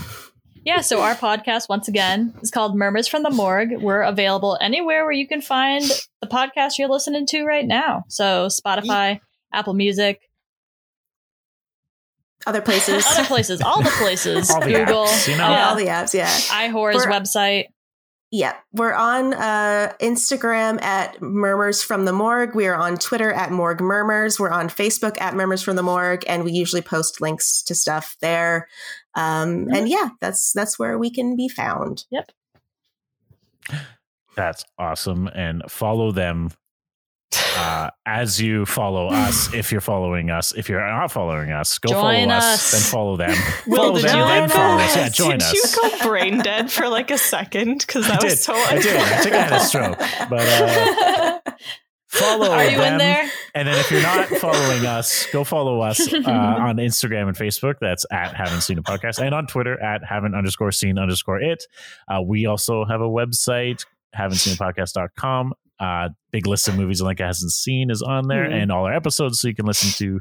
S5: Yeah, so our podcast, once again, is called Murmurs from the Morgue. We're available anywhere where you can find the podcast you're listening to right now. So Spotify, Apple Music,
S4: Other places.
S5: other places, all the places,
S1: All the
S5: Google,
S1: apps, you know?
S4: All-
S5: yeah,
S4: all the apps, yeah.
S5: iHore's
S4: We're-
S5: website.
S4: Yeah, we're on uh, Instagram at Murmurs from the Morgue. We are on Twitter at Morgue Murmurs. We're on Facebook at Murmurs from the Morgue, and we usually post links to stuff there. Um,
S1: Mm-hmm.
S4: And yeah, that's that's where we can be found.
S1: That's awesome, and follow them uh, as you follow us. If you're following us, if you're not following us, go
S5: Join
S1: follow us,
S5: us.
S1: then follow them.
S5: Will,
S1: follow
S5: did
S1: them,
S5: you
S1: then
S5: like
S1: follow
S5: that?
S1: us. Yeah, join
S2: did
S1: us.
S2: you go brain dead for like a second? Because
S1: I
S2: that
S1: did.
S2: was so
S1: I did. I think I had a stroke, but uh, follow
S5: Are you
S1: them.
S5: in there?
S1: And then if you're not following us, go follow us uh, on Instagram and Facebook. That's at haven't seen a podcast and on Twitter at haven't underscore seen underscore it. Uh, we also have a website, haven't seen a podcast.com. Uh, big list of movies Alenka hasn't seen is on there
S5: Mm-hmm.
S2: Mhm.
S1: and all our episodes. So you can listen to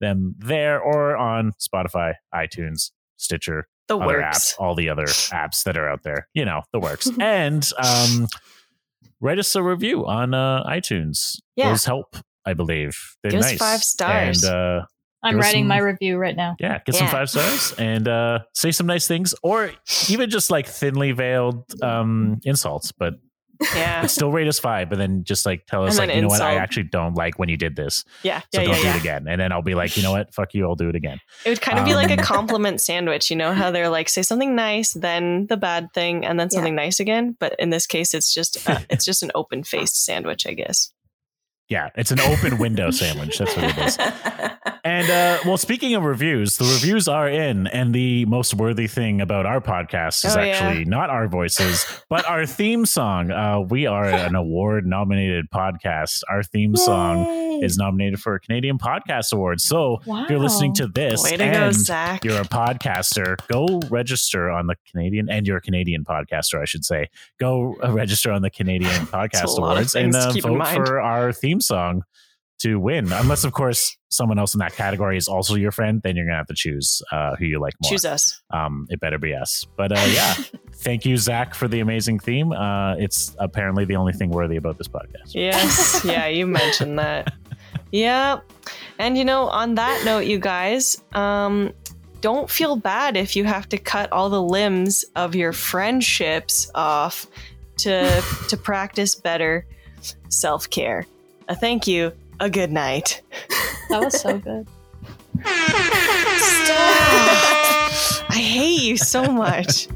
S1: them there or on Spotify, iTunes, Stitcher,
S2: The
S1: other
S2: works.
S1: apps, all the other apps that are out there. You know, the works. and um, write us a review on uh, iTunes.
S4: Yeah.
S1: Those help, I believe. They're
S2: Give us
S1: nice.
S2: five stars.
S1: And uh,
S5: I'm
S1: Give us
S5: writing
S1: some-
S5: my review right now.
S1: yeah, get some
S4: Yeah.
S1: five stars and uh, say some nice things or even just like thinly veiled um, insults, but
S2: Yeah.
S1: still rate us five. But then just like tell us,
S2: And
S1: like,
S2: then
S1: you know what? I
S2: insult.
S1: actually don't like when you did this.
S2: Yeah.
S1: So
S2: Yeah.
S1: don't
S2: Yeah.
S1: do
S2: yeah.
S1: it again. And then I'll be like, you know what? Fuck you. I'll do it again.
S2: It would kind of be like
S1: Um,
S2: a compliment sandwich, you know, how they're like say something nice, then the bad thing, and then
S4: Yeah.
S2: something nice again. But in this case, it's just uh, it's just an open faced sandwich, I guess.
S1: Yeah. It's an open window sandwich. That's what it is. And uh, well, speaking of reviews, the reviews are in, and the most worthy thing about our podcast is
S2: Oh, yeah.
S1: actually not our voices, but our theme song. Uh, we are an award-nominated podcast. Our theme song
S4: Yay.
S1: is nominated for a Canadian Podcast Award. So
S5: Wow.
S1: if you're listening to this
S2: Oh, Way to
S1: and
S2: go, Zach.
S1: you're a podcaster, go register on the Canadian, and you're a Canadian podcaster, I should say. Go uh, register on the Canadian
S2: a
S1: Podcast
S2: lot of
S1: Awards and
S2: things to
S1: uh,
S2: keep in
S1: vote
S2: mind.
S1: for our theme song to win. Unless, of course, someone else in that category is also your friend, then you're gonna have to choose uh, who you like more.
S2: Choose us.
S1: Um, it better be us. But uh, yeah, thank you, Zach, for the amazing theme. Uh, it's apparently the only thing worthy about this podcast.
S2: Yes. yeah, you mentioned that. Yep. And you know, on that note, you guys, um, don't feel bad if you have to cut all the limbs of your friendships off to to practice better self-care. A thank you. A good night.
S5: That was so good.
S2: I hate you so much.